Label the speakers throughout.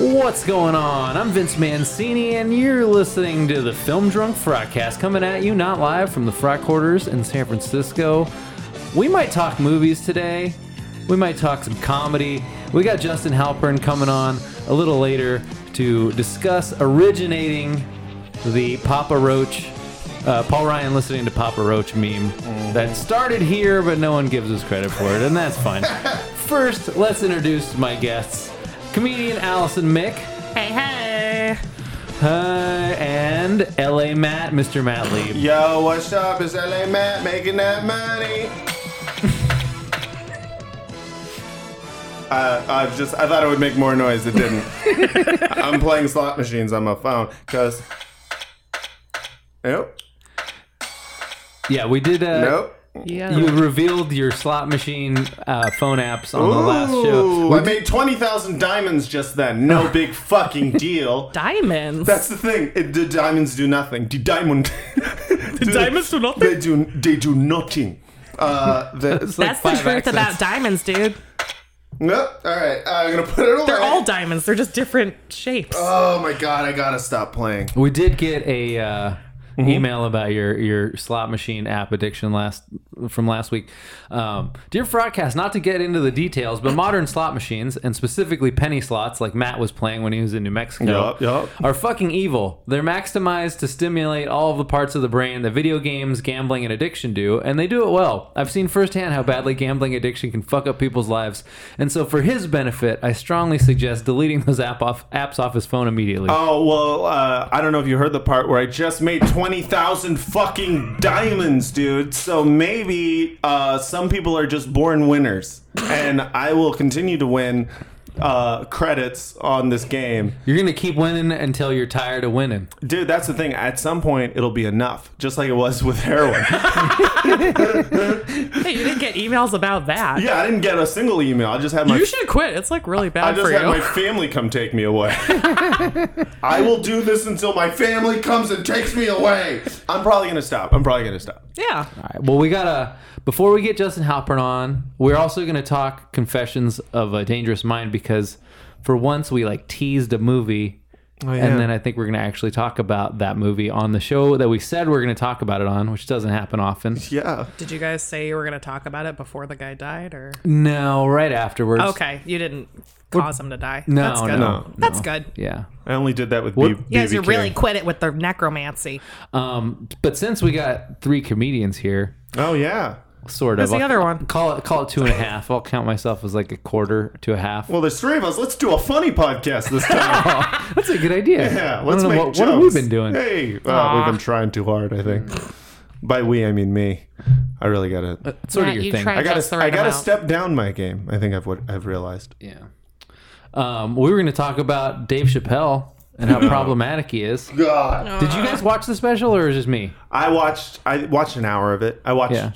Speaker 1: What's going on? I'm Vince Mancini, and you're listening to the Film Drunk Frogcast, coming at you not live from the Frog Quarters in San Francisco. We might talk movies today. We might talk some comedy. We got Justin Halpern coming on a little later to discuss originating the Papa Roach, uh, Paul Ryan listening to Papa Roach meme that started here, but no one gives us credit for it, and that's fine. First, let's introduce my guests comedian Allison Mick. Hey, hey. and LA Matt, Mr. Matt Lee.
Speaker 2: Yo, what's up? It's LA Matt making that money. Uh, I just I thought it would make more noise. It didn't. I'm playing slot machines on my phone because. Nope.
Speaker 1: Yeah, we did. Uh,
Speaker 2: Nope.
Speaker 3: Yeah.
Speaker 1: You revealed your slot machine uh, phone apps on the last show.
Speaker 2: Ooh, I made twenty thousand diamonds just then. No big fucking deal.
Speaker 3: diamonds.
Speaker 2: That's the thing. It, the diamonds do nothing. The diamond. the
Speaker 3: diamonds do nothing?
Speaker 2: They do. They do nothing. Uh, the,
Speaker 1: It's like
Speaker 3: That's the
Speaker 1: five
Speaker 3: truth about
Speaker 1: accents.
Speaker 3: diamonds, dude.
Speaker 2: nope. All right. I'm gonna put it away.
Speaker 3: They're all diamonds. They're just different shapes.
Speaker 1: Uh,
Speaker 2: Oh my god, I gotta stop playing.
Speaker 1: We did get a uh,
Speaker 2: Mm-hmm.
Speaker 1: email about your your slot machine app addiction last from last week. Um, Dear Broadcast, not to get into the details, but modern slot machines and specifically penny slots, like Matt was playing when he was in New Mexico,
Speaker 2: Yup, yup.
Speaker 1: are fucking evil. They're maximized to stimulate all of the parts of the brain that video games, gambling, and addiction do, and they do it well. I've seen firsthand how badly gambling addiction can fuck up people's lives, and so for his benefit, I strongly suggest deleting those app off, apps off his phone immediately.
Speaker 2: Oh well, uh, I don't know if you heard the part where I just made twenty thousand fucking diamonds, dude. So maybe uh, some people are just born winners, and I will continue to win uh, credits on this game,
Speaker 1: You're gonna keep winning until you're tired of winning.
Speaker 2: dude. That's the thing. At some point, it'll be enough, just like it was with heroin.
Speaker 3: Hey, you didn't get emails about that.
Speaker 2: yeah, I didn't get a single email. I just had my
Speaker 3: You should quit. It's like really
Speaker 2: I
Speaker 3: bad
Speaker 2: just
Speaker 3: for
Speaker 2: had
Speaker 3: you.
Speaker 2: my family come take me away. I will do this until my family comes and takes me away. I'm probably gonna stop. I'm probably gonna stop.
Speaker 3: yeah.
Speaker 1: All right. Well, we gotta. Before we get Justin Halpern on, we're also gonna talk Confessions of a Dangerous Mind because, for once, we like teased a movie, and then I think we're gonna actually talk about that movie on the show that we said we're gonna talk about it on, which doesn't happen often.
Speaker 2: Yeah.
Speaker 3: Did you guys say you were going to talk about it before the guy died or
Speaker 1: No, right afterwards.
Speaker 3: Okay, you didn't cause him to die.
Speaker 1: No,
Speaker 3: That's good.
Speaker 1: no, no.
Speaker 3: That's good.
Speaker 1: Yeah.
Speaker 2: I only did that with
Speaker 1: What-
Speaker 2: B-
Speaker 1: You
Speaker 3: You guys
Speaker 2: BB
Speaker 3: are really
Speaker 2: King.
Speaker 3: quit it with the necromancy.
Speaker 1: Um. But since we got three comedians here,
Speaker 2: Oh yeah.
Speaker 1: sort
Speaker 3: Who's
Speaker 1: of.
Speaker 3: the
Speaker 1: I'll-
Speaker 3: other one?
Speaker 1: Call it. Call it two and a half. I'll count myself as like a quarter to a half.
Speaker 2: Well, there's three of us. Let's do a funny podcast this time.
Speaker 1: That's a good idea.
Speaker 2: yeah.
Speaker 1: I
Speaker 2: Let's
Speaker 1: don't know
Speaker 2: make
Speaker 1: what, what have we
Speaker 2: jokes.
Speaker 1: been doing?
Speaker 2: Hey, uh, we've been trying too hard. I think. By we, I mean me. I really gotta.
Speaker 1: It's sort
Speaker 3: Matt,
Speaker 1: of your
Speaker 3: you
Speaker 1: thing.
Speaker 2: I
Speaker 3: try Uh, Adjust the
Speaker 2: gotta.
Speaker 3: right
Speaker 2: I gotta
Speaker 3: amount.
Speaker 2: step down my game. I think I've what I've realized.
Speaker 1: Yeah. Um, we were going to talk about Dave Chappelle and how problematic he is.
Speaker 2: God.
Speaker 1: Did you guys watch the special or is it just me?
Speaker 2: I watched. I watched an hour of it. I watched.
Speaker 1: Yeah.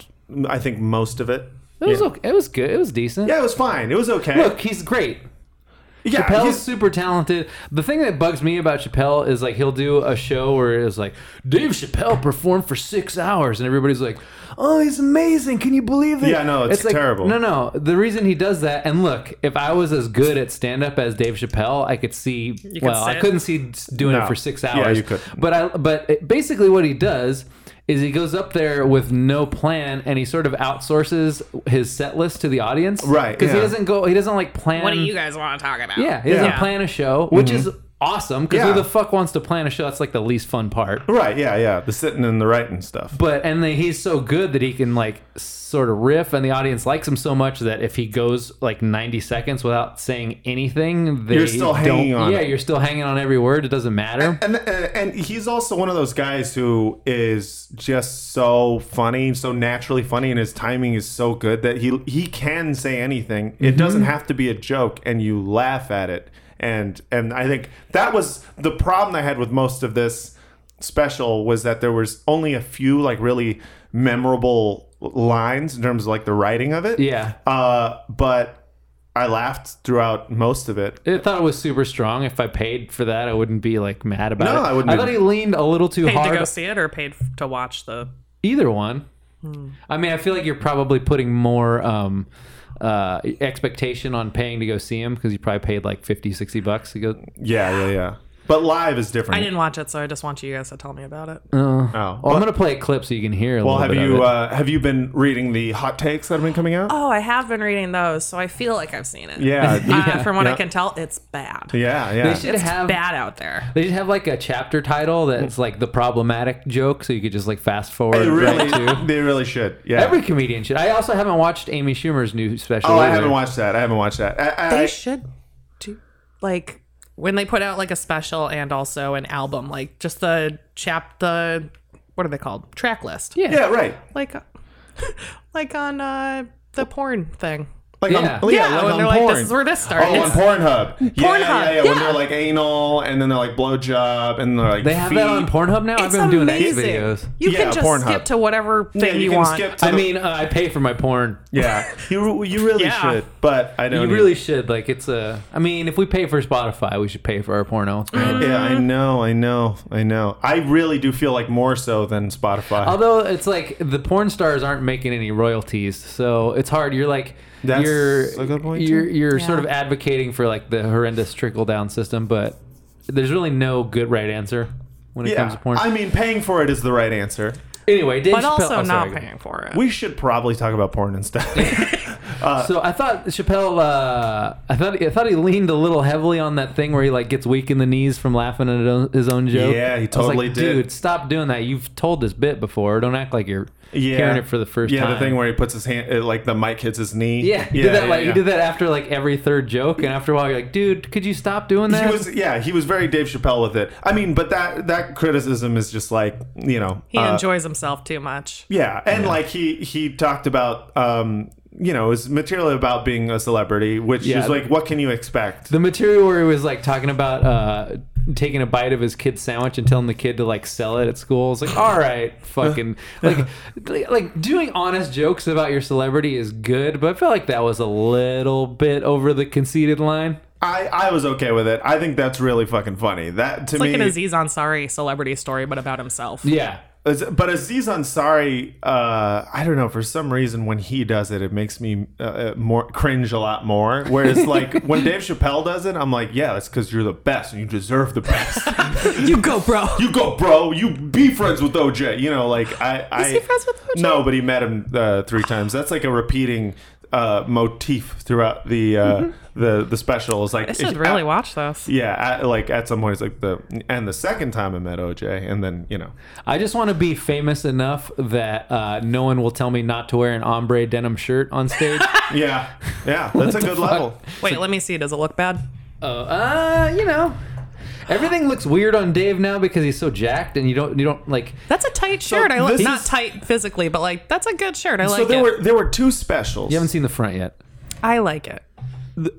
Speaker 2: I think most of it.
Speaker 1: It was
Speaker 2: Yeah.
Speaker 1: okay. It was good. It was decent.
Speaker 2: Yeah, it was fine. It was okay.
Speaker 1: Look, he's great.
Speaker 2: yeah,
Speaker 1: Chappelle's
Speaker 2: he's-
Speaker 1: super talented. The thing that bugs me about Chappelle is like he'll do a show where it's like Dave Chappelle performed for six hours, and everybody's like, "Oh, he's amazing! Can you believe it?"
Speaker 2: Yeah, no, it's
Speaker 1: like,
Speaker 2: terrible.
Speaker 1: No, no. The reason he does that, and look, if I was as good at stand up as Dave Chappelle, I could see.
Speaker 3: could
Speaker 1: well, I
Speaker 3: sit.
Speaker 1: couldn't see doing
Speaker 2: No.
Speaker 1: it for six hours.
Speaker 2: Yeah, you could.
Speaker 1: But I, but it, basically, what he does. Is he goes up there with no plan and he sort of outsources his set list to the audience,
Speaker 2: Right,
Speaker 1: Because he
Speaker 2: yeah.
Speaker 1: doesn't go, he doesn't like plan.
Speaker 3: What do you guys want to talk about?
Speaker 1: Yeah, he doesn't
Speaker 2: Yeah. Mm-hmm.
Speaker 1: plan a show, which is awesome because
Speaker 2: Yeah.
Speaker 1: who the fuck wants to plan a show? That's like the least fun part.
Speaker 2: Right. Yeah. Yeah. The sitting and the writing stuff.
Speaker 1: But and then he's so good that he can like sort of riff, and the audience likes him so much that if he goes like ninety seconds without saying anything, they
Speaker 2: You're still
Speaker 1: don't-
Speaker 2: hanging on
Speaker 1: Yeah,
Speaker 2: it.
Speaker 1: you're still hanging on every word. It doesn't matter.
Speaker 2: and uh, and he's also one of those guys who is just so funny, so naturally funny, and his timing is so good that he he can say anything. It doesn't have to be a joke, and you laugh at it. And and I think that was the problem I had with most of this special was that there was only a few like really memorable lines in terms of like the writing of it.
Speaker 1: Yeah.
Speaker 2: Uh, but I laughed throughout most of it.
Speaker 1: I thought it was super strong. If I paid for that, I wouldn't be like mad about
Speaker 2: No,
Speaker 1: it.
Speaker 2: I wouldn't
Speaker 1: I
Speaker 2: be-
Speaker 1: thought he leaned a little too
Speaker 3: Paid
Speaker 1: hard.
Speaker 3: to go see it or paid f- to watch the Hmm.
Speaker 1: Either one. I mean, I feel like you're probably putting more um, uh, expectation on paying to go see him because you probably paid like 50, 60 bucks to go.
Speaker 2: Yeah, yeah, yeah. But live is different.
Speaker 3: I didn't watch it, so I just want you guys to tell me about it.
Speaker 2: Oh,
Speaker 1: Oh, I'm going to play a clip so you can hear a
Speaker 2: well,
Speaker 1: little
Speaker 2: have
Speaker 1: bit of
Speaker 2: you
Speaker 1: it.
Speaker 2: uh, have you been reading the hot takes that have been coming out?
Speaker 3: Oh, I have been reading those, so I feel like I've seen it.
Speaker 2: Yeah,
Speaker 3: Uh, from what
Speaker 2: yeah.
Speaker 3: I can tell, it's bad.
Speaker 2: yeah, yeah.
Speaker 1: They should
Speaker 3: It's
Speaker 1: have-
Speaker 3: bad out there.
Speaker 1: They should have like a chapter title
Speaker 2: Hmm.
Speaker 1: that's like the problematic joke so you could just like fast forward
Speaker 2: They really,
Speaker 1: right to.
Speaker 2: they really should. Yeah.
Speaker 1: Every comedian should. I also haven't watched Amy Schumer's new special.
Speaker 2: oh, I
Speaker 1: either.
Speaker 2: haven't watched that. I haven't watched that. I, I,
Speaker 3: They should do like when they put out like a special and also an album, like just the chap the what are they called? Track list.
Speaker 1: Yeah.
Speaker 2: yeah, right.
Speaker 3: Like like on uh the porn thing.
Speaker 2: Like
Speaker 1: Yeah.
Speaker 2: on, yeah,
Speaker 3: Yeah,
Speaker 2: like
Speaker 3: when
Speaker 2: on
Speaker 3: they're like,
Speaker 2: porn.
Speaker 3: this is where this starts.
Speaker 2: Oh, on Pornhub. Pornhub. Yeah, yeah,
Speaker 3: Pornhub,
Speaker 2: yeah. When
Speaker 3: yeah.
Speaker 2: they're like anal, and then they're like blowjob, and they're like
Speaker 1: They have that on
Speaker 2: feet.
Speaker 1: Pornhub now? I've
Speaker 3: It's
Speaker 1: been doing X
Speaker 3: amazing.
Speaker 1: videos.
Speaker 3: You
Speaker 2: Yeah,
Speaker 3: can just
Speaker 2: Pornhub.
Speaker 3: skip to whatever thing
Speaker 2: Yeah,
Speaker 3: you,
Speaker 2: you, can
Speaker 3: want.
Speaker 2: skip. To
Speaker 1: I
Speaker 2: the-
Speaker 1: mean, uh, I pay for my porn.
Speaker 2: yeah, you you really
Speaker 3: Yeah.
Speaker 2: should, but I
Speaker 1: You
Speaker 2: don't.
Speaker 1: really should. Like, it's a. I mean, if we pay for Spotify, we should pay for our porno. It's bad.
Speaker 2: Yeah, I know, I know, I know. I really do feel like more so than Spotify.
Speaker 1: Although it's like the porn stars aren't making any royalties, so it's hard. You're like
Speaker 2: That's
Speaker 1: you're
Speaker 2: a good point,
Speaker 1: you're you're sort
Speaker 3: Yeah.
Speaker 1: of advocating for like the horrendous trickle down system, but there's really no good right answer when it
Speaker 2: yeah,
Speaker 1: comes to porn.
Speaker 2: I mean, paying for it is the right answer.
Speaker 1: anyway, Dave
Speaker 3: but
Speaker 1: Chappelle-
Speaker 3: also
Speaker 1: oh,
Speaker 3: not
Speaker 1: sorry.
Speaker 3: paying for it.
Speaker 2: We should probably talk about porn instead. Uh,
Speaker 1: So I thought Chappelle, uh, I thought I thought he leaned a little heavily on that thing where he like gets weak in the knees from laughing at his own- his own joke.
Speaker 2: Yeah,
Speaker 1: I
Speaker 2: he
Speaker 1: was
Speaker 2: totally
Speaker 1: like,
Speaker 2: did.
Speaker 1: Dude, stop doing that. You've told this bit before. Don't act like you're
Speaker 2: yeah,
Speaker 1: hearing it for the first
Speaker 2: yeah,
Speaker 1: time.
Speaker 2: the thing where he puts his hand, it, like the mic hits his knee.
Speaker 1: Yeah, he
Speaker 2: yeah,
Speaker 1: did that
Speaker 2: yeah,
Speaker 1: like
Speaker 2: yeah.
Speaker 1: he did that after like every third joke, and after a while you're like, dude, could you stop doing that?
Speaker 2: He was, yeah, he was very Dave Chappelle with it. I mean, but that that criticism is just like you know
Speaker 3: he
Speaker 2: uh,
Speaker 3: enjoys himself too much.
Speaker 2: Yeah, and like he he talked about um you know his material about being a celebrity, which
Speaker 1: Yeah.
Speaker 2: is like what can you expect?
Speaker 1: the material where he was like talking about uh, taking a bite of his kid's sandwich and telling the kid to like sell it at school. It's like, all right, fucking like like doing honest jokes about your celebrity is good, but I felt like that was a little bit over the conceited line.
Speaker 2: I I was okay with it. I think that's really fucking funny. That to
Speaker 3: It's like
Speaker 2: me,
Speaker 3: an Aziz Ansari celebrity story, but about himself.
Speaker 1: Yeah,
Speaker 2: Az- but Aziz Ansari, uh, I don't know for some reason when he does it, it makes me uh, uh, more cringe a lot more. Whereas like when Dave Chappelle does it, I'm like, yeah, that's because you're the best and you deserve the best.
Speaker 3: You go, bro.
Speaker 2: you go, bro. You be friends with OJ. You know, like I. I
Speaker 3: he friends with OJ?
Speaker 2: No, but he met him uh, three times. That's like a repeating uh, motif throughout the uh, the the special. Is like
Speaker 3: I
Speaker 2: if-
Speaker 3: should Mm-hmm. really
Speaker 2: I-
Speaker 3: watch this.
Speaker 2: Yeah, at, like at some point, it's like the and the second time I met OJ, and then you know,
Speaker 1: I just want to be famous enough that uh, no one will tell me not to wear an ombre denim shirt on stage.
Speaker 2: yeah, yeah, that's a good level.
Speaker 3: Wait, let me see. Does it look bad?
Speaker 1: Oh, uh, you know, everything looks weird on Dave now because he's so jacked, and you don't, you don't like.
Speaker 3: That's a tight shirt. I like
Speaker 2: this
Speaker 3: not
Speaker 2: is-
Speaker 3: tight physically, but like that's a good shirt. I like
Speaker 2: so there
Speaker 3: it.
Speaker 2: were there were two specials.
Speaker 1: You haven't seen the front yet.
Speaker 3: I like it.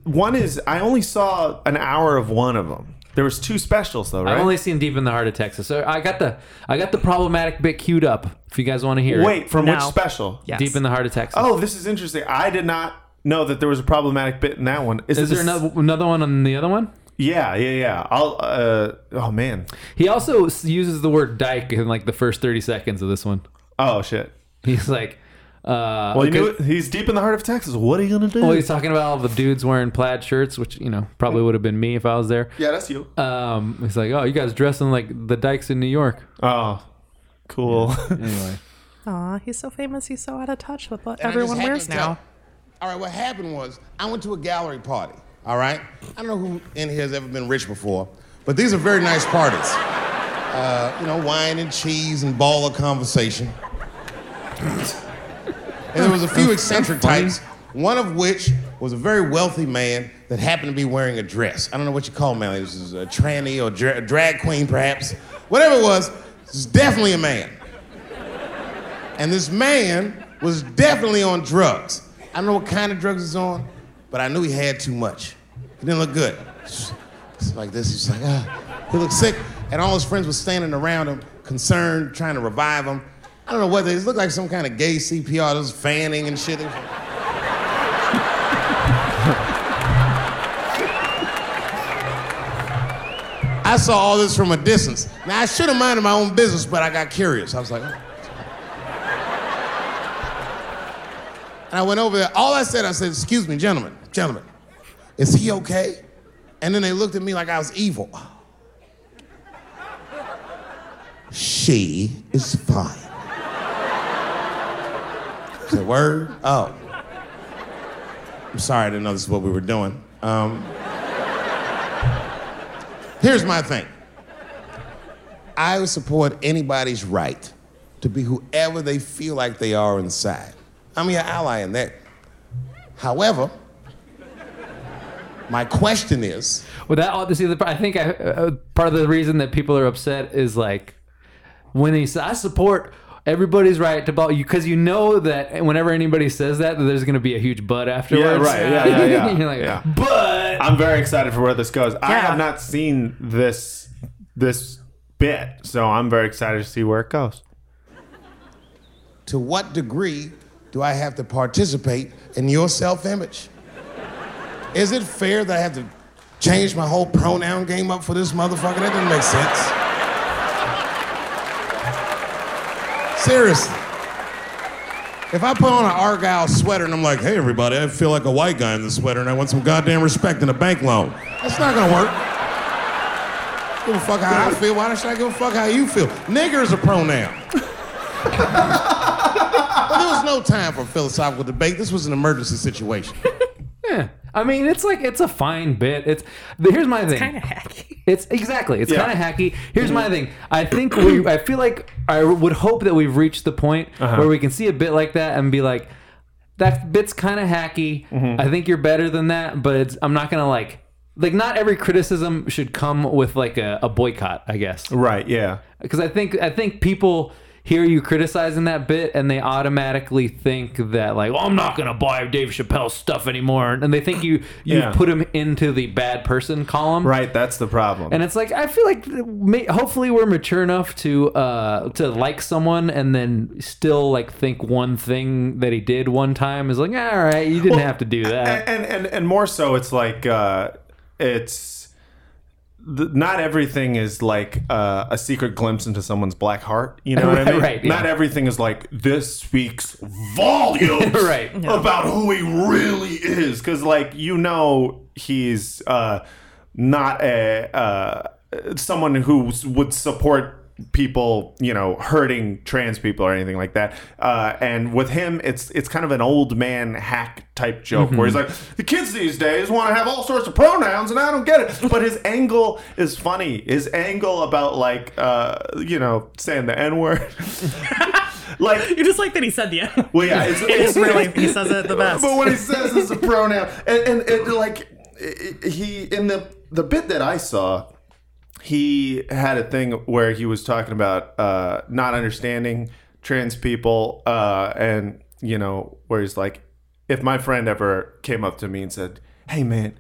Speaker 2: one is I only saw an hour of one of them. There was two specials though, right?
Speaker 1: I've only seen Deep in the Heart of Texas. So I got the, I got the problematic bit queued up. If you guys want to hear it.
Speaker 2: Wait, from which
Speaker 3: No.
Speaker 2: special?
Speaker 3: Yes.
Speaker 1: Deep in the Heart of Texas.
Speaker 2: Oh, this is interesting. I did not know that there was a problematic bit in that one.
Speaker 1: is there
Speaker 2: this-
Speaker 1: another another one on the other one?
Speaker 2: Yeah, yeah, yeah. I'll. Uh, oh man.
Speaker 1: He also s- uses the word dyke in like the first thirty seconds of this one.
Speaker 2: Oh shit.
Speaker 1: He's like, uh,
Speaker 2: Well, you
Speaker 1: okay-
Speaker 2: knew it- he's deep in the heart of Texas. What are you gonna do?
Speaker 1: well, he's talking about all the dudes wearing plaid shirts, which you know probably would have been me if I was there.
Speaker 2: yeah, that's you.
Speaker 1: Um, he's like, oh, you guys dressing like the dykes in New York.
Speaker 2: oh, cool.
Speaker 1: Anyway.
Speaker 3: Aw, he's so famous. He's so out of touch with what everyone
Speaker 4: I just had
Speaker 3: wears
Speaker 4: to tell-
Speaker 3: now.
Speaker 4: All right, what happened was I went to a gallery party. All right, I don't know who in here has ever been rich before, but these are very nice parties. Uh, you know, wine and cheese and ball of conversation. and there was a few eccentric types. One of which was a very wealthy man that happened to be wearing a dress. I don't know what you call him, man. This is a tranny or dra- drag queen, perhaps. Whatever it was, this is definitely a man. And this man was definitely on drugs. I don't know what kind of drugs he's on, but I knew he had too much. He didn't look good. It's like this. He's like, ah, he looked sick. And all his friends were standing around him, concerned, trying to revive him. I don't know whether it looked like some kind of gay CPR, those fanning and shit. I saw all this from a distance. Now I should have minded my own business, but I got curious. I was like, oh. And I went over there. All I said, I said, excuse me, gentlemen, gentlemen, is he okay? And then they looked at me like I was evil. She is fine. I said, word? Oh. I'm sorry I didn't know this is what we were doing. Um, here's my thing. I would support anybody's right to be whoever they feel like they are inside. I'm your ally in that. However, my question is,
Speaker 1: Well, that obviously, the, I think I, uh, part of the reason that people are upset is like when they say, "I support everybody's right to vote," because you know that whenever anybody says that, that there's going to be a huge but afterwards.
Speaker 2: right. Yeah, yeah, yeah.
Speaker 1: You're like,
Speaker 2: Yeah.
Speaker 1: but
Speaker 2: I'm very excited for where this goes. I
Speaker 3: Yeah.
Speaker 2: have not seen this this bit, so I'm very excited to see where it goes.
Speaker 4: to what degree do I have to participate in your self image? Is it fair that I have to change my whole pronoun game up for this motherfucker? That doesn't make sense. Seriously. If I put on an Argyle sweater and I'm like, hey, everybody, I feel like a white guy in this sweater and I want some goddamn respect and a bank loan, that's not gonna work. Give a fuck how I feel. Why should I give a fuck how you feel? Nigger is a pronoun. Well, there was no time for philosophical debate. This was an emergency situation.
Speaker 1: yeah. I mean, it's like it's a fine bit. It's here's my thing.
Speaker 3: Kind of hacky.
Speaker 1: It's exactly. It's
Speaker 2: Yeah. Mm-hmm.
Speaker 1: kind of hacky. Here's my thing. I think we. I feel like I would hope that we've reached the point
Speaker 2: Uh-huh.
Speaker 1: where we can see a bit like that and be like, that bit's kind of hacky.
Speaker 2: Mm-hmm.
Speaker 1: I think you're better than that, but it's, I'm not gonna like. Like not every criticism should come with like a, a boycott, I guess,
Speaker 2: Right, yeah.
Speaker 1: because I think I think people hear you criticizing that bit and they automatically think that like, well, I'm not gonna buy Dave Chappelle's stuff anymore, and they think you you
Speaker 2: Yeah.
Speaker 1: have put him into the bad person column,
Speaker 2: Right, that's the problem.
Speaker 1: and it's like I feel like ma- hopefully we're mature enough to uh, to like someone and then still like think one thing that he did one time is like all right, you didn't have to do that.
Speaker 2: and and and more so it's like uh it's th- not everything is like uh, a secret glimpse into someone's black heart. You know what I
Speaker 1: Right,
Speaker 2: mean?
Speaker 1: right, yeah.
Speaker 2: Not everything is like this speaks volumes
Speaker 1: Right.
Speaker 2: about who he really is, because like you know he's uh, not a uh, someone who s- would support people, you know, hurting trans people or anything like that. Uh, and with him, it's it's kind of an old man hack type joke where
Speaker 1: Mm-hmm.
Speaker 2: he's like, the kids these days want to have all sorts of pronouns, and I don't get it. But his angle is funny. His angle about like, uh, you know, saying the n word, like.
Speaker 3: You just like that he said the end.
Speaker 2: Well, yeah, it's, it's
Speaker 3: It's really he says it the best.
Speaker 2: but what he says is a pronoun, and, and, and like i- i- he in the the bit that I saw, he had a thing where he was talking about uh, not understanding trans people, uh, and you know where he's like, if my friend ever came up to me and said, "Hey, man."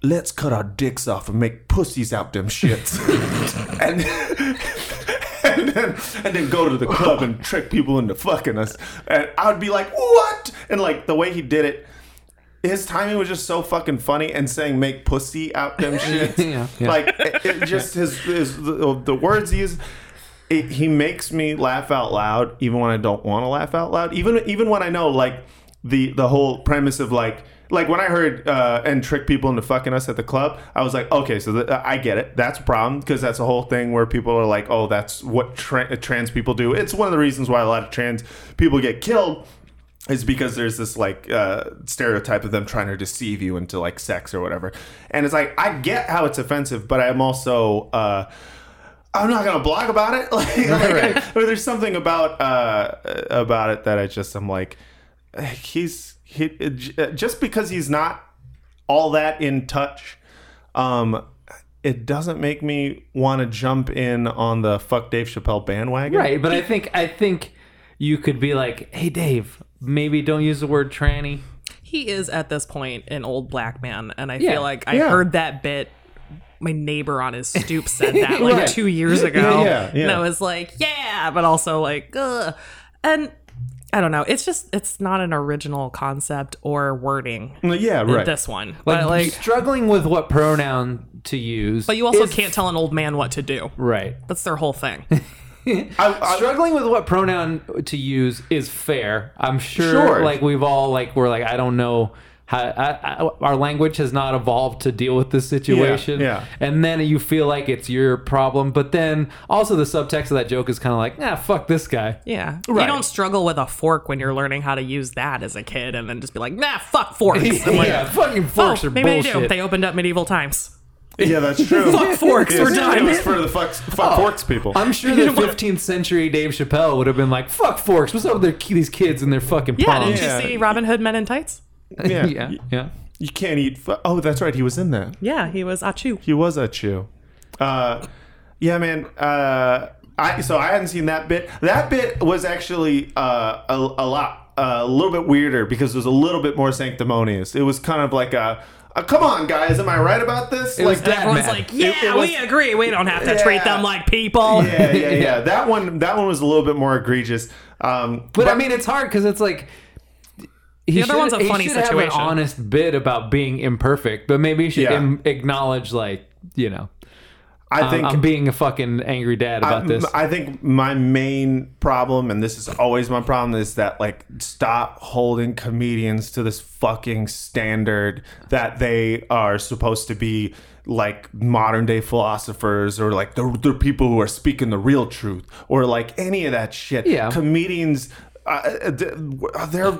Speaker 2: Let's cut our dicks off and make pussies out them shits, and, and then and then go to the club and trick people into fucking us. And I would be like, what? And like the way he did it, his timing was just so fucking funny. And saying make pussy out them shit,
Speaker 1: Yeah, yeah.
Speaker 2: like it, it just his, his the, the words he uses. It, he makes me laugh out loud, even when I don't want to laugh out loud. Even even when I know like the the whole premise of like. Like when I heard uh, and trick people into fucking us at the club, I was like, okay, so th- I get it. That's a problem because that's a whole thing where people are like, oh, that's what tra- trans people do. It's one of the reasons why a lot of trans people get killed is because there's this like uh, stereotype of them trying to deceive you into like sex or whatever. And it's like I get how it's offensive, but I'm also uh, I'm not gonna blog about it. like, like, I- or there's something about uh, about it that I just I'm like he's he j- just because he's not all that in touch. Um, it doesn't make me want to jump in on the fuck Dave Chappelle bandwagon.
Speaker 1: Right, but I think I think you could be like, hey Dave, maybe don't use the word tranny.
Speaker 3: he is at this point an old black man, and I
Speaker 1: Yeah,
Speaker 3: feel like I
Speaker 2: yeah.
Speaker 3: heard that bit. My neighbor on his stoop said that like
Speaker 1: Right.
Speaker 3: two years ago,
Speaker 2: Yeah, yeah, yeah.
Speaker 3: and I was like, yeah, but also like, ugh. and I don't know. It's just it's not an original concept or wording.
Speaker 2: Yeah. Right.
Speaker 3: This one,
Speaker 1: Like,
Speaker 3: but like,
Speaker 1: struggling with what pronoun to use.
Speaker 3: but you also can't tell an old man what to do.
Speaker 1: right.
Speaker 3: That's their whole thing.
Speaker 2: I-
Speaker 1: Struggling with what pronoun to use is fair. I'm sure,
Speaker 2: Sure.
Speaker 1: like we've all like we're like I don't know how I, I, our language has not evolved to deal with this situation.
Speaker 2: yeah.
Speaker 1: And then you feel like it's your problem, but then also the subtext of that joke is kind of like, nah, fuck this guy.
Speaker 3: Yeah.
Speaker 2: Right.
Speaker 3: You don't struggle with a fork when you're learning how to use that as a kid and then just be like, nah, fuck forks. I'm like,
Speaker 1: yeah, fucking forks
Speaker 3: oh,
Speaker 1: are
Speaker 3: maybe
Speaker 1: bullshit.
Speaker 3: they do. They opened up medieval times.
Speaker 2: yeah, that's true.
Speaker 3: Fuck forks,
Speaker 2: It
Speaker 3: we're
Speaker 2: was-
Speaker 3: done.
Speaker 2: It was for the fuck, fuck forks people.
Speaker 1: Oh. I'm sure the 15th century Dave Chappelle would have been like, "Fuck forks! What's up with their, these kids and their fucking
Speaker 3: Yeah,
Speaker 1: palms?"
Speaker 3: didn't
Speaker 2: Yeah.
Speaker 3: you see Robin Hood Men in Tights?
Speaker 2: yeah.
Speaker 1: yeah,
Speaker 2: You,
Speaker 1: yeah.
Speaker 2: you can't eat. Fu- oh, that's right. He was in that.
Speaker 3: Yeah, he was Achu.
Speaker 2: He was a chew. Uh, yeah, man. Uh, I so I hadn't seen that bit. That bit was actually uh, a, a lot, uh, a little bit weirder because it was a little bit more sanctimonious. It was kind of like a, a come on, guys, am I right about this?
Speaker 1: It was that
Speaker 3: Everyone's
Speaker 1: mad.
Speaker 3: like, yeah,
Speaker 2: it was-
Speaker 3: we agree. We don't have to
Speaker 2: Yeah.
Speaker 3: treat them like people.
Speaker 2: yeah, yeah, yeah. That one, that one was a little bit more egregious. Um,
Speaker 1: But I mean, it's hard because it's like he
Speaker 3: The other one's a
Speaker 1: he
Speaker 3: funny
Speaker 1: should have an
Speaker 3: situation.
Speaker 1: honest bit about being imperfect, but maybe he should
Speaker 2: Yeah.
Speaker 1: im- acknowledge, like, you know,
Speaker 2: I
Speaker 1: I'm,
Speaker 2: think
Speaker 1: I'm being a fucking angry dad about this.
Speaker 2: I think my main problem, and this is always my problem, is that like stop holding comedians to this fucking standard that they are supposed to be like modern day philosophers or like they're, they're people who are speaking the real truth or like any of that shit.
Speaker 1: Yeah.
Speaker 2: comedians. Uh, th- they're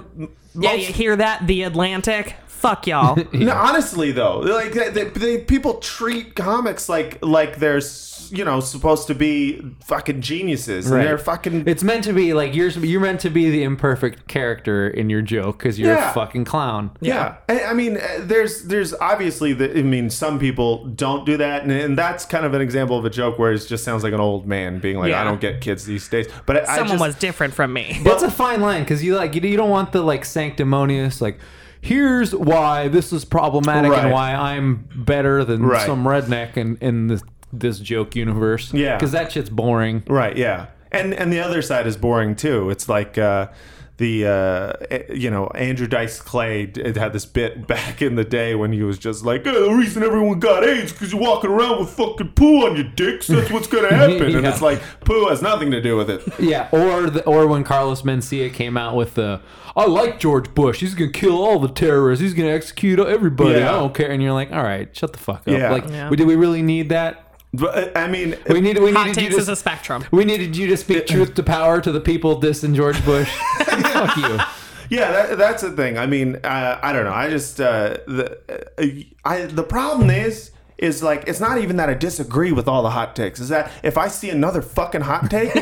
Speaker 3: Yeah, you hear that? The Atlantic? Fuck y'all.
Speaker 2: no, honestly though, like they, they, they, people treat comics like like they're s- you know supposed to be fucking geniuses
Speaker 1: Right.
Speaker 2: and they're fucking
Speaker 1: it's meant to be like you're you're meant to be the imperfect character in your joke because you're
Speaker 2: Yeah.
Speaker 1: a fucking clown.
Speaker 2: Yeah, I, I mean, uh, there's there's obviously the. I mean, some people don't do that, and, and that's kind of an example of a joke where it just sounds like an old man being like,
Speaker 3: Yeah.
Speaker 2: "I don't get kids these days." But I, I
Speaker 3: Someone
Speaker 2: just,
Speaker 3: was different from me.
Speaker 1: That's a fine line because you like you, you don't want the like sanctimonious like. Here's why this is problematic
Speaker 2: Right.
Speaker 1: and why I'm better than
Speaker 2: Right.
Speaker 1: some redneck in in this this joke universe.
Speaker 2: Yeah.
Speaker 1: because that shit's boring.
Speaker 2: right. Yeah, and and the other side is boring too. It's like. Uh, the uh, eh, you know Andrew Dice Clay d- had this bit back in the day when he was just like "Eh, the reason everyone got AIDS because you're walking around with fucking poo on your dicks that's what's gonna happen and
Speaker 1: Yeah.
Speaker 2: it's like poo has nothing to do with it
Speaker 1: Yeah, or the, or when Carlos Mencia came out with the I like George Bush. He's gonna kill all the terrorists. He's gonna execute everybody.
Speaker 2: Yeah.
Speaker 1: I don't care. And you're like, all right, shut the fuck up.
Speaker 2: Yeah.
Speaker 1: Like,
Speaker 3: Yeah.
Speaker 1: we, did we really need that?
Speaker 2: but uh, I mean
Speaker 1: We needed we
Speaker 3: Hot
Speaker 1: needed
Speaker 3: takes
Speaker 1: you
Speaker 3: is
Speaker 1: to
Speaker 3: a spectrum.
Speaker 1: we needed you to speak truth to power to the people dissing George Bush. fuck you.
Speaker 2: Yeah, that, that's the thing. I mean, uh, I don't know. I just uh, the uh, I the problem is is like it's not even that I disagree with all the hot takes. Is that if I see another fucking hot take,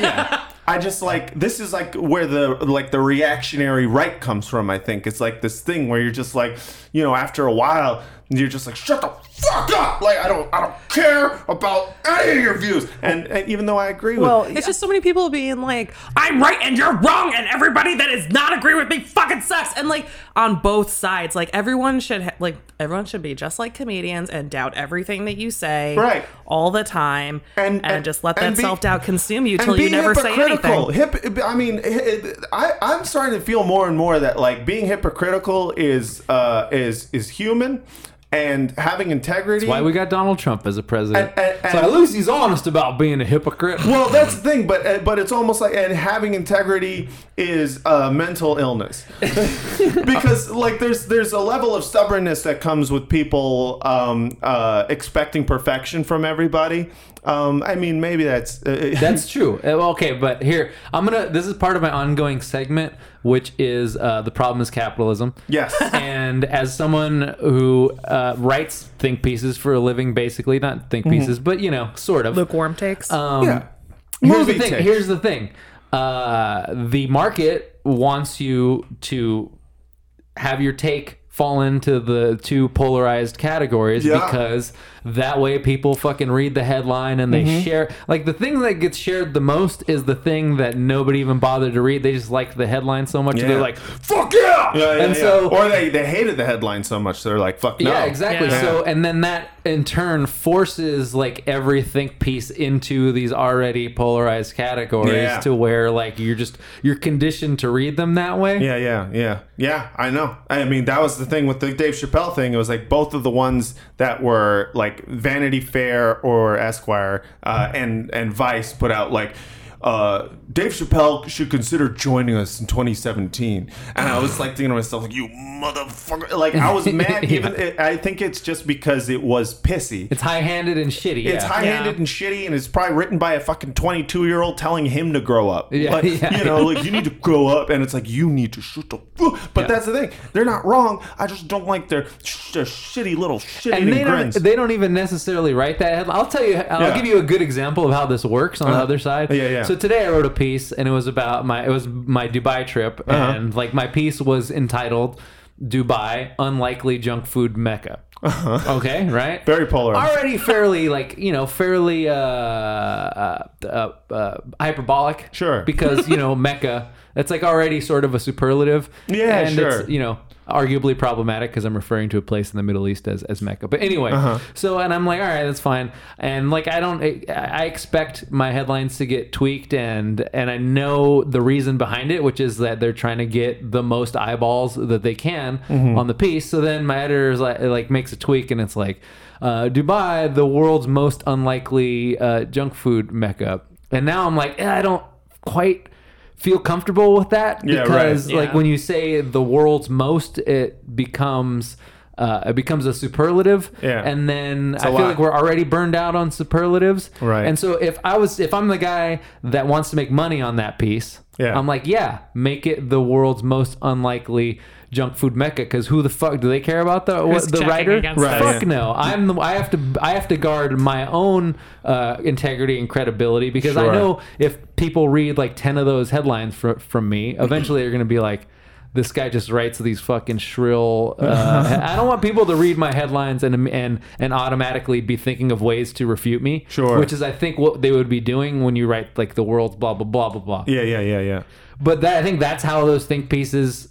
Speaker 2: I just like this is like where the like the reactionary right comes from. I think it's like this thing where you're just like you know after a while you're just like shut the fuck up. Like I don't I don't care about any of your views. And, and even though I agree with
Speaker 3: It's just so many people being like, I'm right and you're wrong, and everybody that is not agree with me fucking sucks. And like on both sides, like everyone should ha- like everyone should be just like comedians and doubt everything that you say
Speaker 2: Right.
Speaker 3: all the time
Speaker 2: And-
Speaker 3: and,
Speaker 2: and-
Speaker 3: just let
Speaker 2: and
Speaker 3: that
Speaker 2: be-
Speaker 3: self doubt consume you
Speaker 2: And
Speaker 3: till you
Speaker 2: be
Speaker 3: never say
Speaker 2: hypocritical.
Speaker 3: anything.
Speaker 2: Hip, I mean, I, I'm starting to feel more and more that like being hypocritical is uh, is is human, and having integrity.
Speaker 1: Why we got Donald Trump as a president?
Speaker 2: And- and-
Speaker 1: so
Speaker 2: and-
Speaker 1: at least he's honest about being a hypocrite.
Speaker 2: well, that's the thing, but uh, but it's almost like and having integrity is a mental illness because like there's there's a level of stubbornness that comes with people um, uh, expecting perfection from everybody. Um, I mean, maybe that's uh,
Speaker 1: That's true. Uh, Okay, but here I'm gonna. This is part of my ongoing segment, which is uh, the problem is capitalism.
Speaker 2: yes.
Speaker 1: and as someone who uh, writes think pieces for a living, basically not think pieces, but you know, sort of.
Speaker 3: Lukewarm takes.
Speaker 1: um,
Speaker 2: Mm-hmm. Yeah.
Speaker 1: Here's
Speaker 2: Movie
Speaker 1: the thing.
Speaker 2: takes.
Speaker 1: Here's the thing. Uh, the market wants you to have your take fall into the two polarized categories
Speaker 2: Yeah.
Speaker 1: because that way people fucking read the headline and they
Speaker 2: Mm-hmm.
Speaker 1: share like the thing that gets shared the most is the thing that nobody even bothered to read they just liked the headline so much
Speaker 2: Yeah.
Speaker 1: they're like fuck yeah,
Speaker 2: Yeah, yeah,
Speaker 1: and
Speaker 2: yeah.
Speaker 1: so
Speaker 2: or they, they hated the headline so much they're like, "Fuck no."
Speaker 1: yeah, exactly.
Speaker 3: Yeah.
Speaker 1: So, and then that in turn forces like every think piece into these already polarized categories
Speaker 2: Yeah.
Speaker 1: to where like you're just you're conditioned to read them that way.
Speaker 2: Yeah, yeah, yeah, yeah. I know. I mean, that was the thing with the Dave Chappelle thing. It was like both of the ones that were like Vanity Fair or Esquire uh, and and Vice put out like. uh, Dave Chappelle should consider joining us in 2017. And I was like thinking to myself, like, you motherfucker. Like, I was mad.
Speaker 1: Yeah.
Speaker 2: even, I think it's just because it was pissy.
Speaker 1: It's high-handed and shitty.
Speaker 2: It's
Speaker 1: yeah.
Speaker 2: high-handed
Speaker 3: Yeah.
Speaker 2: and shitty, and it's probably written by a fucking twenty-two-year-old telling him to grow up.
Speaker 1: Yeah,
Speaker 2: Like,
Speaker 1: yeah.
Speaker 2: you know, like you need to grow up, and it's like you need to shoot the. But that's the thing; they're not wrong. I just don't like their, sh- their shitty little shit
Speaker 1: and they
Speaker 2: eating
Speaker 1: don't,
Speaker 2: grins.
Speaker 1: they don't even necessarily write that headline. I'll tell you, I'll
Speaker 2: Yeah.
Speaker 1: give you a good example of how this works on the
Speaker 2: Uh-huh.
Speaker 1: other side.
Speaker 2: Yeah, yeah.
Speaker 1: So today I wrote a piece, and it was about my it was my Dubai trip,
Speaker 2: Uh-huh.
Speaker 1: and like my piece was entitled "Dubai Unlikely Junk Food Mecca." Okay, right?
Speaker 2: Uh-huh. Very polarized.
Speaker 1: Already fairly like you know fairly uh, uh, uh, uh, hyperbolic.
Speaker 2: Sure.
Speaker 1: Because you know Mecca, that's like already sort of a superlative.
Speaker 2: Yeah,
Speaker 1: and
Speaker 2: sure.
Speaker 1: It's, you know, arguably problematic because I'm referring to a place in the Middle East as, as Mecca. But anyway,
Speaker 2: Uh-huh.
Speaker 1: so and I'm like, all right, that's fine. And like, I don't, I, I expect my headlines to get tweaked, and and I know the reason behind it, which is that they're trying to get the most eyeballs that they can
Speaker 2: Mm-hmm.
Speaker 1: on the piece. So then my editor's like, like makes a tweak, and it's like, uh, Dubai, the world's most unlikely uh, junk food mecca. And now I'm like, eh, I don't quite feel comfortable with that
Speaker 2: Yeah, right.
Speaker 1: because like
Speaker 3: Yeah.
Speaker 1: when you say the world's most it becomes uh, it becomes a superlative
Speaker 2: Yeah.
Speaker 1: and then I
Speaker 2: a
Speaker 1: feel
Speaker 2: lot.
Speaker 1: like we're already burned out on superlatives
Speaker 2: Right.
Speaker 1: and so if i was if i'm the guy that wants to make money on that piece
Speaker 2: Yeah.
Speaker 1: i'm like yeah make it the world's most unlikely junk food mecca because who the fuck do they care about the what, the
Speaker 3: checking
Speaker 1: writer
Speaker 3: against Right.
Speaker 2: us?
Speaker 1: fuck no i'm the, i have to i have to guard my own uh, integrity and credibility because i
Speaker 2: Sure.
Speaker 1: know if people read like 10 of those headlines fr- from me, eventually they're going to be like, this guy just writes these fucking shrill. Uh, I don't want people to read my headlines and and and automatically be thinking of ways to refute me.
Speaker 2: Sure.
Speaker 1: Which is, I think, what they would be doing when you write like the world's blah blah blah blah blah.
Speaker 2: yeah, yeah, yeah, yeah.
Speaker 1: But that, I think that's how those think pieces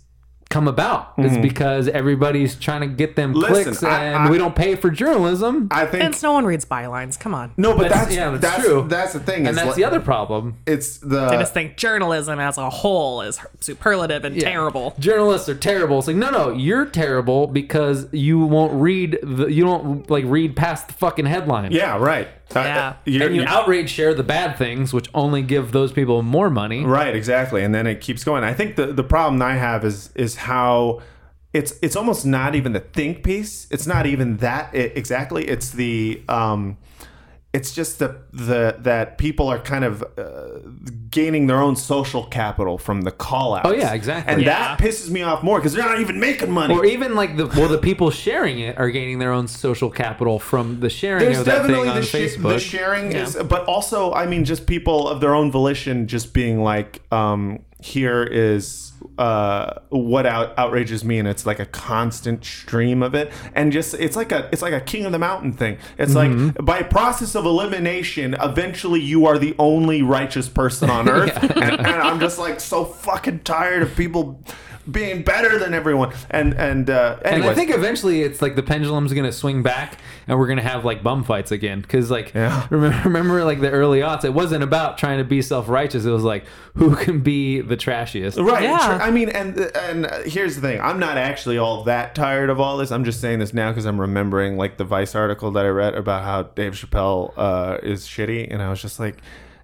Speaker 1: come about. Is because everybody's trying to get them
Speaker 2: Mm-hmm. Listen,
Speaker 1: clicks,
Speaker 2: I-
Speaker 1: and
Speaker 2: I-
Speaker 1: we don't pay for journalism.
Speaker 2: I think
Speaker 3: Vince, no one reads bylines. Come on.
Speaker 2: no, but
Speaker 1: That's-
Speaker 2: that's
Speaker 1: yeah, that's true.
Speaker 2: true. That's the thing.
Speaker 1: and
Speaker 2: is
Speaker 1: that's
Speaker 2: like-
Speaker 1: the other problem.
Speaker 2: It's the
Speaker 3: I just think journalism as a whole is superlative and
Speaker 1: Yeah.
Speaker 3: terrible.
Speaker 1: Journalists are terrible. It's like, no, no, you're terrible because you won't read the, you don't like read past the fucking headline.
Speaker 2: yeah, right. I- I-
Speaker 3: Yeah.
Speaker 2: you're-
Speaker 1: And you
Speaker 2: you're-
Speaker 1: outrage share the bad things, which only give those people more money.
Speaker 2: Right, exactly. And then it keeps going. I think the, the problem I have is is how it's it's almost not even the think piece. It's not even that i exactly. It's the um it's just the the that people are kind of uh, gaining their own social capital from the call out.
Speaker 1: Oh, yeah, exactly.
Speaker 2: And
Speaker 3: Yeah.
Speaker 2: that pisses me off more cuz they're not even making money.
Speaker 1: Or even like the well, the people sharing it are gaining their own social capital from the sharing
Speaker 2: There's
Speaker 1: of that
Speaker 2: definitely
Speaker 1: thing
Speaker 2: the,
Speaker 1: on
Speaker 2: sh-
Speaker 1: Facebook.
Speaker 2: the sharing is, but also, I mean, just people of their own volition, just being like, um, here is uh, what out- outrages me, and it's like a constant stream of it, and just it's like a it's like a king of the mountain thing. It's
Speaker 1: Mm-hmm.
Speaker 2: like by process of elimination, eventually you are the only righteous person on earth, and, and I'm just like so fucking tired of people being better than everyone, and and uh,
Speaker 1: and
Speaker 2: anyways.
Speaker 1: I think eventually it's like the pendulum's gonna swing back, and we're gonna have like bum fights again. Because like
Speaker 2: Yeah.
Speaker 1: remember, remember like the early aughts, it wasn't about trying to be self righteous. It was like who can be the trashiest.
Speaker 2: Right.
Speaker 3: Yeah.
Speaker 2: sure. I mean, and and uh, here's the thing. I'm not actually all that tired of all this. I'm just saying this now because I'm remembering like the Vice article that I read about how Dave Chappelle uh, is shitty, and I was just like,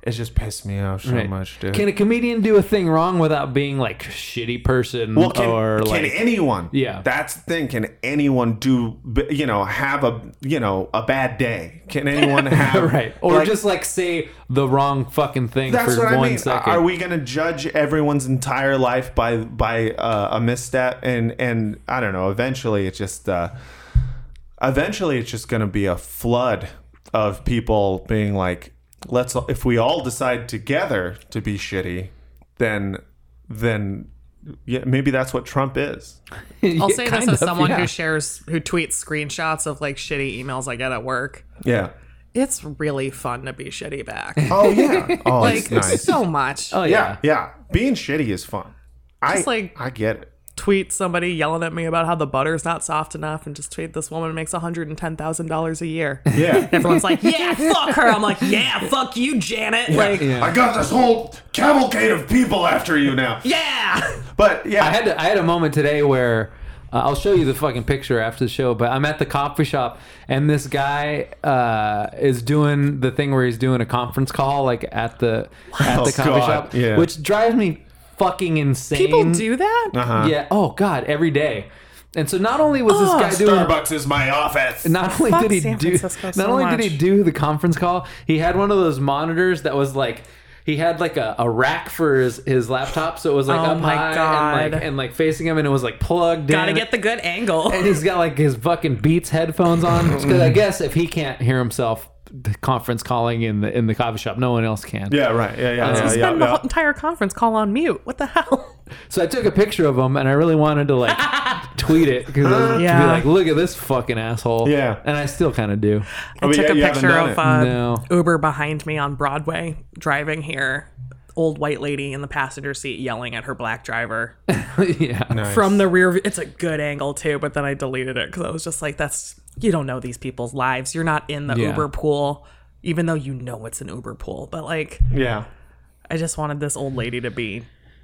Speaker 2: it just pissed me off so
Speaker 1: Right.
Speaker 2: much, dude.
Speaker 1: Can a comedian do a thing wrong without being like shitty person
Speaker 2: well, can,
Speaker 1: or
Speaker 2: can
Speaker 1: like
Speaker 2: anyone?
Speaker 1: Yeah.
Speaker 2: that's the thing. Can anyone do? b- You know, have a you know a bad day? Can anyone have
Speaker 1: right or
Speaker 2: like,
Speaker 1: just like say the wrong fucking thing
Speaker 2: That's
Speaker 1: for
Speaker 2: what
Speaker 1: one
Speaker 2: I mean.
Speaker 1: second.
Speaker 2: Are we going to judge everyone's entire life by by uh, a misstep? And and I don't know. Eventually, it's just uh, eventually it's just going to be a flood of people being like, let's if we all decide together to be shitty, then then yeah, maybe that's what Trump is.
Speaker 1: Yeah,
Speaker 3: I'll say this
Speaker 1: kind
Speaker 3: as
Speaker 1: of,
Speaker 3: someone
Speaker 1: yeah.
Speaker 3: who shares, who tweets screenshots of like shitty emails I get at work.
Speaker 2: Yeah.
Speaker 3: It's really fun to be shitty back.
Speaker 2: Oh yeah. Oh,
Speaker 3: like
Speaker 2: it's nice.
Speaker 3: so much.
Speaker 1: Oh
Speaker 2: yeah,
Speaker 1: yeah.
Speaker 2: yeah. Being shitty is fun. I
Speaker 3: Just like-
Speaker 2: I get it.
Speaker 3: tweet somebody yelling at me about how the butter's not soft enough and just tweet this woman makes $110,000 a year.
Speaker 2: Yeah.
Speaker 3: Everyone's like, yeah, fuck her. I'm like, yeah, fuck you, Janet. like, yeah.
Speaker 2: I got this whole cavalcade of people after you now. But yeah,
Speaker 1: I had I had a moment today where Uh, I'll show you the fucking picture after the show, but I'm at the coffee shop and this guy uh, is doing the thing where he's doing a conference call like at the at
Speaker 2: Oh,
Speaker 1: the coffee
Speaker 2: God.
Speaker 1: shop,
Speaker 2: Yeah.
Speaker 1: which drives me fucking insane.
Speaker 3: People do that?
Speaker 2: Uh-huh. Ah,
Speaker 1: Yeah. Oh God, every day. And so not only was
Speaker 3: Oh,
Speaker 1: this guy doing
Speaker 2: Starbucks is my office.
Speaker 1: not only
Speaker 3: Fuck
Speaker 1: did he
Speaker 3: San
Speaker 1: do
Speaker 3: Francisco
Speaker 1: not
Speaker 3: so
Speaker 1: only did he
Speaker 3: much.
Speaker 1: do the conference call, he had one of those monitors that was like he had like a, a rack for his, his laptop, so it was like
Speaker 3: Oh
Speaker 1: up
Speaker 3: my
Speaker 1: high and like
Speaker 3: God.
Speaker 1: and like facing him, and it was like plugged
Speaker 3: Gotta
Speaker 1: in.
Speaker 3: get the good angle.
Speaker 1: and he's got like his fucking Beats headphones on because I guess if he can't hear himself conference calling in the in the coffee shop, no one else can.
Speaker 2: Yeah, right. Yeah, yeah, yeah,
Speaker 3: I spend
Speaker 2: yeah,
Speaker 3: my
Speaker 2: yeah. Oh,
Speaker 3: whole entire conference call on mute. What the hell?
Speaker 1: So I took a picture of him, and I really wanted to like tweet it because
Speaker 3: Yeah.
Speaker 1: be like, look at this fucking asshole.
Speaker 2: Yeah.
Speaker 1: and I still kind of do.
Speaker 2: Oh,
Speaker 3: I
Speaker 2: but
Speaker 3: took
Speaker 2: yeah, you
Speaker 3: a
Speaker 2: haven't
Speaker 3: picture
Speaker 2: done
Speaker 3: of
Speaker 2: it.
Speaker 3: uh,
Speaker 1: No.
Speaker 3: Uber behind me on Broadway driving here. Old white lady in the passenger seat yelling at her black driver
Speaker 1: yeah.
Speaker 3: from the rear. view. It's a good angle too, but then I deleted it because I was just like, "That's you don't know these people's lives. You're not in the
Speaker 1: Yeah.
Speaker 3: Uber pool, even though you know it's an Uber pool." But like,
Speaker 2: yeah.
Speaker 3: I just wanted this old lady to be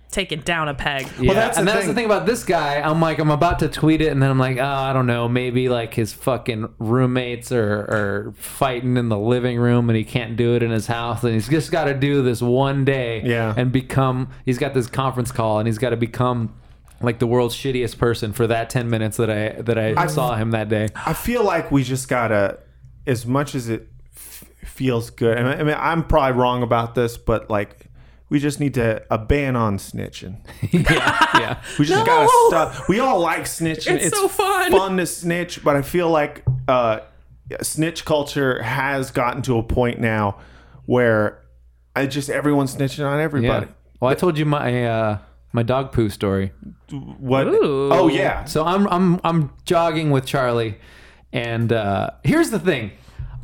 Speaker 3: taken down a peg.
Speaker 1: Yeah.
Speaker 2: that's
Speaker 1: and
Speaker 2: the
Speaker 1: that's the
Speaker 2: thing.
Speaker 1: thing about this guy. I'm like, I'm about to tweet it, and then I'm like, oh, I don't know, maybe like his fucking roommates are, are fighting in the living room, and he can't do it in his house, and he's just got to do this one day,
Speaker 2: Yeah.
Speaker 1: and become. He's got this conference call, and he's got to become like the world's shittiest person for that ten minutes that I that I saw him that day.
Speaker 2: I feel like we just gotta, as much as it f- feels good. I mean, I mean, I'm probably wrong about this, but like, we just need to a ban on snitching.
Speaker 1: yeah,
Speaker 2: We just
Speaker 3: No!
Speaker 2: gotta stop. We all like snitching.
Speaker 3: It's so fun.
Speaker 2: Fun to snitch, but I feel like uh, snitch culture has gotten to a point now where I just everyone's snitching on
Speaker 1: yeah.
Speaker 2: everybody.
Speaker 1: Well, I told you my uh, my dog poo story.
Speaker 2: What?
Speaker 3: Ooh.
Speaker 2: Oh yeah.
Speaker 1: So I'm I'm I'm jogging with Charlie, and uh, here's the thing.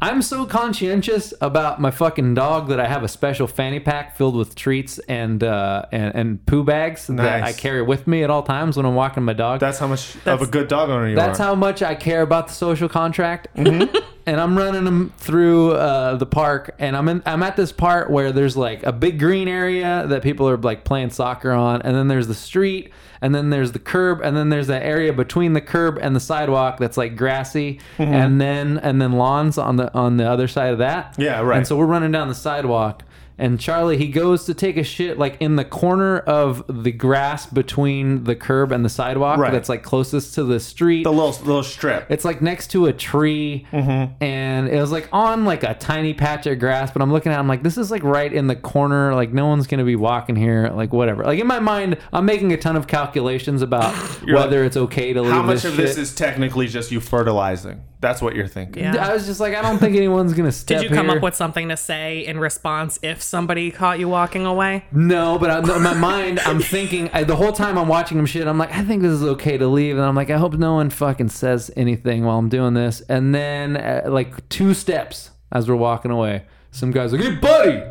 Speaker 1: I'm so conscientious about my fucking dog that I have a special fanny pack filled with treats and uh, and, and poo bags that
Speaker 2: Nice.
Speaker 1: I carry with me at all times when I'm walking my dog.
Speaker 2: That's how much of a good dog owner you
Speaker 1: That's
Speaker 2: are. Mm-hmm.
Speaker 1: how much I care about the social contract. and I'm running them through uh, the park, and I'm in, I'm at this part where there's like a big green area that people are like playing soccer on, and then there's the street, and then there's the curb, and then there's that area between the curb and the sidewalk that's like grassy,
Speaker 2: Mm-hmm.
Speaker 1: and then and then lawns on the on the other side of that.
Speaker 2: Yeah, right.
Speaker 1: And so we're running down the sidewalk. And Charlie, he goes to take a shit like in the corner of the grass between the curb and the sidewalk.
Speaker 2: Right.
Speaker 1: That's like closest to the street.
Speaker 2: the little little strip.
Speaker 1: It's like next to a tree,
Speaker 2: Mm-hmm.
Speaker 1: and it was like on like a tiny patch of grass. But I'm looking at, it, I'm like, this is like right in the corner. Like no one's gonna be walking here. Like whatever. Like in my mind, I'm making a ton of calculations about whether it's okay to leave.
Speaker 2: How much
Speaker 1: this
Speaker 2: of this
Speaker 1: shit.
Speaker 2: is technically just you fertilizing? That's what you're thinking.
Speaker 3: Yeah.
Speaker 1: I was just like, I don't think anyone's gonna step.
Speaker 3: Did you come
Speaker 1: here.
Speaker 3: up with something to say in response if somebody caught you walking away?
Speaker 2: Mm.
Speaker 1: No, but I'm, in my mind, I'm thinking I, the whole time I'm watching him shit. I'm like, I think this is okay to leave, and I'm like, I hope no one fucking says anything while I'm doing this. And then, uh, like two steps as we're walking away, some guys like, Hey, buddy,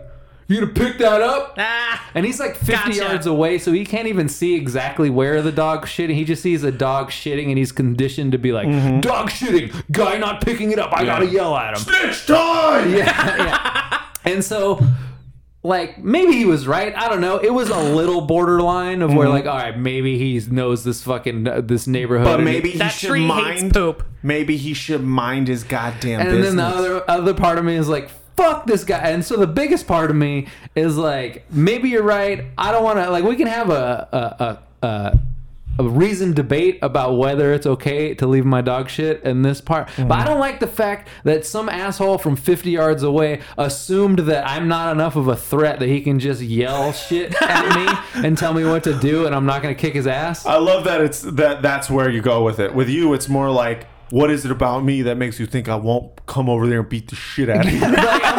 Speaker 1: you gonna pick that up?
Speaker 3: Ah,
Speaker 1: And he's like 50
Speaker 3: Gotcha.
Speaker 1: yards away, so he can't even see exactly where the dog shitting. He just sees a dog shitting, and he's conditioned to be like, "Dog shitting, guy not picking it up. I gotta yell at him."
Speaker 2: Bitch time!
Speaker 1: And so, like, maybe he was right. I don't know. It was a little borderline of
Speaker 2: Mm-hmm.
Speaker 1: where, like, all right, maybe he knows this fucking uh, this neighborhood.
Speaker 2: But
Speaker 1: and-
Speaker 2: maybe he
Speaker 3: That
Speaker 2: should
Speaker 3: tree
Speaker 2: mind.
Speaker 3: hates poop.
Speaker 2: Maybe he should mind his goddamn
Speaker 1: and
Speaker 2: business.
Speaker 1: then the other other part of me is like, fuck this guy. And so the biggest part of me is like, maybe you're right. I don't want to. Like, we can have a a a. a a reasoned debate about whether it's okay to leave my dog shit in this part. But I don't like the fact that some asshole from 50 yards away assumed that I'm not enough of a threat that he can just yell shit at me and tell me what to do and I'm not going to kick his ass.
Speaker 2: I love that it's that that's where you go with it. With you, it's more like, what is it about me that makes you think I won't come over there and beat the shit out of you?
Speaker 1: Like, I'm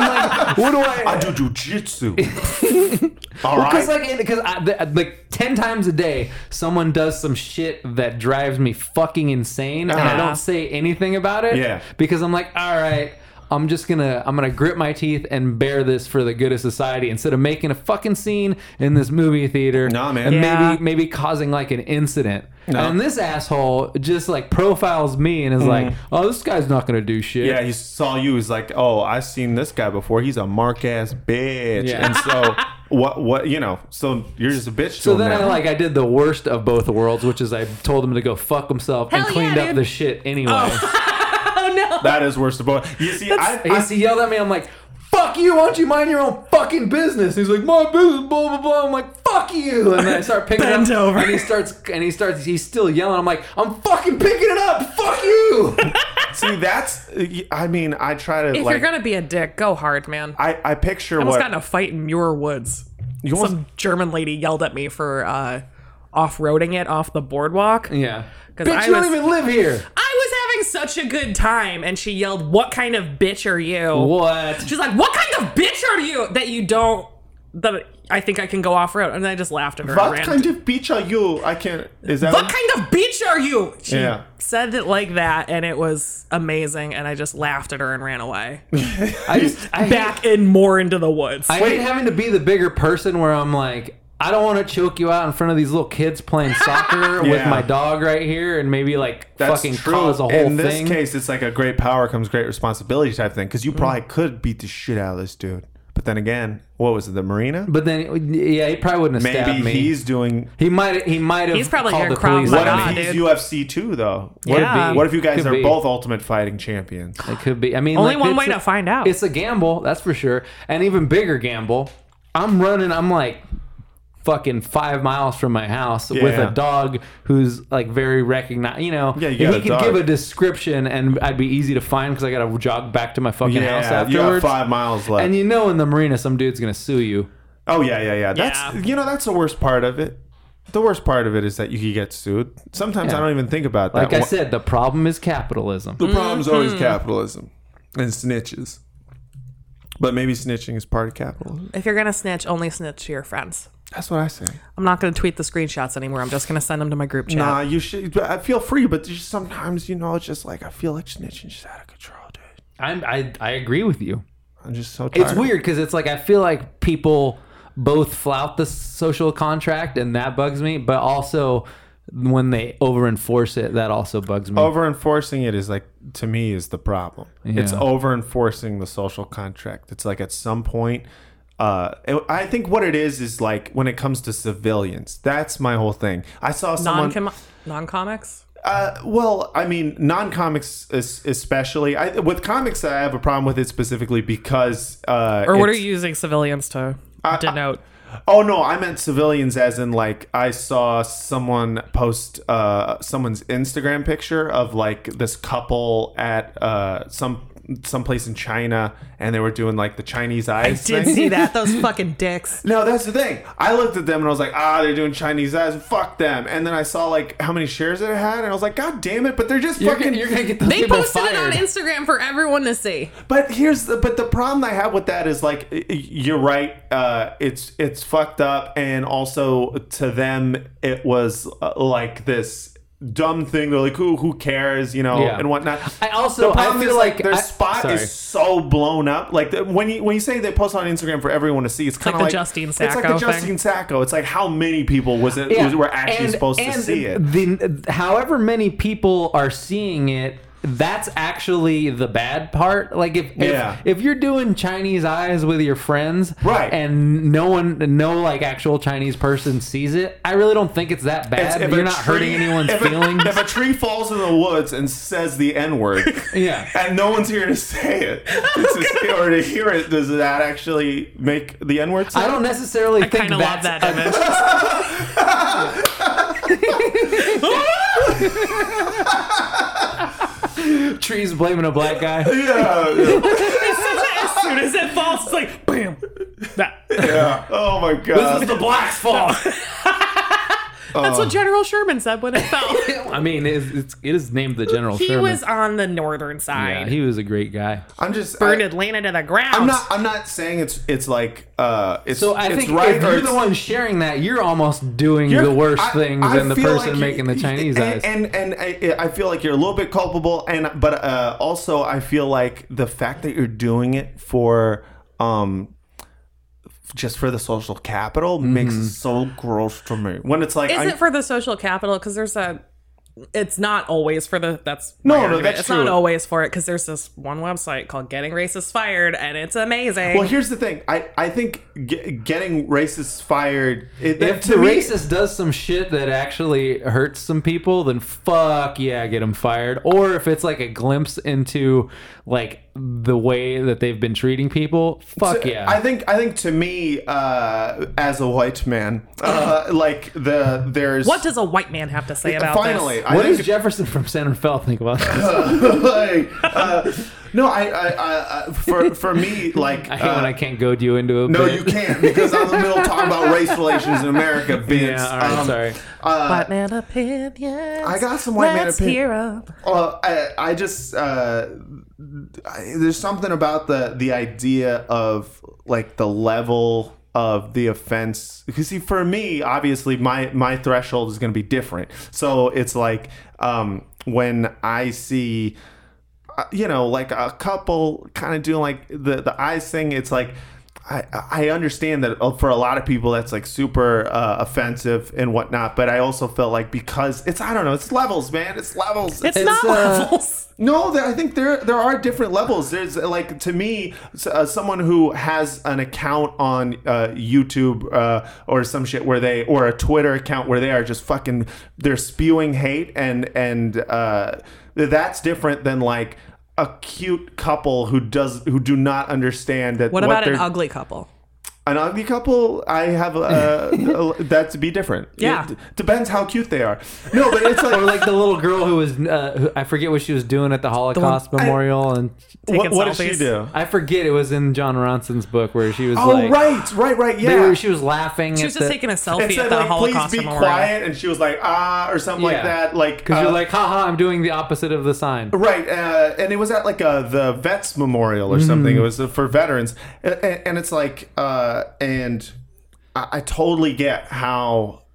Speaker 1: like, what do I.
Speaker 2: I do jujitsu. All right.
Speaker 1: Because like, because uh, like ten times a day, someone does some shit that drives me fucking insane, and I
Speaker 2: Uh-huh.
Speaker 1: don't say anything about it.
Speaker 2: Yeah.
Speaker 1: Because I'm like, all right. I'm just gonna I'm gonna grit my teeth and bear this for the good of society instead of making a fucking scene in this movie theater.
Speaker 2: Nah, man.
Speaker 1: And
Speaker 3: Yeah.
Speaker 1: maybe maybe causing like an incident. And this asshole just like profiles me and is like, oh, this guy's not gonna do shit.
Speaker 2: Mm-hmm. yeah, he saw you. He's like, oh, I've seen this guy before. He's a mark ass bitch.
Speaker 1: Yeah.
Speaker 2: And so what what you know? So you're just a bitch.
Speaker 1: So then I like I did the worst of both worlds, which is I told him to go fuck himself and
Speaker 3: Hell yeah,
Speaker 1: cleaned up
Speaker 3: dude.
Speaker 1: the shit anyway.
Speaker 3: Oh.
Speaker 2: that is worse of both. You see, I,
Speaker 1: He used
Speaker 2: I
Speaker 1: to yell at me. I'm like, "Fuck you! Why don't you mind your own fucking business?" He's like, "My business, blah blah blah." I'm like, "Fuck you!" And then I start picking
Speaker 3: Bend
Speaker 1: it up,
Speaker 3: over.
Speaker 1: and he starts, and he starts, he's still yelling. I'm like, "I'm fucking picking it up! Fuck you!"
Speaker 2: see that's. I mean, I try to
Speaker 3: If
Speaker 2: like.
Speaker 3: you're gonna be a dick, go hard, man. I
Speaker 2: I I picture
Speaker 3: almost
Speaker 2: what
Speaker 3: got in a fight in Muir Woods.
Speaker 2: you almost,
Speaker 3: Some German lady yelled at me for uh, off-roading it off the boardwalk.
Speaker 1: yeah,
Speaker 3: 'Cause
Speaker 1: bitch,
Speaker 3: I
Speaker 1: you don't
Speaker 3: was-
Speaker 1: even live here.
Speaker 3: I was having such a good time, and she yelled, "What kind of bitch are you?"
Speaker 1: What?
Speaker 3: She's like, "What kind of bitch are you that you don't that I think I can go off road?" And I just laughed at her. and
Speaker 2: What
Speaker 3: ran.
Speaker 2: kind of bitch are you? I can't. Is that
Speaker 3: what kind of bitch are you? She
Speaker 2: Yeah.
Speaker 3: said it like that, and it was amazing. And I just laughed at her and ran away
Speaker 1: I just I hate,
Speaker 3: back and more into the woods.
Speaker 1: I hate having to be the bigger person where I'm like. I don't want to choke you out in front of these little kids playing soccer with
Speaker 2: Yeah.
Speaker 1: my dog right here, and maybe like
Speaker 2: That's
Speaker 1: fucking
Speaker 2: true.
Speaker 1: cause a whole
Speaker 2: In this
Speaker 1: thing.
Speaker 2: case, it's like a great power comes great responsibility type thing.
Speaker 3: Mm.
Speaker 2: Because you probably could beat the shit out of this dude. But then again, what was it? The marina?
Speaker 1: but then, yeah, he probably wouldn't have
Speaker 2: Maybe
Speaker 1: stabbed me.
Speaker 2: he's doing. What
Speaker 1: He might. He might have.
Speaker 3: He's probably
Speaker 1: called
Speaker 3: here
Speaker 1: the
Speaker 3: Krav
Speaker 1: police.
Speaker 3: Maga.
Speaker 1: on
Speaker 3: Nah,
Speaker 2: if
Speaker 1: me.
Speaker 2: he's
Speaker 3: dude.
Speaker 2: UFC too, though? What,
Speaker 3: Yeah.
Speaker 2: if, what if you guys
Speaker 1: Could
Speaker 2: are
Speaker 1: be.
Speaker 2: both Ultimate Fighting champions?
Speaker 1: It could be. I mean,
Speaker 3: Only
Speaker 1: like,
Speaker 3: one
Speaker 1: it's
Speaker 3: way
Speaker 1: a-
Speaker 3: to find out.
Speaker 1: It's a gamble, that's for sure. An even bigger gamble. I'm running. I'm like fucking five miles from my house with
Speaker 2: Yeah.
Speaker 1: a dog who's like very recognized. You know,
Speaker 2: Yeah, you
Speaker 1: if
Speaker 2: got
Speaker 1: he
Speaker 2: a
Speaker 1: could
Speaker 2: dog.
Speaker 1: give a description, and I'd be easy to find because I got to jog back to my fucking
Speaker 2: Yeah,
Speaker 1: house
Speaker 2: you got
Speaker 1: afterwards.
Speaker 2: five miles left.
Speaker 1: and you know, in the marina, some dude's gonna sue you.
Speaker 2: oh yeah, yeah, yeah. That's
Speaker 3: Yeah.
Speaker 2: you know that's the worst part of it. The worst part of it is that you could get sued. Sometimes
Speaker 1: Yeah.
Speaker 2: I don't even think about that.
Speaker 1: Like I
Speaker 2: Wha-
Speaker 1: said, the problem is capitalism.
Speaker 2: The problem's always capitalism and snitches. But maybe snitching is part of capitalism.
Speaker 3: if you're gonna snitch, only snitch to your friends.
Speaker 2: That's what I say.
Speaker 3: I'm not gonna tweet the screenshots anymore. I'm just gonna send them to my group chat.
Speaker 2: Nah, you should. I feel free, but just sometimes, you know, it's just like I feel like snitching's just out of control, dude.
Speaker 1: I'm, I I agree with you.
Speaker 2: I'm just so tired.
Speaker 1: It's weird because it's like I feel like people both flout the social contract, and that bugs me. But also, when they overenforce it, that also bugs me.
Speaker 2: Over enforcing it is like to me is the problem. It's
Speaker 1: Yeah.
Speaker 2: over enforcing the social contract. It's like at some point, uh, it- I think what it is is like when it comes to civilians. That's my whole thing. I saw someone.
Speaker 3: Non non comics.
Speaker 2: Uh, well, I mean, non comics especially. I, with comics, I have a problem with it specifically because. Uh,
Speaker 3: Or what are
Speaker 2: it's-
Speaker 3: you using civilians to denote?
Speaker 2: Oh no, I meant civilians, as in like I saw someone post uh, someone's Instagram picture of like this couple at uh, some someplace in China, and they were doing like the Chinese eyes.
Speaker 3: Did
Speaker 2: thing.
Speaker 3: see that those fucking dicks.
Speaker 2: No, that's the thing. I looked at them and I was like, ah, they're doing Chinese eyes. Fuck them. And then I saw like how many shares it had, and I was like, god damn it! But they're just
Speaker 1: you're,
Speaker 2: fucking.
Speaker 1: gonna, you're gonna get those
Speaker 3: They
Speaker 1: people
Speaker 3: posted it
Speaker 1: fired.
Speaker 3: on Instagram for everyone to see.
Speaker 2: But here's the but the problem I have with that is like y- y- you're right. Uh, it's it's fucked up, and also to them it was uh, like this dumb thing. They're like, who who cares, you know,
Speaker 1: Yeah.
Speaker 2: and whatnot.
Speaker 1: I also-
Speaker 2: the problem
Speaker 1: I feel
Speaker 2: is
Speaker 1: like
Speaker 2: their
Speaker 1: I-
Speaker 2: spot
Speaker 1: sorry.
Speaker 2: is so blown up. Like the, when you when you say they post on Instagram for everyone to see, it's kind of like,
Speaker 3: like the Justine
Speaker 2: It's like
Speaker 3: Sacco
Speaker 2: the
Speaker 3: thing.
Speaker 2: Justine Sacco. It's like how many people was it was, were actually
Speaker 1: and-
Speaker 2: supposed to
Speaker 1: and
Speaker 2: see it?
Speaker 1: The, however many people are seeing it, that's actually the bad part. Like if if,
Speaker 2: Yeah.
Speaker 1: if you're doing Chinese eyes with your friends,
Speaker 2: Right.
Speaker 1: and no one, no like actual Chinese person sees it, I really don't think it's that bad.
Speaker 2: If a
Speaker 1: you're not
Speaker 2: tree-
Speaker 1: hurting anyone's
Speaker 2: if a-
Speaker 1: feelings.
Speaker 2: if a tree falls in the woods and says the N word,
Speaker 1: Yeah.
Speaker 2: and no one's here to say it, it's just- or to hear it, does that actually make the N word?
Speaker 1: I don't necessarily think
Speaker 3: Kind of love
Speaker 1: that's
Speaker 3: that image.
Speaker 1: trees blaming a black guy.
Speaker 2: Yeah, yeah,
Speaker 3: as soon as it falls, it's like bam. That-
Speaker 2: yeah. Oh my god.
Speaker 1: the black's fault.
Speaker 3: That's what General Sherman said when it fell.
Speaker 1: I mean, it's, it's, it is named the General
Speaker 3: he
Speaker 1: Sherman.
Speaker 3: was on the northern
Speaker 1: yeah,
Speaker 3: side.
Speaker 1: he was a great guy.
Speaker 2: I'm just.
Speaker 3: burned
Speaker 2: I,
Speaker 3: Atlanta to the ground.
Speaker 2: I'm not. I'm not saying it's. It's like. Uh. It's.
Speaker 1: So I
Speaker 2: it's
Speaker 1: think
Speaker 2: right
Speaker 1: if
Speaker 2: or
Speaker 1: you're
Speaker 2: it's-
Speaker 1: the one sharing that, you're almost doing
Speaker 2: You're-
Speaker 1: the worst
Speaker 2: I-
Speaker 1: thing
Speaker 2: I
Speaker 1: than the
Speaker 2: feel
Speaker 1: person
Speaker 2: like you-
Speaker 1: making the Chinese
Speaker 2: and,
Speaker 1: eyes.
Speaker 2: And and I, I feel like you're a little bit culpable, and but uh, also I feel like the fact that you're doing it for um just for the social
Speaker 1: Mm-hmm.
Speaker 2: capital makes it so gross to me. When it's like
Speaker 3: Is
Speaker 2: I,
Speaker 3: it for the social capital? Because there's a it's not always for the that's
Speaker 2: No,
Speaker 3: my
Speaker 2: no,
Speaker 3: argument.
Speaker 2: that's
Speaker 3: it's
Speaker 2: true.
Speaker 3: not always for it because there's this one website called Getting Racists Fired and it's amazing.
Speaker 2: Well, here's the thing. I, I think ge- getting racists fired. It,
Speaker 1: If
Speaker 2: that-
Speaker 1: the
Speaker 2: to me-
Speaker 1: racist does some shit that actually hurts some people, then fuck yeah, get them fired. Or if it's like a glimpse into like the way that they've been treating people, fuck
Speaker 2: to-
Speaker 1: yeah.
Speaker 2: I think I think to me, uh, as a white man, uh, like the there's
Speaker 3: what does a white man have to say about
Speaker 2: finally.
Speaker 3: this?
Speaker 2: I
Speaker 1: what
Speaker 2: think,
Speaker 1: does Jefferson from Santa Fe think about this?
Speaker 2: like, uh, no, I, I, I, I for for me, like
Speaker 1: I hate when
Speaker 2: uh,
Speaker 1: I can't goad you into it.
Speaker 2: no, you can't because I'm in the middle of talking about race relations in America, bitch.
Speaker 1: Yeah, all right,
Speaker 2: Um,
Speaker 1: sorry.
Speaker 3: white man opinions.
Speaker 2: I got some white man
Speaker 3: Let's
Speaker 2: opinion-
Speaker 3: hear 'em.
Speaker 2: Well, uh, I, I just uh, I, there's something about the the idea of like the level of the offense because see for me obviously my my threshold is going to be different so it's like um when i see uh, you know like a couple kind of doing like the the eyes thing it's like I, I understand that oh, for a lot of people that's like super uh, offensive and whatnot, but I also felt like because it's I don't know it's levels, man, it's levels.
Speaker 3: It's,
Speaker 1: It's,
Speaker 3: not
Speaker 1: uh,
Speaker 3: levels.
Speaker 2: No, there, I think there there are different levels. There's like to me, s- uh, someone who has an account on uh, YouTube uh, or some shit where they or a Twitter account where they are just fucking they're spewing hate and and uh, that's different than like a cute couple who does who do not understand that
Speaker 3: What about an
Speaker 2: they're-
Speaker 3: ugly couple?
Speaker 2: an ugly couple, I have uh, that's be different.
Speaker 3: Yeah.
Speaker 2: It depends how cute they are. No, but it's like
Speaker 1: or like the little girl who was uh, who, I forget what she was doing at the Holocaust Memorial, and
Speaker 2: what, what does
Speaker 3: selfies.
Speaker 2: she do?
Speaker 1: I forget it was in John Ronson's book where she was
Speaker 2: Oh
Speaker 1: like,
Speaker 2: right, right, right. Yeah,
Speaker 1: they were, she was laughing.
Speaker 3: She was just taking a selfie
Speaker 2: It said
Speaker 3: at the
Speaker 2: like,
Speaker 3: Holocaust
Speaker 2: please be
Speaker 3: Memorial.
Speaker 2: quiet, and she was like, ah, or something like that. Like,
Speaker 1: because
Speaker 2: uh,
Speaker 1: you're like, haha, I'm doing the opposite of the sign.
Speaker 2: right, uh, and it was at like a, the vets memorial or something. It was uh, for veterans, and, and it's like, uh, and I, I totally get how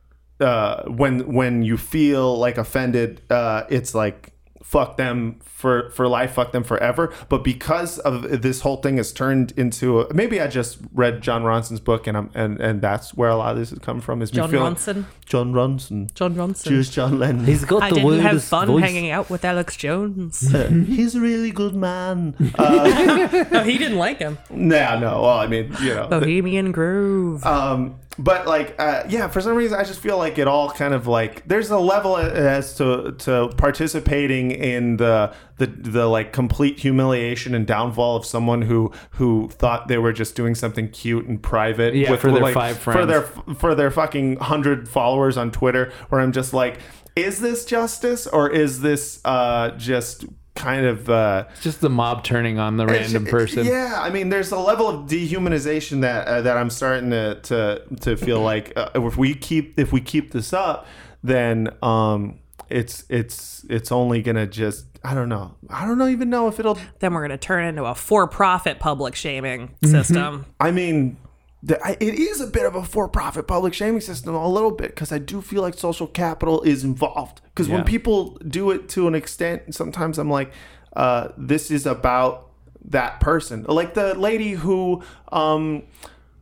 Speaker 2: uh, when when you feel like offended, uh, it's like fuck them for for life, fuck them forever. But because of this whole thing has turned into a, maybe I just read John Ronson's book and I'm and and that's where a lot of this has come from. Is me
Speaker 3: John
Speaker 2: feeling-
Speaker 3: Ronson.
Speaker 2: John Ronson.
Speaker 3: John Ronson.
Speaker 2: Here's John Lennon.
Speaker 1: He's got
Speaker 3: I
Speaker 1: the
Speaker 3: didn't have
Speaker 1: weirdest
Speaker 3: fun
Speaker 1: voice.
Speaker 3: hanging out with Alex Jones.
Speaker 2: he's a really good man.
Speaker 3: no, he didn't like him.
Speaker 2: nah, no. Well, I mean, you know.
Speaker 3: Bohemian Groove.
Speaker 2: um, but like, uh, yeah, for some reason, I just feel like it all kind of like there's a level as to to participating in the the the like complete humiliation and downfall of someone who who thought they were just doing something cute and private
Speaker 1: Yeah, for their
Speaker 2: like,
Speaker 1: five
Speaker 2: for
Speaker 1: friends.
Speaker 2: their for their fucking hundred followers on Twitter, where I'm just like, is this justice or is this uh, just kind of uh,
Speaker 1: It's just the mob turning on the
Speaker 2: It's-
Speaker 1: random person.
Speaker 2: Yeah, I mean, there's a level of dehumanization that uh, that I'm starting to to to feel like uh, if we keep if we keep this up, then um, it's it's it's only gonna just I don't know I don't know even know if it'll
Speaker 3: then we're going to turn into a for-profit public shaming system.
Speaker 2: I mean. the- I- It is a bit of a for-profit public shaming system, a little bit, because I do feel like social capital is involved. Because when
Speaker 1: Yeah.
Speaker 2: people do it to an extent, sometimes I'm like, uh, "This is about that person." Like the lady who um,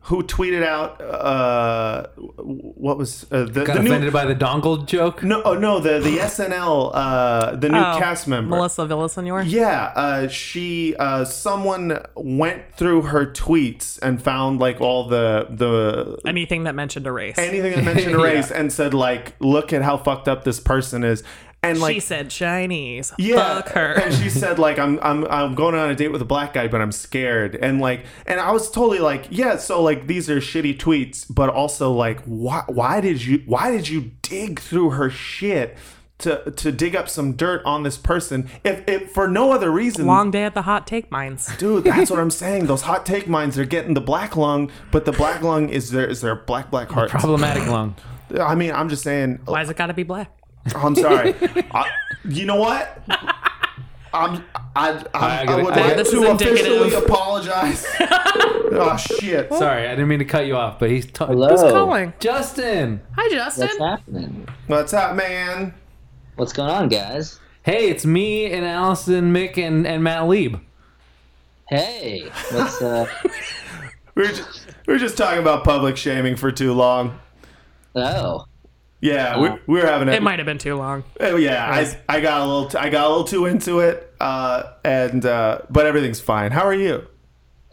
Speaker 2: who tweeted out uh, what was uh, the,
Speaker 1: Got
Speaker 2: the
Speaker 1: offended
Speaker 2: new
Speaker 1: by the dongle joke.
Speaker 2: no oh, no the the SNL uh, the new
Speaker 3: Oh,
Speaker 2: cast member
Speaker 3: Melissa Villasenor.
Speaker 2: yeah, uh, she uh, someone went through her tweets and found like all the the
Speaker 3: Anything that mentioned a race.
Speaker 2: anything that mentioned a
Speaker 1: Yeah.
Speaker 2: race and said like, look at how fucked up this person is, and like
Speaker 3: she said Chinese.
Speaker 2: yeah,
Speaker 3: Fuck her.
Speaker 2: and she said like I'm I'm I'm going on a date with a black guy, but I'm scared, and like and I was totally like yeah, so like these are shitty tweets, but also like why why did you why did you dig through her shit? To, to dig up some dirt on this person, if, if for no other reason,
Speaker 3: Long day at the hot take mines.
Speaker 2: Dude, that's what I'm saying. Those hot take minds are getting the black lung, but the black lung is their is their black black heart.
Speaker 1: Problematic lung.
Speaker 2: I mean, I'm just saying. oh,
Speaker 3: Why's it got to be black?
Speaker 2: I'm sorry. I, you know what? I'm I I,
Speaker 1: I
Speaker 2: I,
Speaker 1: gotta-
Speaker 2: would
Speaker 1: I-
Speaker 2: like
Speaker 3: this is
Speaker 2: to officially
Speaker 3: indicative.
Speaker 2: apologize. oh shit!
Speaker 1: Sorry, I didn't mean to cut you off, but he's t-
Speaker 5: Hello.
Speaker 3: Who's calling?
Speaker 1: Justin.
Speaker 3: Hi, Justin.
Speaker 5: What's happening?
Speaker 2: What's up, man?
Speaker 5: What's going on, guys?
Speaker 1: Hey, it's me and Allison, Mick, and, and Matt Lieb.
Speaker 5: Hey, what's uh?
Speaker 2: We were just, we were just talking about public shaming for too long.
Speaker 5: oh,
Speaker 2: Yeah, we, we were having a,
Speaker 3: It might have been too long.
Speaker 2: Oh, yeah, I, I got a little t- I got a little too into it, uh, and uh, but everything's fine. How are you?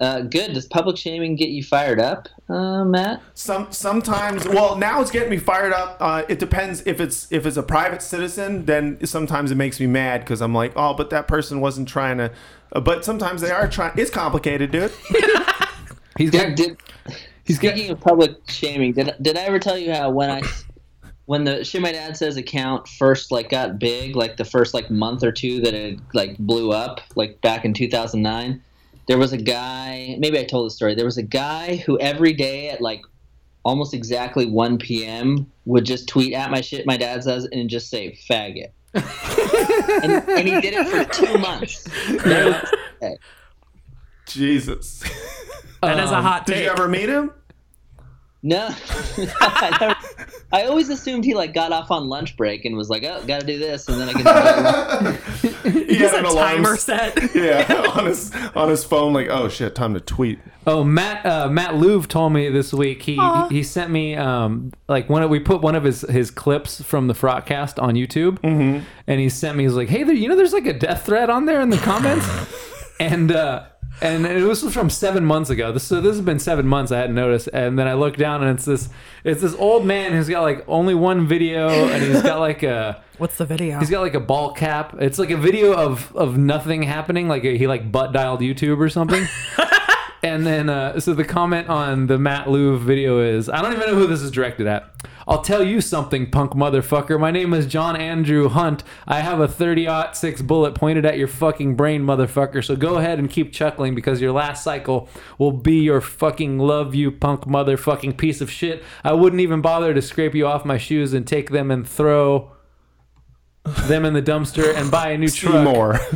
Speaker 5: Uh, good. Does public shaming get you fired up, uh, Matt?
Speaker 2: Some sometimes well now it's getting me fired up. Uh, it depends if it's if it's a private citizen, then sometimes it makes me mad because I'm like, oh, but that person wasn't trying to. uh, But sometimes they are trying. It's complicated, dude.
Speaker 1: He's got.
Speaker 5: Did, did,
Speaker 1: He's got.
Speaker 5: speaking of public shaming, did did I ever tell you how when I when the shit my dad says account first like got big, like the first like month or two that it like blew up, like back in two thousand nine, there was a guy. Maybe I told the story. There was a guy who every day at like almost exactly one p.m. would just tweet at my shit my dad says and just say faggot. and, and he did it for two months. That was-
Speaker 2: Jesus,
Speaker 3: That is a hot
Speaker 2: did
Speaker 3: take.
Speaker 2: you ever meet him?
Speaker 5: No, I, never- I always assumed he like got off on lunch break and was like, "Oh, gotta do this," and then I can.
Speaker 2: He
Speaker 3: It's a timer
Speaker 2: s-
Speaker 3: set.
Speaker 2: Yeah, on his on his phone, like, oh shit, time to tweet.
Speaker 1: Oh, Matt. Uh, Matt Louvre told me this week. He he sent me um like one of, we put one of his his clips from the Frogcast on YouTube, and he sent me. He's like, hey, there. You know, there's like a death threat on there in the comments, and. uh and it was from seven months ago. This, so this has been seven months. I hadn't noticed. And then I look down, and it's this, it's this old man who's got like only one video, and he's got like a,
Speaker 3: What's the video?
Speaker 1: He's got like a ball cap. It's like a video of of nothing happening. Like he like butt dialed YouTube or something. and then uh, so the comment on the Matt Louvre video is I don't even know who this is directed at. I'll tell you something, punk motherfucker. My name is John Andrew Hunt. I have a 30 six bullet pointed at your fucking brain, motherfucker. So go ahead and keep chuckling because your last cycle will be your fucking love you punk motherfucking piece of shit. I wouldn't even bother to scrape you off my shoes and take them and throw them in the dumpster and buy a new truck.
Speaker 2: More.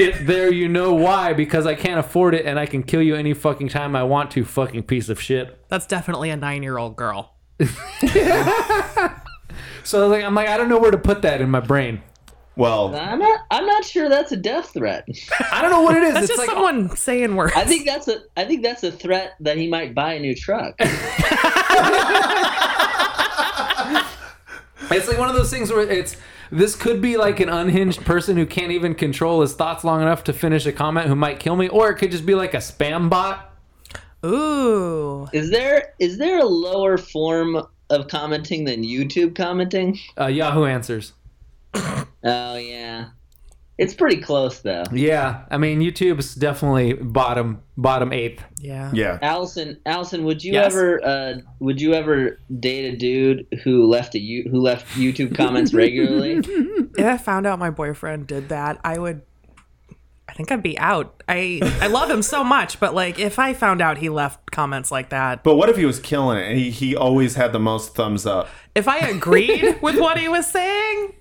Speaker 1: It, there, you know why? Because I can't afford it, and I can kill you any fucking time I want to. Fucking piece of shit.
Speaker 3: That's definitely a nine-year-old girl.
Speaker 1: So I was like, I'm like, I don't know where to put that in my brain.
Speaker 2: Well,
Speaker 5: I'm not. I'm not sure that's a death threat.
Speaker 1: I don't know what it is.
Speaker 3: That's
Speaker 1: it's
Speaker 3: just
Speaker 1: like
Speaker 3: someone saying words.
Speaker 5: I think that's a. I think that's a threat that he might buy a new truck.
Speaker 1: it's like one of those things where it's this could be like an unhinged person who can't even control his thoughts long enough to finish a comment who might kill me, or it could just be like a spam bot.
Speaker 3: Ooh,
Speaker 5: Is there? Is there a lower form of commenting than YouTube commenting?
Speaker 1: Uh, Yahoo Answers.
Speaker 5: Oh yeah, it's pretty close though.
Speaker 1: Yeah, I mean YouTube's definitely bottom bottom eighth.
Speaker 3: yeah.
Speaker 2: yeah.
Speaker 5: Allison, Allison, would you
Speaker 3: Yes.
Speaker 5: ever, uh, would you ever date a dude who left a you who left YouTube comments regularly?
Speaker 3: If I found out my boyfriend did that, I would. I think I'd be out. I I love him so much, but like if I found out he left comments like that,
Speaker 2: But what if he was killing it and he, he always had the most thumbs up?
Speaker 3: if I agreed with what he was saying,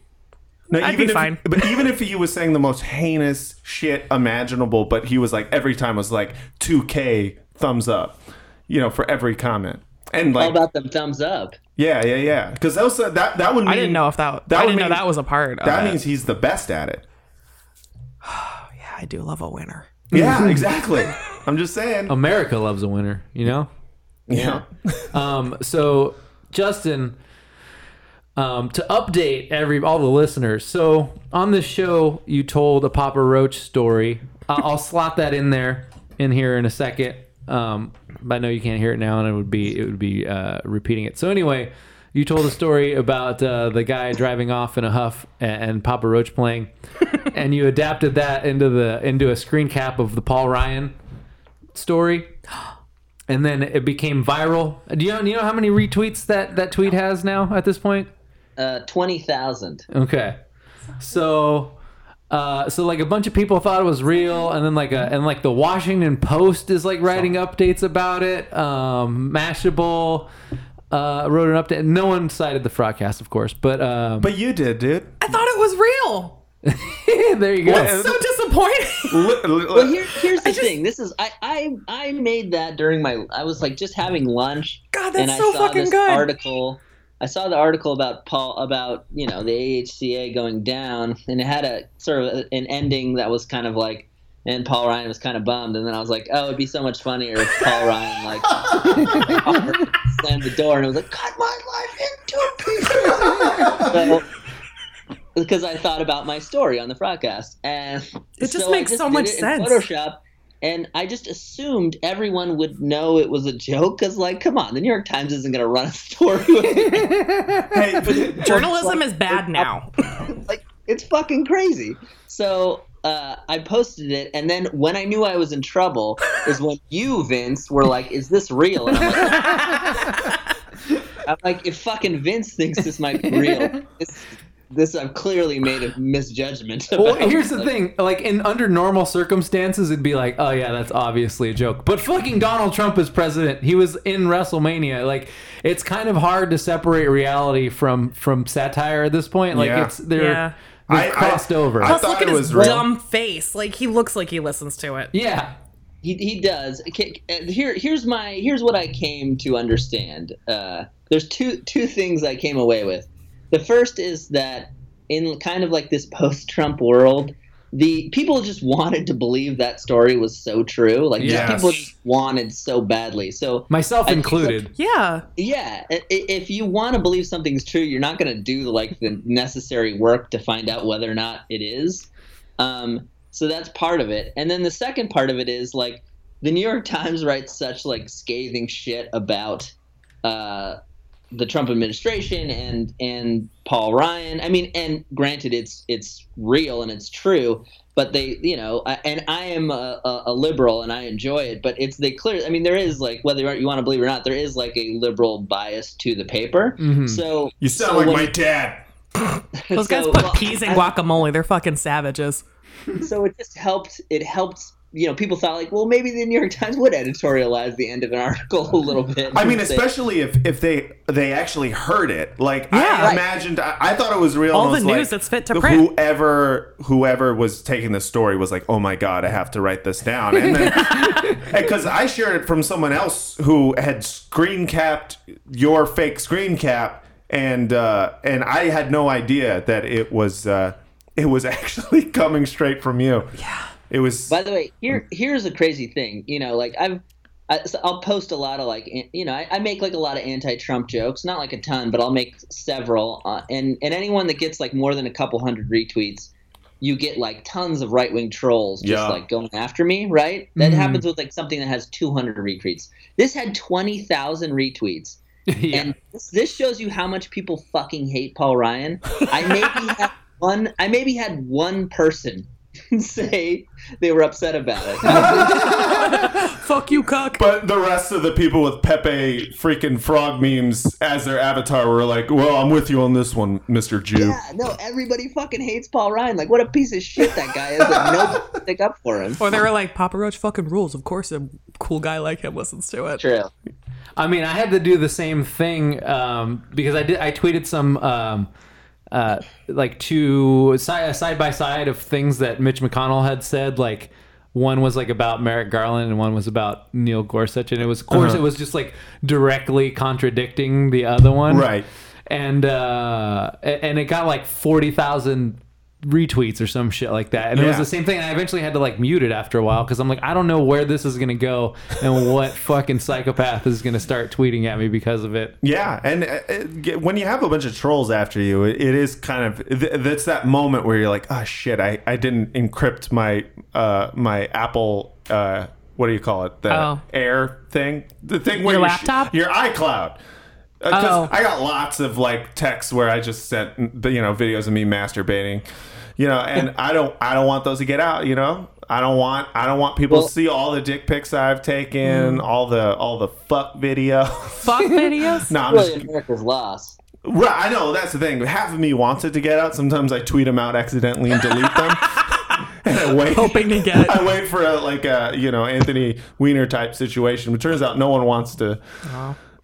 Speaker 2: No,
Speaker 3: I'd
Speaker 2: even
Speaker 3: be
Speaker 2: if-
Speaker 3: fine.
Speaker 2: But even if he was saying the most heinous shit imaginable, but he was like every time was like 2K thumbs up, you know, for every comment. And
Speaker 5: How
Speaker 2: like,
Speaker 5: about them thumbs up?
Speaker 2: yeah, yeah, yeah. Because that was uh, that that would mean,
Speaker 3: I didn't know if that,
Speaker 2: That
Speaker 3: I
Speaker 2: would
Speaker 3: didn't know
Speaker 2: mean-
Speaker 3: that was a part. Of
Speaker 2: that
Speaker 3: it.
Speaker 2: means he's the best at it.
Speaker 3: yeah, I do love a winner.
Speaker 2: Yeah, exactly. I'm just saying.
Speaker 3: Um,
Speaker 1: America loves a winner, you know.
Speaker 2: yeah.
Speaker 1: Um, so Justin, um, to update every all the listeners. So on this show, you told a Papa Roach story. I'll, I'll slot that in there in here in a second. Um, but I know you can't hear it now, and it would be it would be uh, repeating it. So anyway, you told a story about uh, the guy driving off in a huff and, and Papa Roach playing, and you adapted that into the into a screen cap of the Paul Ryan story and then it became viral. Do you know, you know how many retweets that that tweet has now at this point?
Speaker 5: Uh, Twenty thousand.
Speaker 1: Okay, so. Uh, so like a bunch of people thought it was real, and then like a, and like the Washington Post is like writing updates about it. Um, Mashable uh, wrote an update. No one cited the broadcast, of course, but, um,
Speaker 2: But you did, dude.
Speaker 3: I thought it was real.
Speaker 1: there you go.
Speaker 3: So disappointing.
Speaker 2: Li- li-
Speaker 5: But here, here's the
Speaker 3: just-
Speaker 5: thing. This is I, I I made that during my I was like just having lunch.
Speaker 3: God,
Speaker 5: and
Speaker 3: that's
Speaker 5: I
Speaker 3: so
Speaker 5: saw
Speaker 3: fucking
Speaker 5: this
Speaker 3: good.
Speaker 5: Article. I saw the article about Paul about you know the AHCA going down, and it had a sort of an ending that was kind of like, and Paul Ryan was kind of bummed, and then I was like, oh, it'd be so much funnier if Paul Ryan like slammed the door, and it was like, cut my life into pieces. So, because I thought about my story on the broadcast, and
Speaker 3: It just
Speaker 5: I
Speaker 3: makes so
Speaker 5: did
Speaker 3: much
Speaker 5: it in
Speaker 3: sense.
Speaker 5: Photoshop, and I just assumed everyone would know it was a joke. Cause like, come on, the New York Times isn't gonna run a story. with-
Speaker 2: Hey, but-
Speaker 3: Journalism is bad now.
Speaker 5: like, it's fucking crazy. So. Uh, I posted it, and then when I knew I was in trouble, is when you, Vince, were like, "Is this real?" And I'm like, I'm like, if fucking Vince thinks this might be real, this, this I've clearly made a misjudgment. About.
Speaker 1: Well, here's the
Speaker 5: Like,
Speaker 1: thing: like in under normal circumstances, it'd be like, oh yeah, that's obviously a joke. But fucking Donald Trump is president. He was in WrestleMania. Like, it's kind of hard to separate reality from from satire at this point. Like,
Speaker 2: Yeah.
Speaker 1: it's they're,
Speaker 3: Yeah.
Speaker 1: they're
Speaker 2: I- I-
Speaker 1: crossed over.
Speaker 2: I
Speaker 3: Plus,
Speaker 2: thought
Speaker 3: look at
Speaker 2: it
Speaker 3: his
Speaker 2: was real.
Speaker 3: dumb face. Like he looks like he listens to it.
Speaker 1: yeah,
Speaker 5: He, he does. Okay, uh, Here, here's my here's what I came to understand. Uh, there's two two things I came away with. The first is that in kind of like this post-Trump world, the people just wanted to believe that story was so true. Like
Speaker 1: Yes.
Speaker 5: just people just wanted so badly. So
Speaker 1: myself
Speaker 5: I-
Speaker 1: included.
Speaker 3: Yeah.
Speaker 5: Yeah, i- i- if you want to believe something's true, you're not going to do like the necessary work to find out whether or not it is. Um, so that's part of it. And then the second part of it is like the New York Times writes such like scathing shit about uh, the Trump administration and and Paul Ryan. I mean, and granted, it's it's real and it's true, but they, you know, I, and I am a, a, a liberal and I enjoy it, but it's they clear. I mean, there is like whether you want to believe it or not, there is like a liberal bias to the paper.
Speaker 1: Mhm.
Speaker 5: So
Speaker 2: you sound
Speaker 5: so
Speaker 2: like
Speaker 5: when-
Speaker 2: my dad.
Speaker 3: Mm-hmm. Those guys
Speaker 5: so-
Speaker 3: put
Speaker 5: well,
Speaker 3: peas in
Speaker 5: I-
Speaker 3: guacamole. They're fucking savages.
Speaker 5: so it just helped it helped you know people thought like well maybe the new york times would editorialize the end of an article a little bit
Speaker 2: I mean,
Speaker 5: Say-
Speaker 2: especially if if they they actually heard it. Like
Speaker 3: Yeah.
Speaker 2: I
Speaker 3: Right.
Speaker 2: imagined, I, I thought it was real.
Speaker 3: All
Speaker 2: and I
Speaker 3: the
Speaker 2: was
Speaker 3: news
Speaker 2: like,
Speaker 3: that's fit to print.
Speaker 2: Whoever whoever was taking the story was like, oh my god, I have to write this down. And then because I shared it from someone else who had screen capped your fake screen cap, and uh, and I had no idea that it was uh, it was actually coming straight from you. Yeah, it was.
Speaker 5: By the way, here here's a crazy thing. You know, like I've I, so I'll post a lot of like an- you know I, I make like a lot of anti-Trump jokes, not like a ton, but I'll make several. Uh, and and anyone that gets like more than a couple hundred retweets, you get like tons of right-wing trolls just
Speaker 2: Yeah. Mm-hmm.
Speaker 5: like going after me. Right? That happens with like something that has 200 retweets. This had 20,000 retweets.
Speaker 1: yeah.
Speaker 5: And this, this shows you how much people fucking hate Paul Ryan. I maybe had one. I maybe had one person say they were upset about it.
Speaker 3: Fuck you, cuck.
Speaker 2: But the rest of the people with Pepe freaking frog memes as their avatar were like, "Well, I'm with you on this one, Mister Jew."
Speaker 5: yeah, no, everybody fucking hates Paul Ryan. Like, what a piece of shit that guy is. That nobody stick up for him.
Speaker 3: Or they were like, Papa Roach fucking rules. Of course, a cool guy like him listens to it.
Speaker 5: True.
Speaker 1: I mean, I had to do the same thing um, because I did. I tweeted some um, uh, like two side side by side of things that Mitch McConnell had said. Like one was like about Merrick Garland and one was about Neil Gorsuch, and it was of course it was just like directly contradicting the other one,
Speaker 2: Right.
Speaker 1: And uh, a- and it got like forty thousand retweets or some shit like that and it was
Speaker 2: Yeah.
Speaker 1: the same thing and i eventually had to like mute it after a while because i'm like i don't know where this is gonna go and what fucking psychopath is gonna start tweeting at me because of it
Speaker 2: Yeah, and uh, it, get- when you have a bunch of trolls after you, it, it is kind of th- that's that moment where you're like, "Oh shit, I, I didn't encrypt my uh my Apple uh what do you call it the
Speaker 3: Oh.
Speaker 2: Air thing, the thing where
Speaker 3: Your
Speaker 2: you sh-
Speaker 3: laptop?
Speaker 2: your iCloud." Because
Speaker 3: Oh.
Speaker 2: I got lots of like texts where I just sent the you know videos of me masturbating, you know, and I don't I don't want those to get out, you know. I don't want I don't want people
Speaker 5: Well-
Speaker 2: to see all the dick pics I've taken, all the all the fuck videos.
Speaker 3: Mm. Fuck videos.
Speaker 2: no, I'm
Speaker 5: Really,
Speaker 2: just
Speaker 5: America's lost.
Speaker 2: Right, I know that's the thing. Half of me wants it to get out. Sometimes I tweet them out accidentally and delete them. and I wait,
Speaker 3: Hoping to get-
Speaker 2: I wait for a, like a you know Anthony Weiner type situation. But turns out no one wants to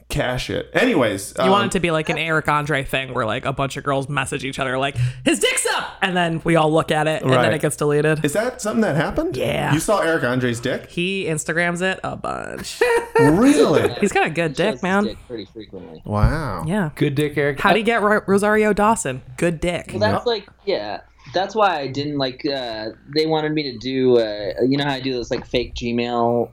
Speaker 2: cash it. Anyways, um,
Speaker 3: You want it to be like an Eric Andre thing where like a bunch of girls message each other like, his dick's up! And then we all look at it and then
Speaker 2: Right.
Speaker 3: it gets deleted.
Speaker 2: Is that something that happened?
Speaker 3: Yeah.
Speaker 2: You saw Eric Andre's dick?
Speaker 3: he Instagrams it a bunch.
Speaker 2: Really?
Speaker 3: He's got a good
Speaker 5: Shows his
Speaker 3: dick, man.
Speaker 5: dick pretty frequently.
Speaker 2: wow.
Speaker 3: Yeah.
Speaker 1: good dick eric Uh,
Speaker 3: How do you get Ro- Rosario Dawson? Good dick.
Speaker 5: Well, that's like yeah. That's why I didn't like. Uh, they wanted me to do. Uh, you know how I do those like fake Gmail.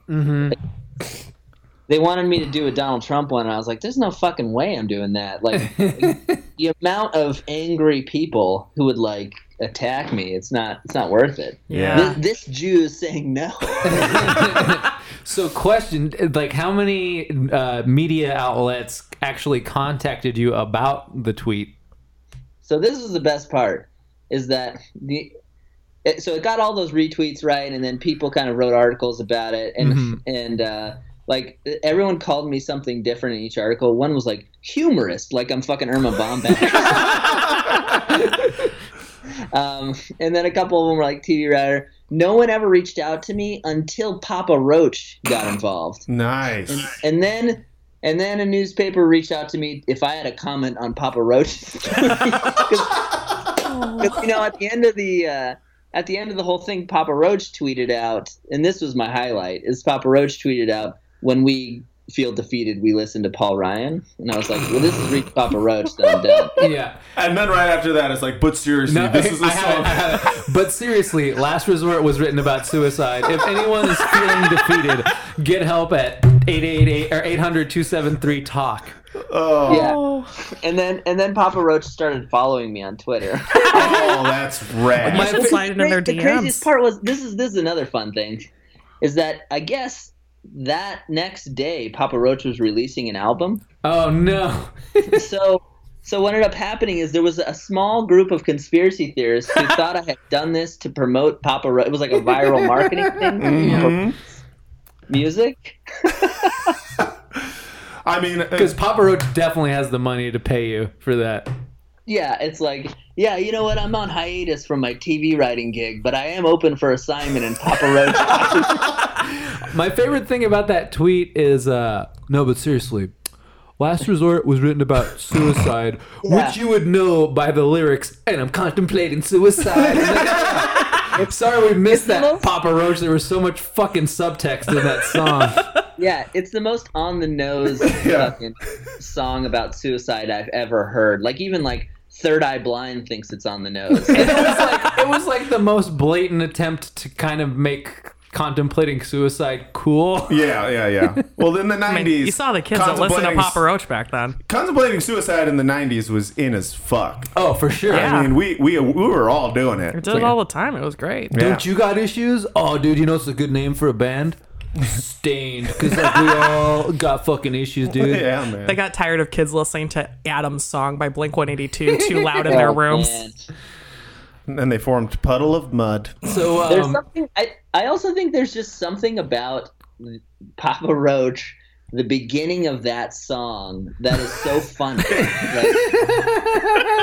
Speaker 5: they wanted me to do a Donald Trump one, and I was like, "There's no fucking way I'm doing that." Like the amount of angry people who would like attack me, it's not it's not worth it.
Speaker 3: Ah.
Speaker 2: Yeah.
Speaker 5: This, this Jew is saying no.
Speaker 1: So, question: Like, how many uh, media outlets actually contacted you about the tweet?
Speaker 5: so this is the best part is that the it, so it got all those retweets right and then people kind of wrote articles about it and and uh like everyone called me something different in each article. One was like humorist, like I'm fucking Irma Bombeck. um, and then a couple of them were like TV writer. No one ever reached out to me until Papa Roach got involved
Speaker 2: Nice.
Speaker 5: and then and then a newspaper reached out to me if I had a comment on Papa Roach. 'Cause- 'cause, you know, at the end of the uh, at the end of the whole thing, Papa Roach tweeted out, and this was my highlight: is Papa Roach tweeted out when we feel defeated, we listen to Paul Ryan, and I was like, well, this is reached Papa Roach, then I'm done.
Speaker 1: Yeah.
Speaker 2: And then right after that, it's like, but seriously, this is a
Speaker 1: I have
Speaker 2: song.
Speaker 1: it, I have it. But seriously, Last Resort was written about suicide. If anyone is feeling defeated, get help at 888 or 800 273 TALK.
Speaker 2: oh,
Speaker 5: Yeah, and then and then Papa Roach started following me on Twitter.
Speaker 2: oh, that's rad.
Speaker 1: My-
Speaker 3: Just slide into their
Speaker 5: the craziest
Speaker 3: DMs.
Speaker 5: part was this is this is another fun thing, is that I guess that next day Papa Roach was releasing an album.
Speaker 1: Oh, no.
Speaker 5: so so what ended up happening is there was a small group of conspiracy theorists who thought I had done this to promote Papa Roach. It was like a viral marketing thing.
Speaker 2: Mhm.
Speaker 3: Mm-hmm.
Speaker 5: Music.
Speaker 2: I mean, uh,
Speaker 1: Because Papa Roach definitely has the money to pay you for that.
Speaker 5: Yeah, it's like, yeah, you know what? I'm on hiatus from my TV writing gig, but I am open for assignment in Papa Roach.
Speaker 1: My favorite thing about that tweet is uh, no, but seriously. Last Resort was written about suicide, which you would know by the lyrics, and I'm contemplating suicide. I'm sorry we missed that,
Speaker 5: most-
Speaker 1: Papa Roach. There was so much fucking subtext in that song.
Speaker 5: yeah, it's the most on the nose fucking song about suicide I've ever heard. Like even like Third Eye Blind thinks it's on the nose.
Speaker 1: it was like it was like the most blatant attempt to kind of make contemplating suicide cool.
Speaker 2: yeah, yeah, yeah. Well, in the 90s.
Speaker 3: I mean, you saw the kids that listened to
Speaker 2: contemplating-
Speaker 3: Papa Roach back then.
Speaker 2: Contemplating suicide in the 90s was in as fuck.
Speaker 1: Oh, for sure.
Speaker 3: Yeah.
Speaker 2: I mean, we, we, we were all doing it.
Speaker 3: We did it all the time. It was great.
Speaker 2: Yeah.
Speaker 1: Don't you got issues? Oh, dude, you know it's a good name for a band. Stained, because like we all got fucking issues, dude.
Speaker 2: Yeah, man.
Speaker 3: They got tired of kids listening to Adam's song by Blink 182 too loud in their
Speaker 5: Oh,
Speaker 3: rooms.
Speaker 5: man.
Speaker 2: and they formed Puddle of Mud.
Speaker 1: So
Speaker 5: There's
Speaker 1: um,
Speaker 5: something. I I also think there's just something about Papa Roach, the beginning of that song, that is so funny. Like,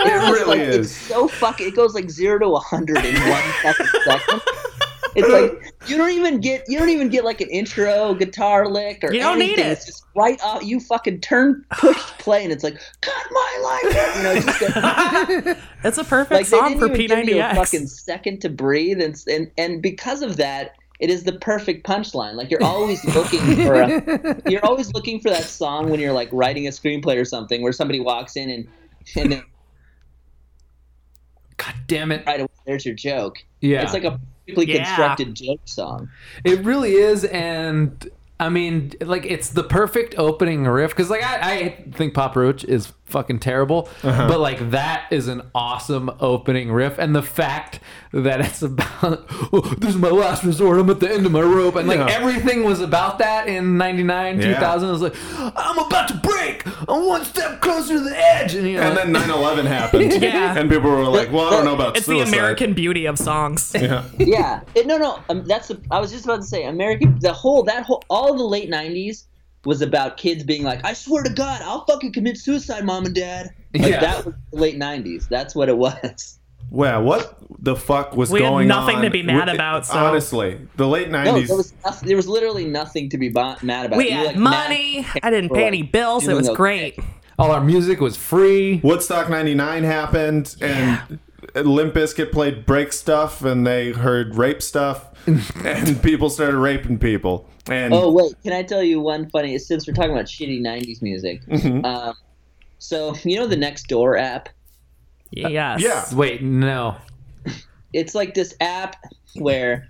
Speaker 2: It really
Speaker 5: It's
Speaker 2: is.
Speaker 5: so fucking. It goes like zero to a hundred in one fucking second. It's like you don't even get you don't even get like an intro guitar lick or
Speaker 3: You don't need
Speaker 5: anything.
Speaker 3: it.
Speaker 5: It's just right off. You fucking turn push play and it's like cut my life. You know, it's just like,
Speaker 3: It's a perfect
Speaker 5: like they
Speaker 3: song
Speaker 5: didn't
Speaker 3: for
Speaker 5: even give you a
Speaker 3: P90X.
Speaker 5: fucking second to breathe, and and and because of that, it is the perfect punchline. Like you're always looking for a, you're always looking for that song when you're like writing a screenplay or something, where somebody walks in and and then
Speaker 1: God damn it.
Speaker 5: right away there's your joke.
Speaker 1: Yeah.
Speaker 5: It's like a perfectly
Speaker 3: Yeah.
Speaker 5: constructed joke song.
Speaker 1: It really is, and I mean, like it's the perfect opening riff because, like, I, I think Pop Roach is fucking terrible,
Speaker 2: Uh-huh.
Speaker 1: but like that is an awesome opening riff, and the fact that it's about oh, this is my last resort, I'm at the end of my rope, and like
Speaker 2: Yeah.
Speaker 1: everything was about that in '99,
Speaker 2: Yeah.
Speaker 1: 2000. It was like I'm about to break, I'm one step closer to the edge, and you know,
Speaker 2: And then 9 11 happened.
Speaker 3: Yeah.
Speaker 2: And people were like, well, I don't know about
Speaker 3: it's
Speaker 2: suicide.
Speaker 3: the American beauty of songs.
Speaker 5: yeah, It- no, no. Um, that's the, I was just about to say American. The whole that whole all the late '90s was about kids being like, I swear to God, I'll fucking commit suicide, mom and dad. Like,
Speaker 1: Yeah.
Speaker 5: That was the late '90s. That's what it was.
Speaker 2: Wow, what the fuck was
Speaker 3: We had
Speaker 2: going on?
Speaker 3: nothing to be mad
Speaker 2: with-
Speaker 3: about, so-
Speaker 2: Honestly, the late 90s.
Speaker 5: No, there was nothing, there was literally nothing to be bo- mad about.
Speaker 3: We
Speaker 5: You were,
Speaker 3: had
Speaker 5: like,
Speaker 3: money.
Speaker 5: mad
Speaker 3: I didn't
Speaker 5: for,
Speaker 3: pay
Speaker 5: like,
Speaker 3: any bills. It
Speaker 5: doing
Speaker 3: was
Speaker 5: okay.
Speaker 3: great.
Speaker 1: all our music was free.
Speaker 2: Woodstock 99 happened, and Limp Bizkit played break stuff, and they heard rape stuff, and people started raping people. And
Speaker 5: Oh wait, can I tell you one funny? Since we're talking about shitty '90s music,
Speaker 3: Mm-hmm.
Speaker 5: um, so you know the Next Door app?
Speaker 3: Yes.
Speaker 2: yeah.
Speaker 1: Wait, no.
Speaker 5: It's like this app where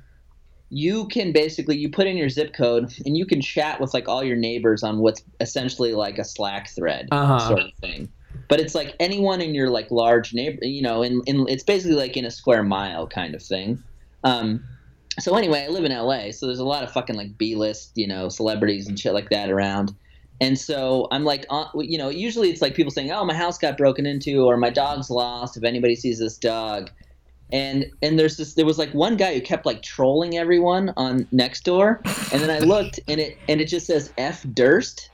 Speaker 5: you can basically you put in your zip code and you can chat with like all your neighbors on what's essentially like a Slack thread
Speaker 1: Uh-huh.
Speaker 5: sort of thing. But it's like anyone in your like large neighbor, you know, in, in it's basically like in a square mile kind of thing. Um, so anyway, I live in LA, so there's a lot of fucking like B-list, you know, celebrities and shit like that around. And so I'm like, uh, you know, usually it's like people saying, "Oh, my house got broken into," or "My dog's lost." If anybody sees this dog, and and there's this, there was like one guy who kept like trolling everyone on Nextdoor, and then I looked, and it and it just says F Durst,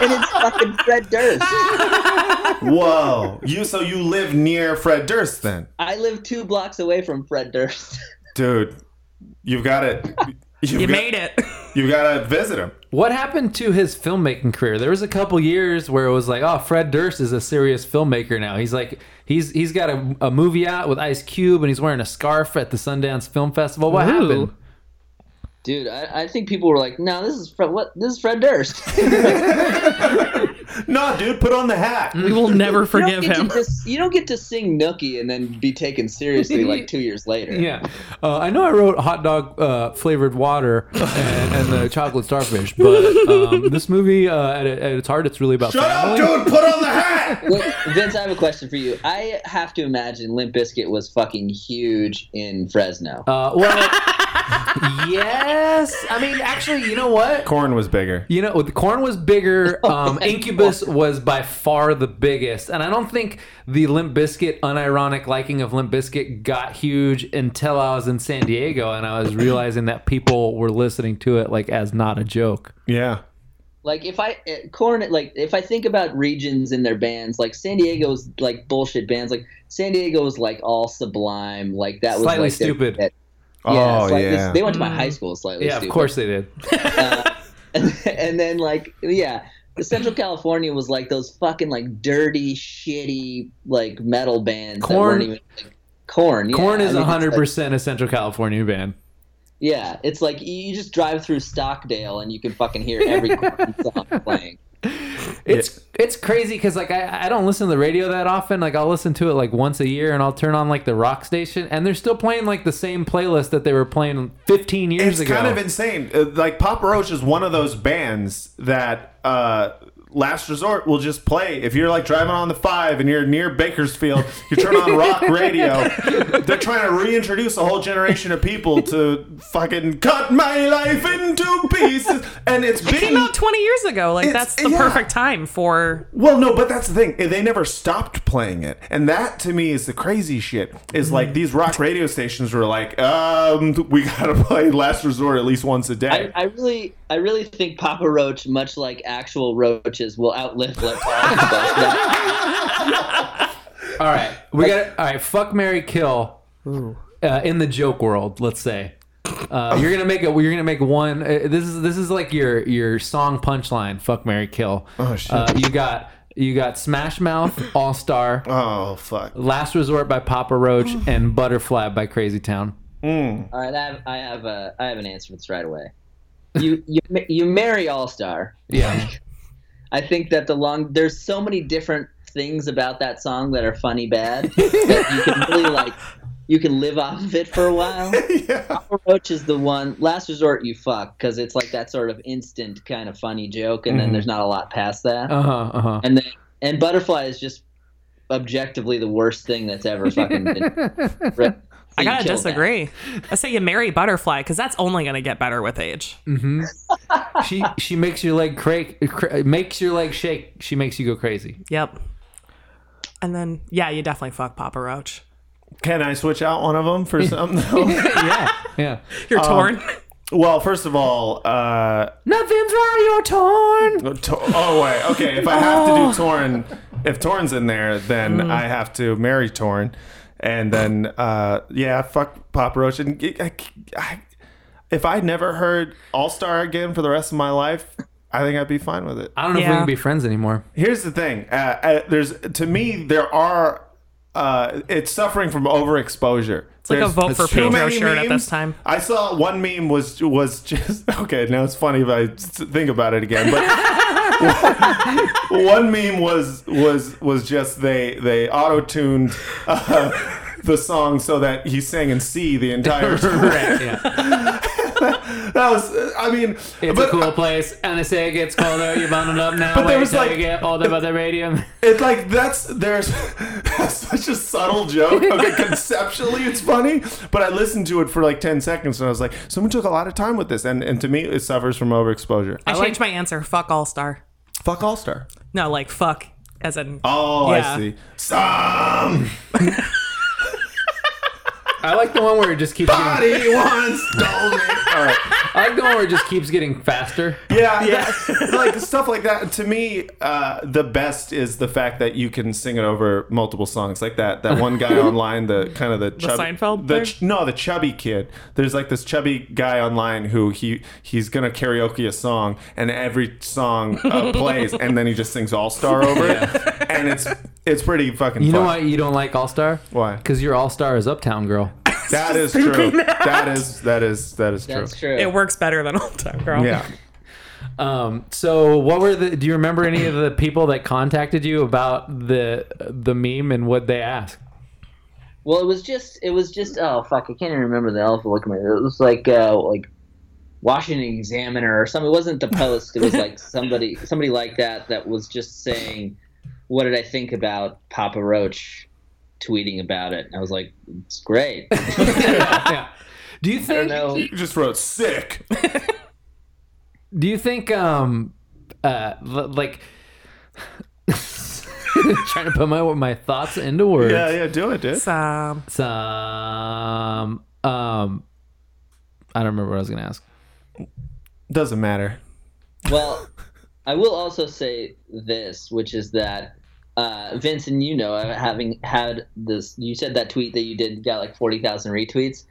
Speaker 5: and it's fucking Fred Durst.
Speaker 2: Whoa. You so you live near Fred Durst then.
Speaker 5: I live two blocks away from Fred Durst.
Speaker 2: Dude, you've got it. You've
Speaker 3: You
Speaker 2: got,
Speaker 3: made it.
Speaker 2: You've got to visit him.
Speaker 1: What happened to his filmmaking career? There was a couple years where it was like, oh, Fred Durst is a serious filmmaker now. He's like, he's he's got a, a movie out with Ice Cube, and he's wearing a scarf at the Sundance Film Festival. What
Speaker 3: Ooh.
Speaker 1: happened?
Speaker 5: Dude, I, I think people were like, "No, this is Fred. What? This is Fred Durst."
Speaker 2: No, dude, put on the hat.
Speaker 3: We will never forgive
Speaker 5: you don't,
Speaker 3: him.
Speaker 5: get to just, you don't get to sing Nookie and then be taken seriously like two years later.
Speaker 1: Yeah, uh, I know I wrote hot dog uh, flavored water and, and the chocolate starfish, but um, this movie uh, at, at its heart, it's really about
Speaker 2: Shut up,
Speaker 1: family.
Speaker 2: dude, put on the hat.
Speaker 5: Wait, Vince, I have a question for you. I have to imagine Limp Bizkit was fucking huge in Fresno.
Speaker 1: Uh, well, yes. I mean, actually, you know what?
Speaker 2: Corn was bigger.
Speaker 1: You know, the corn was bigger. Um,
Speaker 5: Oh my
Speaker 1: Incubus was by far the biggest, and I don't think the Limp Biscuit unironic liking of Limp Biscuit got huge until I was in San Diego and I was realizing that people were listening to it like as not a joke.
Speaker 2: Yeah.
Speaker 5: like if I eh, corn, like if I think about regions in their bands, like San Diego's like bullshit bands, like San Diego was like all sublime, like that was
Speaker 1: Slightly
Speaker 5: like, their-
Speaker 1: stupid.
Speaker 5: that-
Speaker 2: Oh,
Speaker 5: slightly-
Speaker 2: yeah.
Speaker 5: They went to my high school. Slightly
Speaker 1: yeah,
Speaker 5: stupid.
Speaker 1: of course they did.
Speaker 5: and, and then like yeah central california was like those fucking like dirty shitty like metal bands that
Speaker 1: Korn-
Speaker 5: weren't even like, corn yeah.
Speaker 1: Corn
Speaker 5: I
Speaker 1: is
Speaker 5: mean, it's
Speaker 1: hundred
Speaker 5: like-
Speaker 1: percent a Central California band.
Speaker 5: yeah it's like you you just drive through stockdale and you can fucking hear every corn song playing
Speaker 1: It's it's crazy because like I, I don't listen to the radio that often. Like I'll listen to it like once a year, and I'll turn on like the rock station, and they're still playing like the same playlist that they were playing 15 years
Speaker 2: It's
Speaker 1: ago.
Speaker 2: kind of insane. Uh, Like Papa Roach is one of those bands that uh, Last Resort will just play. If you're like driving on the five and you're near Bakersfield, you turn on rock radio. They're trying to reintroduce a whole generation of people to fucking cut my life into pieces, and it's
Speaker 3: Came
Speaker 2: being
Speaker 3: out 20 years ago. Like,
Speaker 2: It's-
Speaker 3: that's the
Speaker 2: yeah.
Speaker 3: perfect time for.
Speaker 2: Well, no, but that's the thing. They never stopped playing it. And that to me is the crazy shit. Is like these rock radio stations were like, um, we gotta play Last Resort at least once a
Speaker 5: I,
Speaker 2: day.
Speaker 5: I really i really think papa roach much like actual roaches will outlive like all of us.
Speaker 1: All right, we got all right. Fuck Mary Kill uh, in the joke world. Let's say uh, you're gonna make a you're gonna make one. Uh, this is this is like your your song punchline. Fuck Mary Kill.
Speaker 2: Oh, shit.
Speaker 1: Uh, you got you got Smash Mouth All Star,
Speaker 2: oh fuck.
Speaker 1: Last Resort by Papa Roach, and Butterfly by Crazy Town.
Speaker 5: all right i have i have a i have an answer for this right away you you, ma- you marry all star
Speaker 1: Yeah,
Speaker 5: I think that the long there's so many different things about that song that are funny bad that you can really like you can live off of it for a while.
Speaker 2: Yeah.
Speaker 5: Papa Roach is the one last resort you fuck because it's like that sort of instant kind of funny joke, and then there's not a lot past that.
Speaker 1: uh huh, uh huh.
Speaker 5: And then and butterfly is just objectively the worst thing that's ever fucking been. written.
Speaker 3: I gotta
Speaker 5: Killed that.
Speaker 3: disagree. I say you marry Butterfly because that's only gonna get better with age.
Speaker 1: Mm-hmm. She she makes your leg crack, cra- makes your leg shake. She makes you go crazy.
Speaker 3: Yep. And then, yeah, you definitely fuck Papa Roach.
Speaker 2: Can I switch out one of them for something?
Speaker 1: yeah, yeah.
Speaker 3: You're torn.
Speaker 2: well, first of all, uh,
Speaker 1: Nothing's right. You're torn.
Speaker 2: Tor- oh wait, okay. If I have to do Torn, if Torn's in there, then I have to marry Torn, and then uh, yeah, fuck Pop Roach. And I, I- I- if I never heard All Star again for the rest of my life, I think I'd be fine with it.
Speaker 1: I don't know if we
Speaker 3: Yeah.
Speaker 1: can be friends anymore.
Speaker 2: Here's the thing: uh, uh, there's to me there are. Uh, it's suffering from overexposure. It's
Speaker 3: like a vote for Pedro shirt at this time.
Speaker 2: I saw one meme was was just okay. Now it's funny if I s- think about it again, but one meme was was was just they they auto tuned uh, the song so that he sang in C the entire time.
Speaker 1: Right, yeah.
Speaker 2: That was, I mean,
Speaker 1: It's
Speaker 2: but
Speaker 1: a cool place, and I say it gets colder. You're bundled up now.
Speaker 2: But
Speaker 1: wait
Speaker 2: there was,
Speaker 1: till
Speaker 2: like-
Speaker 1: you get older about the radium.
Speaker 2: It's like that's there's that's such a subtle joke. Okay, conceptually it's funny, but I listened to it for like ten seconds and I was like, someone took a lot of time with this, and and to me it suffers from overexposure.
Speaker 3: I changed my answer. Fuck All Star.
Speaker 2: Fuck All Star.
Speaker 3: No, like fuck as in.
Speaker 2: Oh,
Speaker 3: Yeah.
Speaker 2: I see. Some
Speaker 1: I like the one where it just keeps. Getting,
Speaker 2: body once told me. All right.
Speaker 1: I like the one where it just keeps getting faster.
Speaker 2: Yeah, that- like stuff like that. To me, uh, the best is the fact that you can sing it over multiple songs, like that. That one guy online, the kind of the, chubby,
Speaker 3: Seinfeld
Speaker 2: the
Speaker 3: thing?
Speaker 2: ch- no, the chubby kid. There's like this chubby guy online who he he's gonna karaoke a song, and every song uh, plays, and then he just sings All Star over it, and it's it's pretty fucking.
Speaker 1: You know
Speaker 2: fun.
Speaker 1: why you don't like All Star?
Speaker 2: Why?
Speaker 1: Because your All Star is Uptown Girl.
Speaker 2: That is true. that is that is that is true.
Speaker 5: That's true.
Speaker 3: It works better than Old Time Girl.
Speaker 2: Yeah.
Speaker 1: Um, so what were the? Do you remember any of the people that contacted you about the the meme and what they asked?
Speaker 5: Well, it was just it was just oh fuck, I can't even remember the alpha looking at it. It was like uh like Washington Examiner or something. It wasn't the Post. It was like somebody somebody like that that was just saying, "What did I think about Papa Roach?" Tweeting about it, and I was like, "It's great." I
Speaker 1: yeah. Do you
Speaker 5: don't
Speaker 1: think?
Speaker 5: know.
Speaker 2: You just wrote sick.
Speaker 1: Do you think? Um, uh, l- like. trying to put my my thoughts into words.
Speaker 2: Yeah, yeah, do it, dude.
Speaker 3: Um,
Speaker 1: Some um, I don't remember what I was gonna ask.
Speaker 2: Doesn't matter.
Speaker 5: Well, I will also say this, which is that uh, Vincent, you know, having had this, you said that tweet that you did got like forty thousand retweets.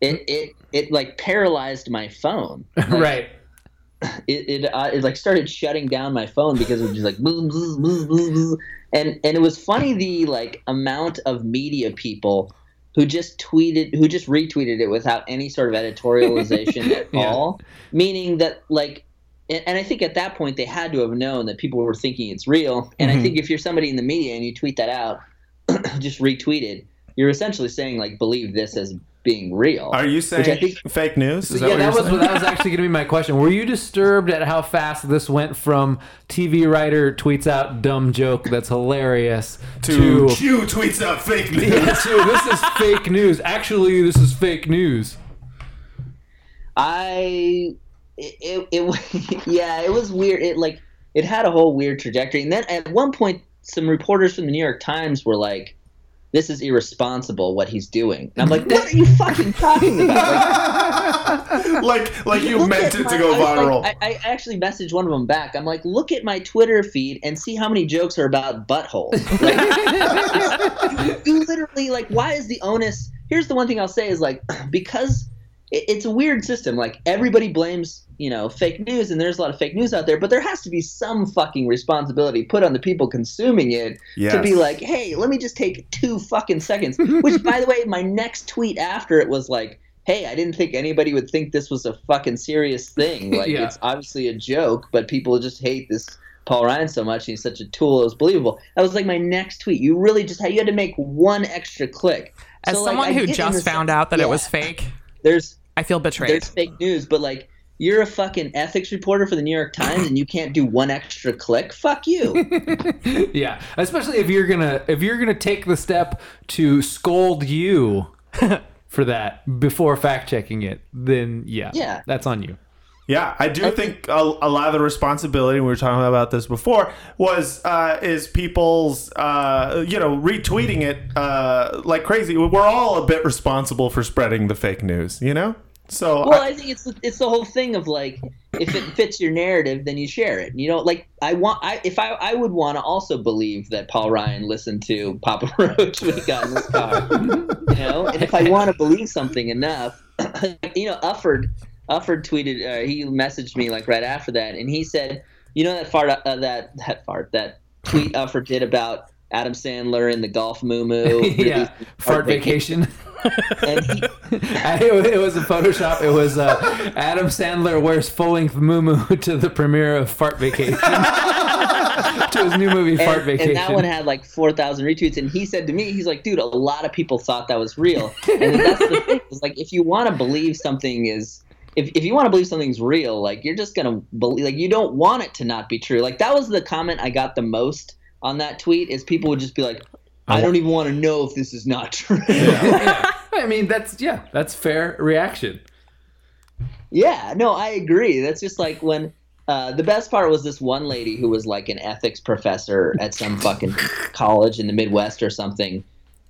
Speaker 5: It it it like paralyzed my phone. Like,
Speaker 1: right.
Speaker 5: It it, uh, it like started shutting down my phone because it was just like bzz, bzz, bzz, bzz, bzz. and and it was funny the like amount of media people who just tweeted who just retweeted it without any sort of editorialization at
Speaker 1: Yeah.
Speaker 5: all meaning that like and, and i think at that point they had to have known that people were thinking it's real and i think if you're somebody in the media and you tweet that out just retweet it you're essentially saying like believe this as being real
Speaker 2: Are you
Speaker 5: I
Speaker 2: saying
Speaker 5: think-
Speaker 2: fake news? Is
Speaker 1: yeah, that
Speaker 2: you're
Speaker 1: was that was actually going to be my question. Were you disturbed at how fast this went from TV writer tweets out dumb joke that's hilarious to,
Speaker 2: saying? Q tweets out fake news.
Speaker 1: to this is fake news. Actually, this is fake news.
Speaker 5: I it, it it yeah, it was weird. It like it had a whole weird trajectory, and then at one point, some reporters from the New York Times were like, "This is irresponsible. What he's doing." And I'm like, "What are you fucking talking about?" Like,
Speaker 2: like like you
Speaker 5: look
Speaker 2: meant
Speaker 5: at
Speaker 2: it
Speaker 5: my-
Speaker 2: to go
Speaker 5: I was
Speaker 2: viral.
Speaker 5: Like, I, I actually messaged one of them back. I'm like, "Look at my Twitter feed and see how many jokes are about buttholes." you literally like why is the onus here's the one thing i'll say is like because it, it's a weird system like everybody blames you know fake news and there's a lot of fake news out there but there has to be some fucking responsibility put on the people consuming it to
Speaker 2: Yes.
Speaker 5: be like hey let me just take two fucking seconds which by the way my next tweet after it was like hey i didn't think anybody would think this was a fucking serious thing like
Speaker 1: Yeah.
Speaker 5: it's obviously a joke but people just hate this Paul Ryan so much and he's such a tool. It was believable. That was like my next tweet. You really just had you had to make one extra click.
Speaker 3: as
Speaker 5: So, like,
Speaker 3: someone
Speaker 5: I
Speaker 3: who
Speaker 5: get in
Speaker 3: just
Speaker 5: this-
Speaker 3: found out that
Speaker 5: Yeah.
Speaker 3: it was fake,
Speaker 5: there's
Speaker 3: I feel betrayed.
Speaker 5: there's fake news, but like you're a fucking ethics reporter for the New York Times and you can't do one extra click. Fuck you.
Speaker 1: Yeah, especially if you're gonna if you're gonna take the step to scold you for that before fact checking it, then yeah,
Speaker 5: Yeah.
Speaker 1: that's on you.
Speaker 2: yeah, I do think a, a lot of the responsibility we were talking about this before was uh, is people's uh, you know retweeting it uh, like crazy. We're all a bit responsible for spreading the fake news, you know. So
Speaker 5: well,
Speaker 2: I-
Speaker 5: I think it's the- it's the whole thing of like if it fits your narrative, then you share it. You know, like I want I if I I would want to also believe that Paul Ryan listened to Papa Roach when he got in his car. you know, and if I want to believe something enough, you know, Ufford Ufford tweeted uh, he messaged me like right after that, and he said, you know that fart uh, that that fart that tweet Ufford did about. Adam Sandler in the golf moo moo.
Speaker 1: yeah, fart vacation.
Speaker 5: And he,
Speaker 1: I- it was a Photoshop. It was uh, Adam Sandler wears full length moo to the premiere of Fart Vacation to to his new movie Fart
Speaker 5: and,
Speaker 1: Vacation.
Speaker 5: and that one had like 4,000 retweets. And he said to me, he's like, dude, a lot of people thought that was real. And that's the thing. It's like, if you want to believe something is, if, if you want to believe something's real, like, you're just going to believe, like, you don't want it to not be true. Like, that was the comment I got the most on that tweet is people would just be like, I don't even want to know if this is not true.
Speaker 1: I mean, that's yeah, that's fair reaction.
Speaker 5: Yeah, no, I agree. That's just like when uh, the best part was this one lady who was like an ethics professor at some fucking college in the Midwest or something.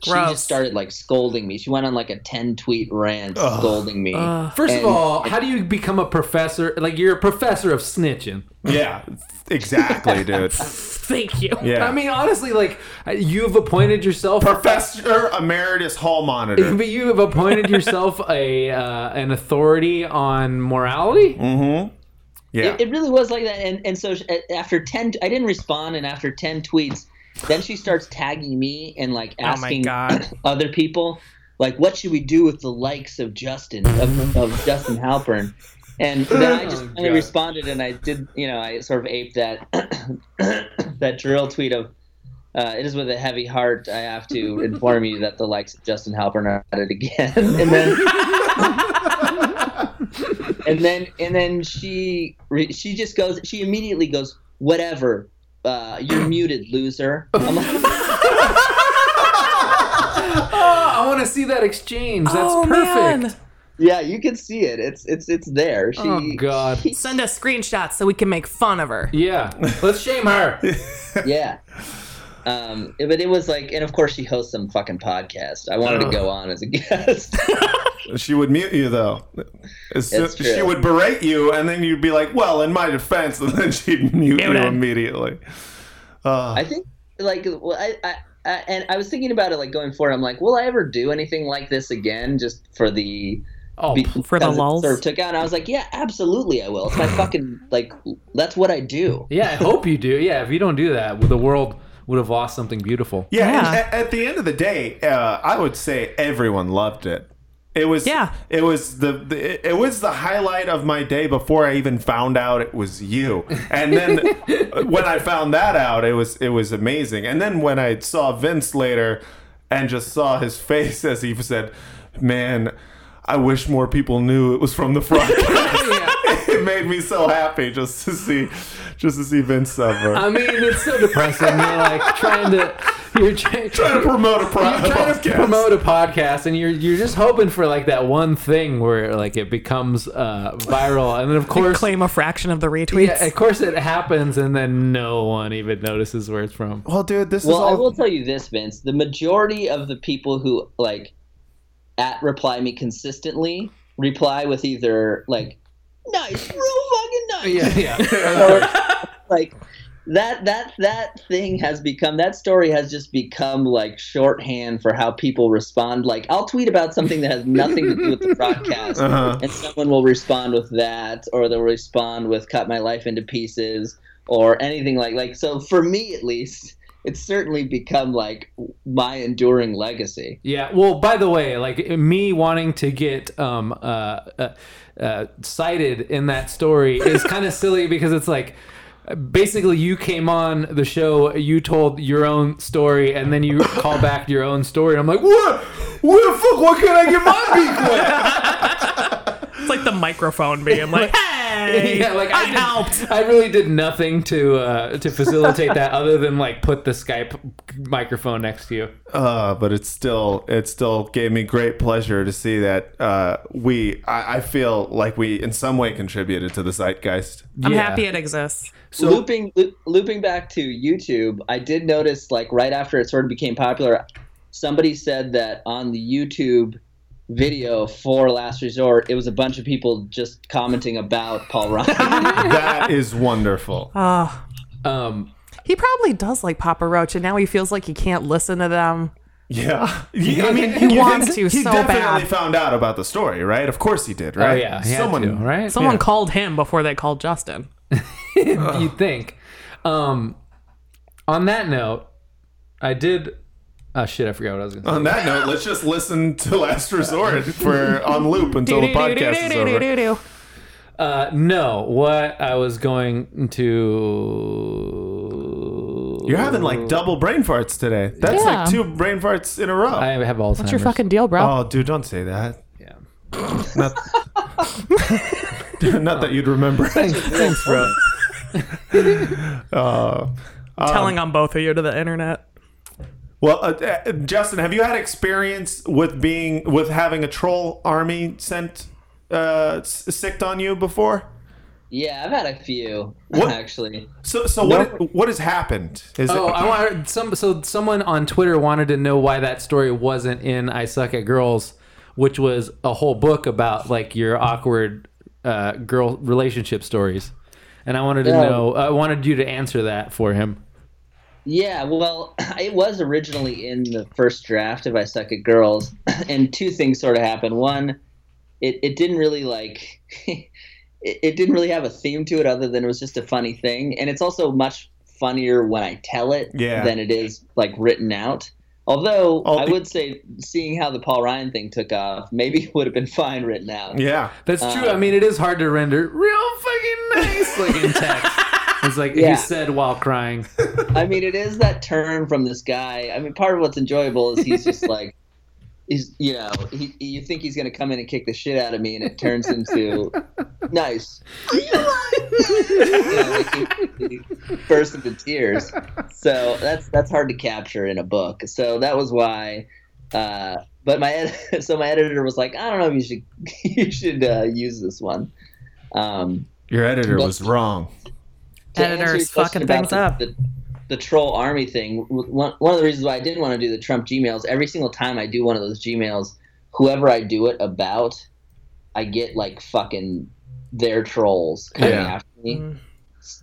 Speaker 5: She
Speaker 3: Gross.
Speaker 5: just started like scolding me. She went on like a ten tweet rant scolding me.
Speaker 1: First of
Speaker 5: And-
Speaker 1: all, how do you become a professor? Like you're a professor of snitching.
Speaker 2: Yeah, exactly, dude.
Speaker 3: Thank you.
Speaker 2: Yeah.
Speaker 1: I mean, honestly, like you've appointed yourself
Speaker 2: Professor Emeritus Hall Monitor.
Speaker 1: But you have appointed yourself a uh, an authority on morality.
Speaker 2: Yeah.
Speaker 5: It, it really was like that. And, and so sh- a- after 10, t- I didn't respond. And after 10 tweets, then she starts tagging me and like
Speaker 3: Oh my
Speaker 5: asking
Speaker 3: God.
Speaker 5: other people, like, what should we do with the likes of Justin, of, of Justin Halpern? And then I just finally
Speaker 1: God.
Speaker 5: responded and I did, you know, I sort of aped that, that drill tweet of, uh, it is with a heavy heart I have to inform you that the likes of Justin Halpern are at it again. and then and then and then she re- she just goes she immediately goes whatever uh, you're muted loser i'm like
Speaker 1: Oh, I want to see that exchange. That's
Speaker 3: oh,
Speaker 1: perfect.
Speaker 3: man.
Speaker 5: yeah you can see it it's it's it's there she
Speaker 1: Oh God.
Speaker 3: Send us screenshots so we can make fun of her.
Speaker 1: Yeah, let's shame her.
Speaker 5: yeah um but it was like and of course she hosts some fucking podcast i wanted to go on as a guest
Speaker 2: She would mute you though. As soon-
Speaker 5: That's true.
Speaker 2: She would berate you, and then you'd be like, "Well, in my defense," and then she'd mute you
Speaker 3: it.
Speaker 2: immediately. Uh,
Speaker 5: I think like well, I, I, I and I was thinking about it like going forward. I'm like, will I ever do anything like this again? Just for the
Speaker 1: Oh,
Speaker 5: be-
Speaker 3: for the
Speaker 5: because it
Speaker 3: lulz?
Speaker 5: Sort of took out. And I was like, yeah, absolutely, I will. It's my fucking like that's what I do.
Speaker 1: yeah. I hope you do. Yeah, if you don't do that, the world would have lost something beautiful.
Speaker 2: Yeah. and
Speaker 3: Yeah.
Speaker 2: a- at, the end of the day, uh, I would say everyone loved it. It was
Speaker 3: Yeah.
Speaker 2: It was the, the it- it was the highlight of my day before I even found out it was you. And then when I found that out, it was it was amazing. And then when I saw Vince later and just saw his face as he said, "Man, I wish more people knew it was from the front." it made me so happy just to see just to see Vince suffer.
Speaker 1: I mean, it's so depressing. You're like trying to, you're trying,
Speaker 2: trying to promote a pro-
Speaker 1: you're trying to
Speaker 2: podcast.
Speaker 1: promote a podcast, and you're you're just hoping for like that one thing where like it becomes uh, viral, and then of course,
Speaker 3: Claim a fraction of the retweets.
Speaker 1: yeah, of course, it happens, and then no one even notices where it's from.
Speaker 2: Well, Oh, dude, this
Speaker 5: Well,
Speaker 2: is all
Speaker 5: I will tell you this, Vince. The majority of the people who like at reply me consistently reply with either like nice, real fucking nice.
Speaker 1: Yeah, yeah.
Speaker 5: like that that that thing has become that story has just become like shorthand for how people respond like i'll tweet about something that has nothing to do with the broadcast
Speaker 2: Uh-huh.
Speaker 5: and someone will respond with that or they'll respond with cut my life into pieces or anything like like so for me at least it's certainly become like my enduring legacy
Speaker 1: Yeah. Well, by the way, like me wanting to get um, uh, uh, uh, cited in that story is kind of silly because it's like basically you came on the show, you told your own story, and then you call back your own story. I'm like, what? Where the fuck? What can I get my beak with?
Speaker 3: It's like the microphone being like, hey,
Speaker 1: Yeah, like I, did-
Speaker 3: helped.
Speaker 1: I really did nothing to uh, to facilitate that, other than like put the Skype microphone next to you.
Speaker 2: uh, but it's still it still gave me great pleasure to see that uh, we I, I feel like we in some way contributed to the zeitgeist.
Speaker 3: I'm
Speaker 1: Yeah.
Speaker 3: happy it exists.
Speaker 1: So-
Speaker 5: looping loop, looping back to YouTube, I did notice like right after it sort of became popular, somebody said that on the YouTube video for Last Resort, it was a bunch of people just commenting about Paul Ryan.
Speaker 2: that is wonderful.
Speaker 3: Oh,
Speaker 1: Um,
Speaker 3: he probably does like Papa Roach, and now he feels like he can't listen to them.
Speaker 2: yeah, Yeah, I mean,
Speaker 3: He
Speaker 2: you-
Speaker 3: wants to
Speaker 2: He
Speaker 3: so
Speaker 2: definitely
Speaker 3: bad.
Speaker 2: found out about the story, right? Of course he did,
Speaker 1: oh
Speaker 2: right?
Speaker 1: yeah, he had
Speaker 2: someone,
Speaker 1: to, right?
Speaker 3: Someone called him before they called Justin.
Speaker 1: you'd think. Um, on that note, I did. Oh shit! I forgot what I was gonna
Speaker 2: On that note, let's just listen to Last Resort for on loop until the podcast is over.
Speaker 3: Do-do-do-do-do-do-do.
Speaker 1: say. Uh, no, what I was going to
Speaker 2: You're having like double brain farts today. That's
Speaker 6: Yeah.
Speaker 2: like two brain farts in a row.
Speaker 1: I have Alzheimer's.
Speaker 6: What's your fucking deal, bro?
Speaker 2: oh, dude, don't say that.
Speaker 1: Yeah.
Speaker 2: Not, not that you'd remember.
Speaker 1: Thanks, bro.
Speaker 2: Uh,
Speaker 3: telling on both of you to the internet.
Speaker 2: well, uh, uh, Justin, have you had experience with being with having a troll army sent uh, s- sicked on you before?
Speaker 5: Yeah, I've had a few actually.
Speaker 2: So, so what what has happened? Is
Speaker 1: Oh,
Speaker 2: it,
Speaker 1: I want some. So someone on Twitter wanted to know why that story wasn't in "I Suck at Girls," which was a whole book about like your awkward uh, girl relationship stories. And I wanted to
Speaker 5: Yeah.
Speaker 1: know. I wanted you to answer that for him.
Speaker 5: Yeah, well, it was originally in the first draft of I Suck at Girls, and two things sort of happened. One, it, it didn't really like it, it didn't really have a theme to it other than it was just a funny thing, and it's also much funnier when I tell it
Speaker 2: Yeah.
Speaker 5: than it is like written out. Although
Speaker 2: Oh,
Speaker 5: I
Speaker 2: it-
Speaker 5: would say, seeing how the Paul Ryan thing took off, maybe it would have been fine written out.
Speaker 2: yeah.
Speaker 1: That's true. I mean, it is hard to render real fucking nice like in text. It's like
Speaker 5: Yeah.
Speaker 1: he said while crying.
Speaker 5: I mean, it is that turn from this guy. I mean, part of what's enjoyable is he's just like, he's you know, he, you think he's gonna come in and kick the shit out of me, and it turns into nice. You know, like he- he bursts into tears. So that's that's hard to capture in a book. So that was why. Uh, but my ed- so my editor was like, I don't know if you should you should uh, use this one. Um,
Speaker 2: Your editor
Speaker 5: That's-
Speaker 2: was wrong.
Speaker 5: to answer your
Speaker 3: Editors fucking
Speaker 5: question about
Speaker 3: things up.
Speaker 5: The, the, the troll army thing. w- One, one of the reasons why I didn't want to do the Trump Gmails. Every single time I do one of those Gmails, whoever I do it about, I get like fucking their trolls coming
Speaker 2: Yeah.
Speaker 5: after me.
Speaker 3: Mm.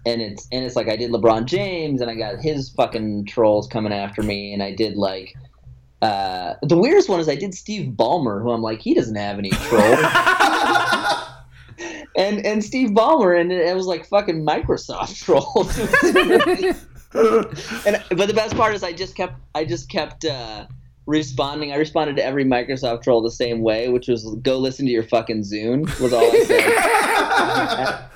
Speaker 5: And it's and it's like I did LeBron James and I got his fucking trolls coming after me and I did like uh, the weirdest one is I did Steve Ballmer who I'm like he doesn't have any trolls and and Steve Ballmer, and it, it was like fucking Microsoft trolls. and but the best part is I just kept I just kept uh, responding. I responded to every Microsoft troll the same way, which was "Go listen to your fucking Zune" was all I said.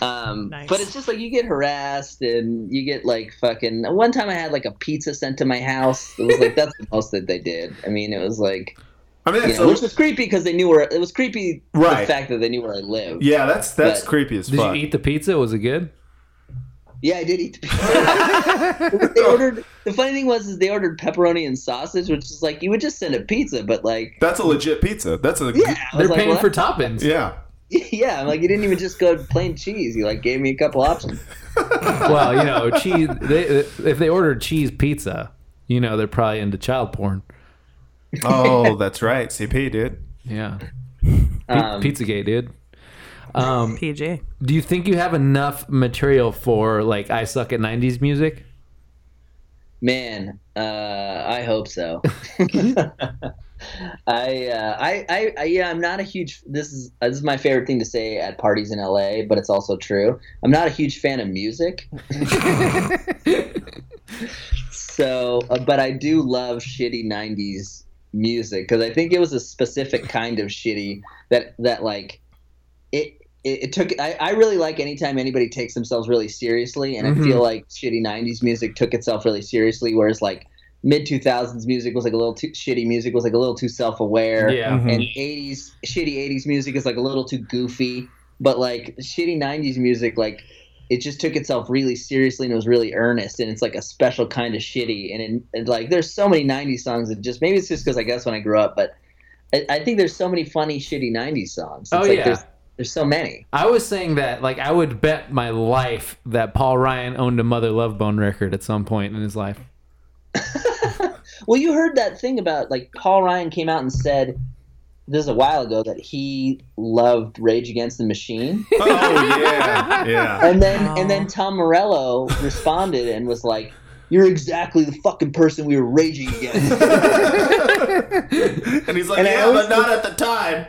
Speaker 5: Um,
Speaker 3: Nice.
Speaker 5: But it's just like you get harassed and you get like fucking. One time I had like a pizza sent to my house. It was like that's the most that they did. I mean, it was like
Speaker 2: I mean,
Speaker 5: you
Speaker 2: that's
Speaker 5: know, which was creepy because they knew where it was creepy. The
Speaker 2: Right.
Speaker 5: fact that they knew where I lived.
Speaker 2: yeah, that's that's
Speaker 5: But-
Speaker 2: creepy as
Speaker 1: Did
Speaker 2: fuck.
Speaker 1: you eat the pizza? Was it good?
Speaker 5: Yeah, I did eat the pizza. they ordered. The funny thing was, is they ordered pepperoni and sausage, which is like you would just send a pizza, but like,
Speaker 2: that's a legit pizza. That's a
Speaker 5: yeah, I was
Speaker 1: They're
Speaker 5: like,
Speaker 1: paying
Speaker 5: well,
Speaker 1: for toppings.
Speaker 2: yeah.
Speaker 5: that's- yeah, I'm like you didn't even just go plain cheese. You like gave me a couple options.
Speaker 1: Well, you know, cheese. They, if they ordered cheese pizza, you know, they're probably into child porn.
Speaker 2: Oh, that's right. CP, dude.
Speaker 1: Yeah.
Speaker 5: Um,
Speaker 1: Pizzagate, dude. Um,
Speaker 3: PG.
Speaker 1: do you think you have enough material for like I suck at '90s music?
Speaker 5: Man, uh, I hope so. I, uh, I, I, I, yeah, I'm not a huge. This is this is my favorite thing to say at parties in LA, but it's also true. I'm not a huge fan of music. so, uh, but I do love shitty '90s music because I think it was a specific kind of shitty that that like it. It, it took. I, I really like anytime anybody takes themselves really seriously, and I feel like shitty '90s music took itself really seriously, whereas like mid 2000s music was like a little too shitty. Music was like a little too self-aware
Speaker 1: Yeah. Mm-hmm.
Speaker 5: and 80s shitty 80s music is like a little too goofy but like shitty 90s music like it just took itself really seriously and it was really earnest and it's like a special kind of shitty and, it, and like there's so many 90s songs that just maybe it's just because i guess when i grew up but I, I think there's so many funny shitty 90s songs
Speaker 1: Oh,
Speaker 5: It's like
Speaker 1: yeah.
Speaker 5: there's, there's so many
Speaker 1: I was saying that like I would bet my life that Paul Ryan owned a Mother Love Bone record at some point in his life.
Speaker 5: Well, you heard that thing about like Paul Ryan came out and said this is a while ago that he loved Rage Against the Machine,
Speaker 2: Oh yeah, yeah.
Speaker 5: and then
Speaker 3: Aw.
Speaker 5: and then Tom Morello responded and was like, "You're exactly the fucking person we were raging against."
Speaker 2: And he's like,
Speaker 5: And I
Speaker 2: yeah,
Speaker 5: always
Speaker 2: but not at the time.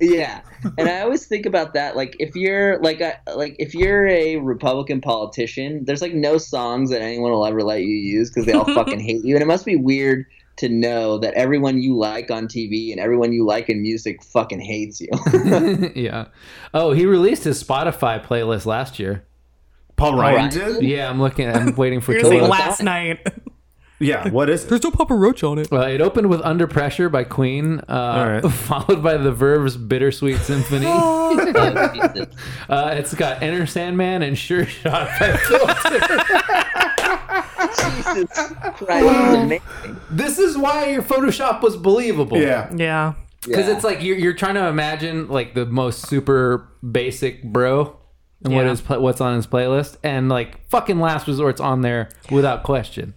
Speaker 5: yeah, and I always think about that. Like if you're like I, like if you're a Republican politician, there's like no songs that anyone will ever let you use because they all fucking hate you, and it must be weird. To know that everyone you like on TV and everyone you like in music fucking hates you.
Speaker 1: yeah. Oh, he released his Spotify playlist last year.
Speaker 2: Paul Ryan
Speaker 5: Ryan.
Speaker 2: did?
Speaker 1: Yeah, I'm looking. I'm waiting for.
Speaker 3: You're
Speaker 1: Killer.
Speaker 3: saying last night.
Speaker 2: Yeah, what is it?
Speaker 3: There's no Papa Roach on it.
Speaker 1: Uh, it opened with "Under Pressure" by Queen, uh,
Speaker 2: right.
Speaker 1: followed by The Verve's "Bittersweet Symphony." uh,
Speaker 5: That
Speaker 1: it's got "Enter Sandman" and "Sure Shot" by Filter.
Speaker 5: Jesus Christ, amazing.
Speaker 1: this is why your Photoshop was believable.
Speaker 2: Yeah.
Speaker 3: Yeah.
Speaker 1: because
Speaker 5: Yeah.
Speaker 1: it's like you're, you're trying to imagine like the most super basic bro and what
Speaker 3: Yeah.
Speaker 1: is pla what's on his playlist and like fucking last resort's on there without question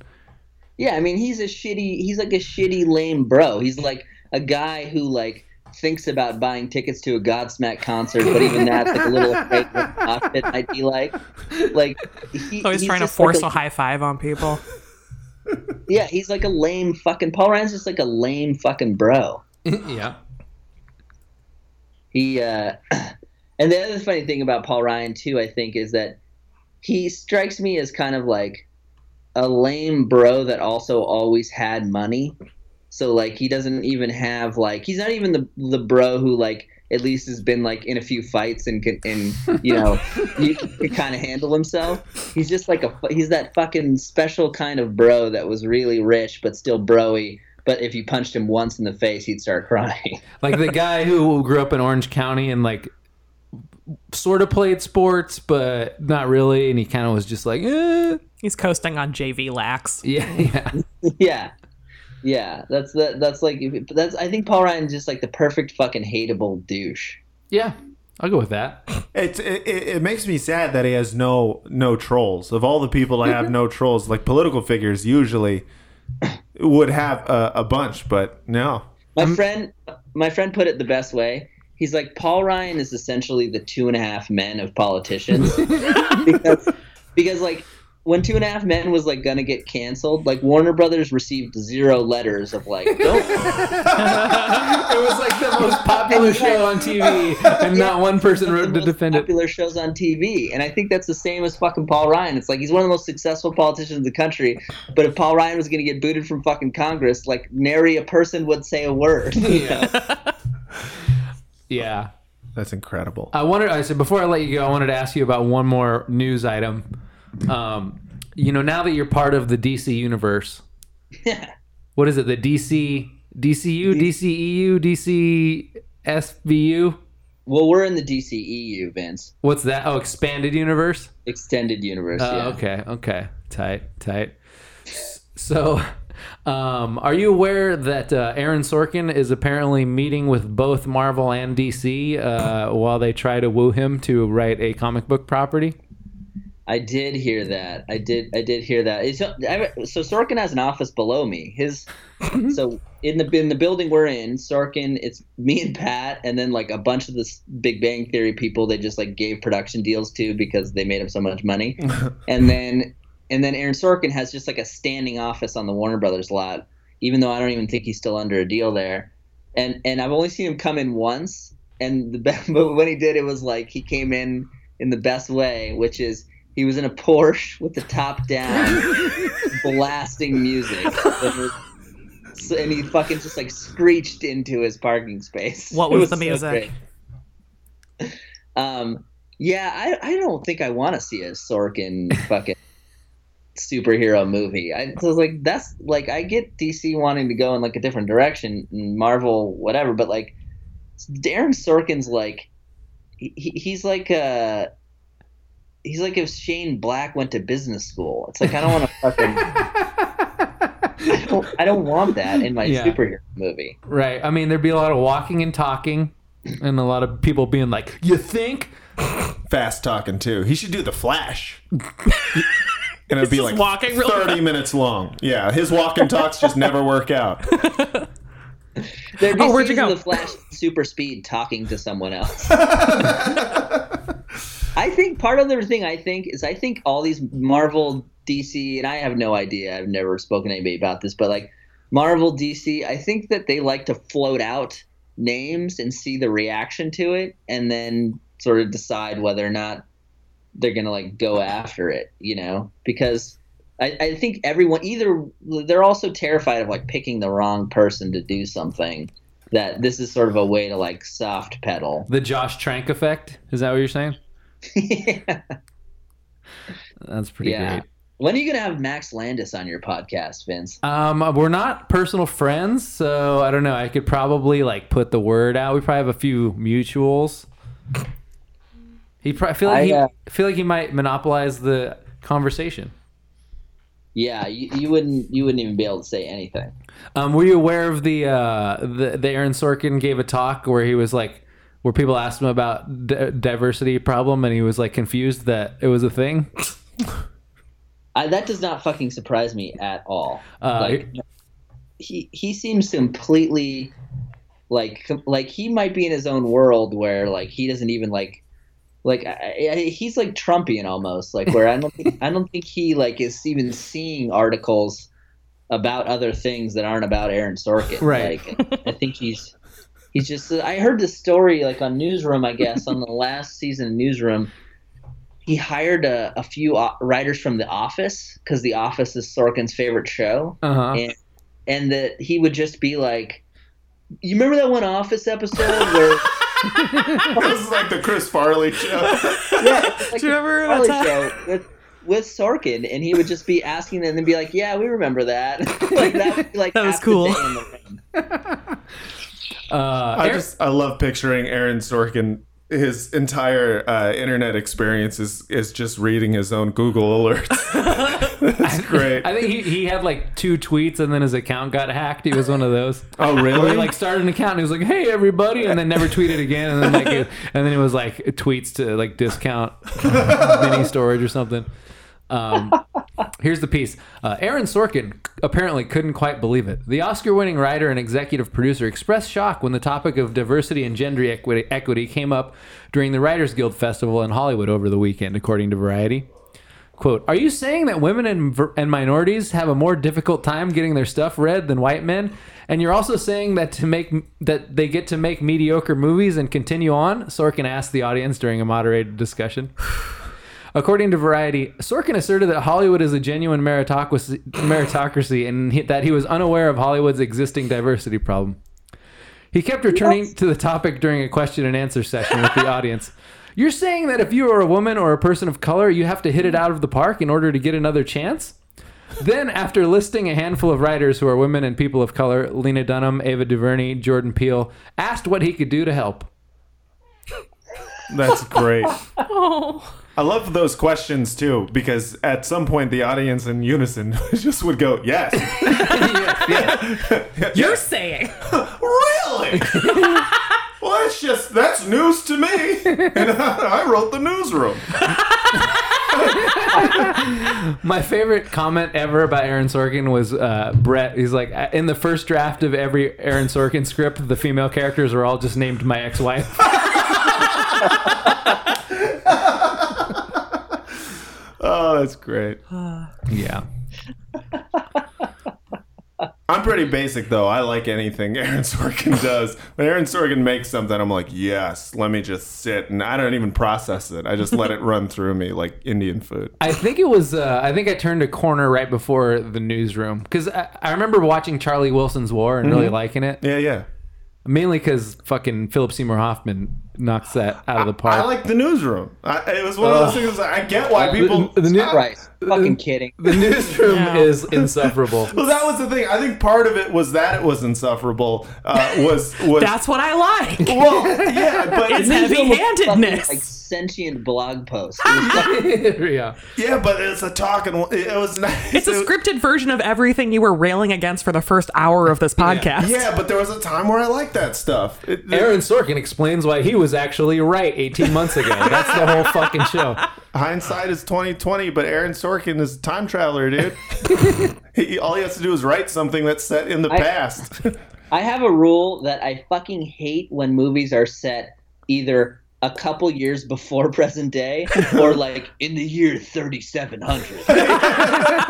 Speaker 5: Yeah, I mean, he's a shitty. He's like a shitty lame bro. He's like a guy who like thinks about buying tickets to a Godsmack concert, but even that's like a little afraid of what the outfit might be like. Like he,
Speaker 3: Always
Speaker 5: he's
Speaker 3: trying to
Speaker 5: just like
Speaker 3: force a, high five on people.
Speaker 5: Yeah, he's like a lame fucking. Paul Ryan's just like a lame fucking bro.
Speaker 1: yeah
Speaker 5: He uh, and the other funny thing about Paul Ryan too, I think, is that he strikes me as kind of like a lame bro that also always had money. So like he doesn't even have like he's not even the the bro who like at least has been like in a few fights and can and you know you can kind of handle himself. He's just like a fu- he's that fucking special kind of bro that was really rich but still broy. But if you punched him once in the face, he'd start crying.
Speaker 1: like the guy who grew up in orange county and like sort of played sports but not really and he kind of was just like eh.
Speaker 3: He's coasting on JV Lax.
Speaker 1: yeah yeah
Speaker 5: yeah yeah that's that that's like if- that's i think paul ryan's just like the perfect fucking hateable douche
Speaker 1: yeah i'll go with that
Speaker 2: It's, it, it it makes me sad that he has no no trolls. Of all the people that have no trolls, like political figures usually would have a, a bunch, but no.
Speaker 5: my friend my friend put it the best way he's like paul ryan is essentially the two and a half men of politicians because because like when two and a half men was like gonna get canceled like warner brothers received zero letters of like don't
Speaker 1: it was like the most popular show on tv and not one person wrote to
Speaker 5: the most
Speaker 1: defend it
Speaker 5: popular shows on TV, and I think that's the same as fucking Paul Ryan. It's like he's one of the most successful politicians in the country, but if Paul Ryan was going to get booted from fucking Congress, like nary a person would say a word.
Speaker 1: yeah yeah
Speaker 2: That's incredible.
Speaker 1: I wanted. I said before I let you go, I wanted to ask you about one more news item. Um, you know, now that you're part of the DC universe, what is it? The DC DCU, DCEU, DCSVU.
Speaker 5: well, we're in the DCEU, Vince,
Speaker 1: What's that? Oh, expanded universe.
Speaker 5: extended universe.
Speaker 1: Oh,
Speaker 5: yeah.
Speaker 1: okay, okay, tight, tight. So, um, are you aware that uh, Aaron Sorkin is apparently meeting with both Marvel and DC uh, while they try to woo him to write a comic book property?
Speaker 5: I did hear that. I did. I did hear that. It's- I- so Sorkin has an office below me. His so in the in the building we're in, Sorkin. It's me and Pat, and then like a bunch of this Big Bang Theory people. They just like gave production deals to because they made him so much money, and then and then Aaron Sorkin has just like a standing office on the Warner Brothers lot. Even though I don't even think he's still under a deal there, and and I've only seen him come in once. And the be- but when he did, it was like he came in in the best way, which is he was in a Porsche with the top down, blasting music. And, it- so- and he fucking just like screeched into his parking space.
Speaker 3: What
Speaker 5: It
Speaker 3: was the
Speaker 5: so
Speaker 3: music?
Speaker 5: great. um, yeah, I, I don't think I want to see a Sorkin fucking superhero movie. I so it's like that's like I get DC wanting to go in like a different direction, and Marvel whatever, but like Darren Sorkin's like he, he- he's like uh he's like if Shane Black went to business school. It's like I don't want to fucking I don't, I don't want that in my
Speaker 1: Yeah.
Speaker 5: superhero movie.
Speaker 1: Right. I mean, there'd be a lot of walking and talking, and a lot of people being like, "You think?"
Speaker 2: Fast talking too. He should do the Flash. and it'd be
Speaker 3: just
Speaker 2: like
Speaker 3: walking real
Speaker 2: thirty minutes long. Yeah, his walk and talks just never work out.
Speaker 5: There'd be
Speaker 3: Oh, where'd you
Speaker 5: scenes of
Speaker 3: go?
Speaker 5: The Flash super speed talking to someone else. I think part of the thing I think is I think all these Marvel, DC, and I have no idea. I've never spoken to anybody about this, but like Marvel, DC, I think that they like to float out names and see the reaction to it, and then sort of decide whether or not they're gonna like go after it. You know, because. I, I think everyone either they're also terrified of like picking the wrong person to do something that this is sort of a way to like soft pedal
Speaker 1: The Josh Trank effect. Is that what you're saying?
Speaker 5: yeah.
Speaker 1: That's pretty
Speaker 5: Yeah.
Speaker 1: great.
Speaker 5: When are you gonna have Max Landis on your podcast, Vince?
Speaker 1: Um, we're not personal friends, so I don't know. I could probably like put the word out. We probably have a few mutuals. He probably feel like
Speaker 5: I,
Speaker 1: he
Speaker 5: uh,
Speaker 1: feel like he might monopolize the conversation.
Speaker 5: Yeah, you, you wouldn't you wouldn't even be able to say anything.
Speaker 1: Um, were you aware of the, uh, the the Aaron Sorkin gave a talk where he was like, where people asked him about d- diversity problem, and he was like confused that it was a thing.
Speaker 5: I, that does not fucking surprise me at all.
Speaker 1: Uh,
Speaker 5: like he he seems completely like com- like he might be in his own world where like he doesn't even like like I, I, he's like Trumpian almost like where I don't think, I don't think he like is even seeing articles about other things that aren't about Aaron Sorkin.
Speaker 1: Right.
Speaker 5: Like, I think he's he's just I heard this story like on Newsroom I guess on the last season of Newsroom. He hired a, a few o- writers from The Office because The Office is Sorkin's favorite show
Speaker 1: Uh huh.
Speaker 5: and and that he would just be like, "You remember that one Office episode where
Speaker 2: this is like the Chris Farley show.
Speaker 5: like,
Speaker 3: Do you remember
Speaker 5: Charlie
Speaker 3: that time?
Speaker 5: show with with Sorkin?" And he would just be asking them and be like, "Yeah, we remember that." like that would be like
Speaker 3: That was
Speaker 5: half the
Speaker 3: cool.
Speaker 5: day in the ring.
Speaker 1: Uh,
Speaker 2: I
Speaker 1: Aaron-
Speaker 2: just I love picturing Aaron Sorkin. His entire uh, internet experience is is just reading his own Google alerts. That's great.
Speaker 1: I think he, he had like two tweets and then his account got hacked. He was one of those.
Speaker 2: Oh
Speaker 1: He
Speaker 2: really?
Speaker 1: like started an account and he was like, "Hey everybody," and then never tweeted again. And then like, it, and then it was like tweets to like discount uh, mini storage or something. Um, here's the piece. Uh, Aaron Sorkin apparently couldn't quite believe it. The Oscar-winning writer and executive producer expressed shock when the topic of diversity and gender equity, equity came up during the Writers Guild Festival in Hollywood over the weekend, according to Variety. Quote, are you saying that women and, ver- and minorities have a more difficult time getting their stuff read than white men? And you're also saying that to make that they get to make mediocre movies and continue on? Sorkin asked the audience during a moderated discussion. According to Variety, Sorkin asserted that Hollywood is a genuine meritocracy, meritocracy and he- that he was unaware of Hollywood's existing diversity problem. He kept returning to the topic during a question and answer session with the audience. You're saying that if you are a woman or a person of color, you have to hit it out of the park in order to get another chance? Then, after listing a handful of writers who are women and people of color, Lena Dunham, Ava DuVernay, Jordan Peele, asked what he could do to help.
Speaker 2: That's great.
Speaker 3: Oh.
Speaker 2: I love those questions too because at some point the audience in unison just would go, "Yes,
Speaker 3: You're saying.
Speaker 2: really." well, it's just that's news to me, and I wrote the newsroom.
Speaker 1: My favorite comment ever about Aaron Sorkin was uh, Brett. He's like, in the first draft of every Aaron Sorkin script, the female characters are all just named my ex wife.
Speaker 2: Oh, that's great.
Speaker 1: yeah.
Speaker 2: I'm pretty basic though. I like anything Aaron Sorkin does. When Aaron Sorkin makes something, I'm like, yes, let me just sit and I don't even process it. I just let it run through me like Indian food.
Speaker 1: I think it was. Uh, I think I turned a corner right before the newsroom because I, I remember watching Charlie Wilson's War and really liking it,
Speaker 2: Mm-hmm. Yeah, yeah.
Speaker 1: mainly because fucking Philip Seymour Hoffman knocks that out of the park.
Speaker 2: I like the newsroom. I, it was one of those things. I get why people.
Speaker 1: the new-
Speaker 2: I-
Speaker 5: Right? Fucking kidding.
Speaker 1: the newsroom
Speaker 3: Yeah.
Speaker 1: is insufferable.
Speaker 2: Well, that was the thing. I think part of it was that it was insufferable. Uh, was was
Speaker 3: That's what I like.
Speaker 2: well, yeah, but
Speaker 3: It's
Speaker 5: Fucking,
Speaker 3: heavy-handedness.
Speaker 5: like sentient blog post. It was like-
Speaker 1: yeah,
Speaker 2: yeah, but it's a talking. one. It was nice.
Speaker 3: It's a
Speaker 2: It-
Speaker 3: scripted version of everything you were railing against for the first hour of this podcast.
Speaker 2: Yeah, but there was a time where I liked that stuff. It- it-
Speaker 1: Aaron Sorkin explains why he was actually right 18 months ago. That's the whole fucking show.
Speaker 2: Hindsight is twenty twenty, but Aaron Sorkin is a time traveler, dude. he, all he has to do is write something that's set in the past.
Speaker 5: I have a rule that I fucking hate when movies are set either a couple years before present day or like in the year 3700.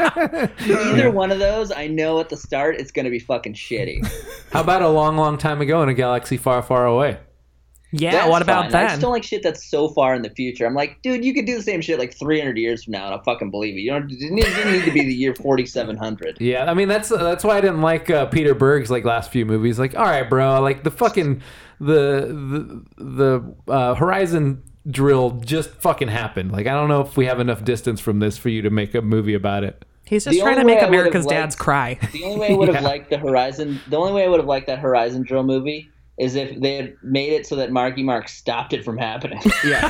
Speaker 5: either one of those, I know at the start it's going to be fucking shitty.
Speaker 1: How about a long, long time ago in a galaxy far, far away?
Speaker 3: Yeah,
Speaker 5: That's
Speaker 3: what about
Speaker 5: fine. I
Speaker 3: then?
Speaker 5: just don't like shit that's so far in the future. I'm like, dude, you could do the same shit like 300 years from now and I'll fucking believe it. You don't, it didn't it didn't need to be the year 4700.
Speaker 1: Yeah, I mean that's that's why I didn't like uh, Peter Berg's like last few movies. Like, all right, bro, like the fucking the the the uh, Horizon drill just fucking happened. Like I don't know if we have enough distance from this for you to make a movie about it.
Speaker 3: He's just
Speaker 5: The
Speaker 3: trying to
Speaker 5: only
Speaker 3: make
Speaker 5: way I would've
Speaker 3: America's
Speaker 5: liked-
Speaker 3: dads cry.
Speaker 5: The only way I would have liked the Horizon, the only way I would have liked that Horizon drill movie is if they had made it so that Marky Mark stopped it from happening.
Speaker 1: Yeah.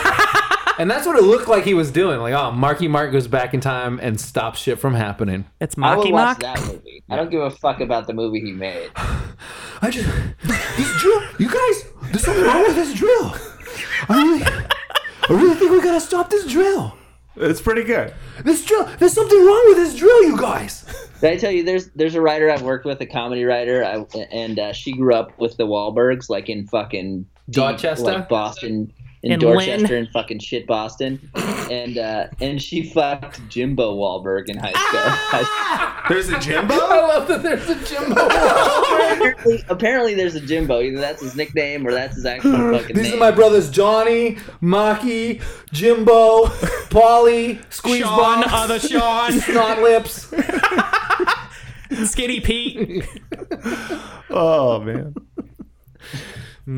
Speaker 1: and that's what it looked like he was doing. Like, oh, Marky Mark goes back in time and stops shit from happening.
Speaker 3: It's
Speaker 5: I would
Speaker 3: Mocky
Speaker 5: watch
Speaker 3: Mock.
Speaker 5: that movie. I don't give a fuck about the movie he made.
Speaker 1: I just this drill, you guys, there's something wrong with this drill. I really, I really think we gotta stop this drill.
Speaker 2: It's pretty good.
Speaker 1: This drill, there's something wrong with this drill, you guys.
Speaker 5: Did I tell you there's there's a writer I've worked with, a comedy writer, I, and uh, she grew up with the Wahlbergs, like in fucking deep,
Speaker 1: Dorchester?
Speaker 5: like Boston, in,
Speaker 3: In
Speaker 5: Dorchester,
Speaker 3: Lynn.
Speaker 5: and fucking shit Boston, and uh, and she fucked Jimbo Wahlberg in high school.
Speaker 2: There's a Jimbo.
Speaker 1: I love that there's a Jimbo.
Speaker 3: Ah!
Speaker 5: apparently, apparently, there's a Jimbo. Either that's his nickname or that's his actual fucking
Speaker 1: These
Speaker 5: name.
Speaker 1: are my brothers Johnny, Maki, Jimbo, Polly, Squeeze
Speaker 3: Sean,
Speaker 1: Box,
Speaker 3: other Sean.
Speaker 1: Snot Lips.
Speaker 3: Skinny Pete.
Speaker 2: Oh man.
Speaker 5: All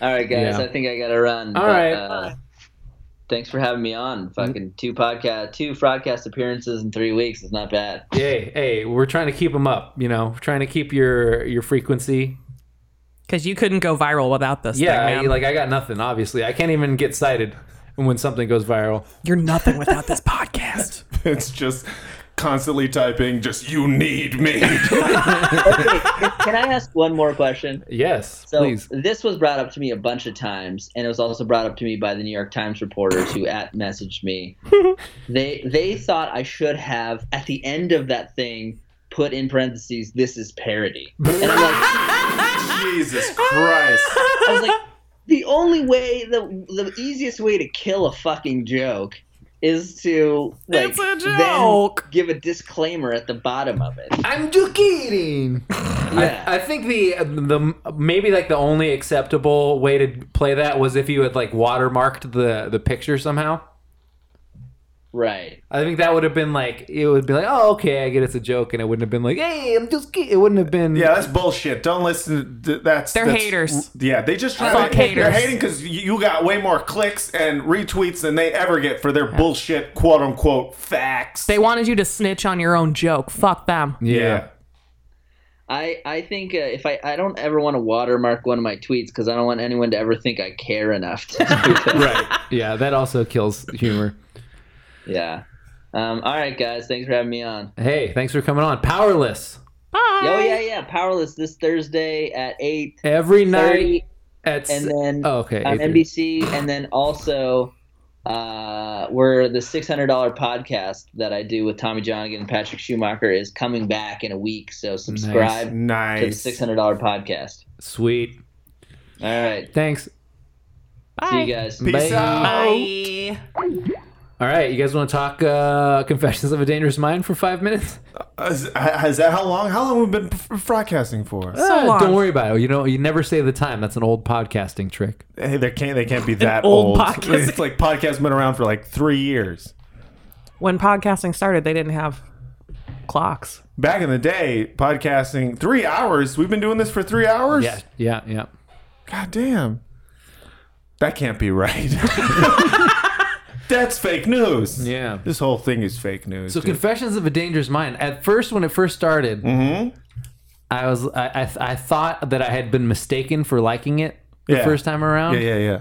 Speaker 5: right, guys,
Speaker 1: Yeah.
Speaker 5: I think I gotta run. All
Speaker 1: right.
Speaker 5: right. thanks for having me on. Fucking two podcast, two broadcast appearances in three weeks is not bad.
Speaker 1: Hey, hey, we're trying to keep them up. You know, trying to keep your your frequency
Speaker 3: Because you couldn't go viral without this
Speaker 1: Yeah,
Speaker 3: thing,
Speaker 1: I,
Speaker 3: man.
Speaker 1: like I got nothing. Obviously, I can't even get cited when something goes viral.
Speaker 3: You're nothing without this podcast.
Speaker 2: It's just constantly typing. Just you need me.
Speaker 5: Can I ask one more question?
Speaker 1: Yes,
Speaker 5: So
Speaker 1: please.
Speaker 5: this was brought up to me a bunch of times, and it was also brought up to me by the New York Times reporters who at messaged me. they they thought I should have at the end of that thing put in parentheses this is parody. And I'm like,
Speaker 2: Jesus Christ.
Speaker 5: I was like, the only way, the the easiest way to kill a fucking joke is to like
Speaker 3: It's a
Speaker 5: then
Speaker 3: joke.
Speaker 5: give a disclaimer at the bottom of it.
Speaker 1: I'm just kidding.
Speaker 5: Yeah.
Speaker 1: I, I think the the maybe like the only acceptable way to play that was if you had like watermarked the the picture somehow.
Speaker 5: right.
Speaker 1: I think that would have been like it would be like, oh okay, I get it's a joke, and it wouldn't have been like, hey, I'm just kidding. It wouldn't have been
Speaker 2: Yeah, that's bullshit. Don't listen. To, that's
Speaker 3: They're
Speaker 2: that's-
Speaker 3: haters.
Speaker 2: Yeah, they just try
Speaker 3: Fuck
Speaker 2: to, They're
Speaker 3: haters.
Speaker 2: hating because you got way more clicks and retweets than they ever get for their bullshit quote unquote facts.
Speaker 3: they wanted you to snitch on your own joke. Fuck them.
Speaker 1: yeah.
Speaker 5: I I think uh, if I I don't ever want to watermark one of my tweets because I don't want anyone to ever think I care enough. To do that.
Speaker 1: right. Yeah, that also kills humor.
Speaker 5: Yeah. Um, all right, guys. Thanks for having me on.
Speaker 1: Hey, thanks for coming on. Powerless
Speaker 3: Bye.
Speaker 5: Oh yeah, yeah. Powerless this Thursday at eight
Speaker 1: every night
Speaker 5: thirty,
Speaker 1: at
Speaker 5: and
Speaker 1: s-
Speaker 5: then
Speaker 1: oh, okay
Speaker 5: on
Speaker 1: 8:30.
Speaker 5: NBC, and then also uh, where the six hundred dollar podcast that I do with Tommy Johnigan and Patrick Schumacher is coming back in a week. So subscribe to the
Speaker 2: Nice.
Speaker 5: six hundred dollar podcast.
Speaker 1: Sweet.
Speaker 5: All right,
Speaker 1: Thanks.
Speaker 5: see
Speaker 3: Bye.
Speaker 5: you guys.
Speaker 2: Peace
Speaker 1: Bye.
Speaker 2: out.
Speaker 3: Bye.
Speaker 1: All right, you guys want to talk uh, Confessions of a Dangerous Mind for five minutes?
Speaker 2: Is, is that how long? How long we've been f- broadcasting for?
Speaker 3: So
Speaker 1: Uh,
Speaker 3: long.
Speaker 1: Don't worry about it. You know, you never say the time. That's an old podcasting trick.
Speaker 2: Hey, they can't. They can't be that
Speaker 3: old
Speaker 2: old.
Speaker 3: podcast.
Speaker 2: It's like podcast been around for like three years.
Speaker 3: When podcasting started, they didn't have clocks.
Speaker 2: Back in the day, podcasting three hours. We've been doing this for three hours.
Speaker 1: Yeah, yeah, yeah.
Speaker 2: God damn. That can't be right. That's fake news.
Speaker 1: Yeah.
Speaker 2: This whole thing is fake news.
Speaker 1: So
Speaker 2: dude.
Speaker 1: Confessions of a Dangerous Mind. At first, when it first started,
Speaker 2: Mm-hmm.
Speaker 1: I was I, I I thought that I had been mistaken for liking it the
Speaker 2: Yeah.
Speaker 1: first time around.
Speaker 2: yeah, yeah, yeah.